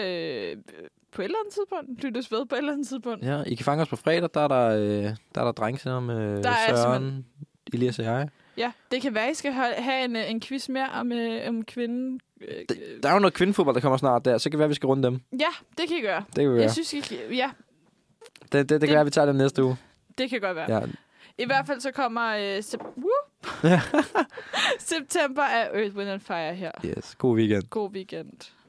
S2: på et eller andet tidspunkt. Lyttes ved på et eller andet tidspunkt.
S1: Ja, I kan fange os på fredag. Der er der, øh, der, er der drenge sammen med
S2: Der er altså
S1: øh, Søren, Elias og jeg.
S2: Ja, det kan være, I skal have have en, øh, en quiz mere om, øh, om kvinden. Øh,
S1: Der er jo noget kvindefodbold, der kommer snart der. Så kan det være, vi skal runde dem.
S2: ja, det kan I gøre.
S1: Det kan vi
S2: Ja. Jeg
S1: gøre.
S2: synes, I kan, ja,
S1: Det, det, det,
S2: det-
S1: kan være, vi tager dem næste uge.
S2: det kan godt være. Ja.
S1: Ja.
S2: I hvert fald så kommer øh, sep- Woo! september af Earth, Wind and Fire her.
S1: Yes, god weekend.
S2: God weekend.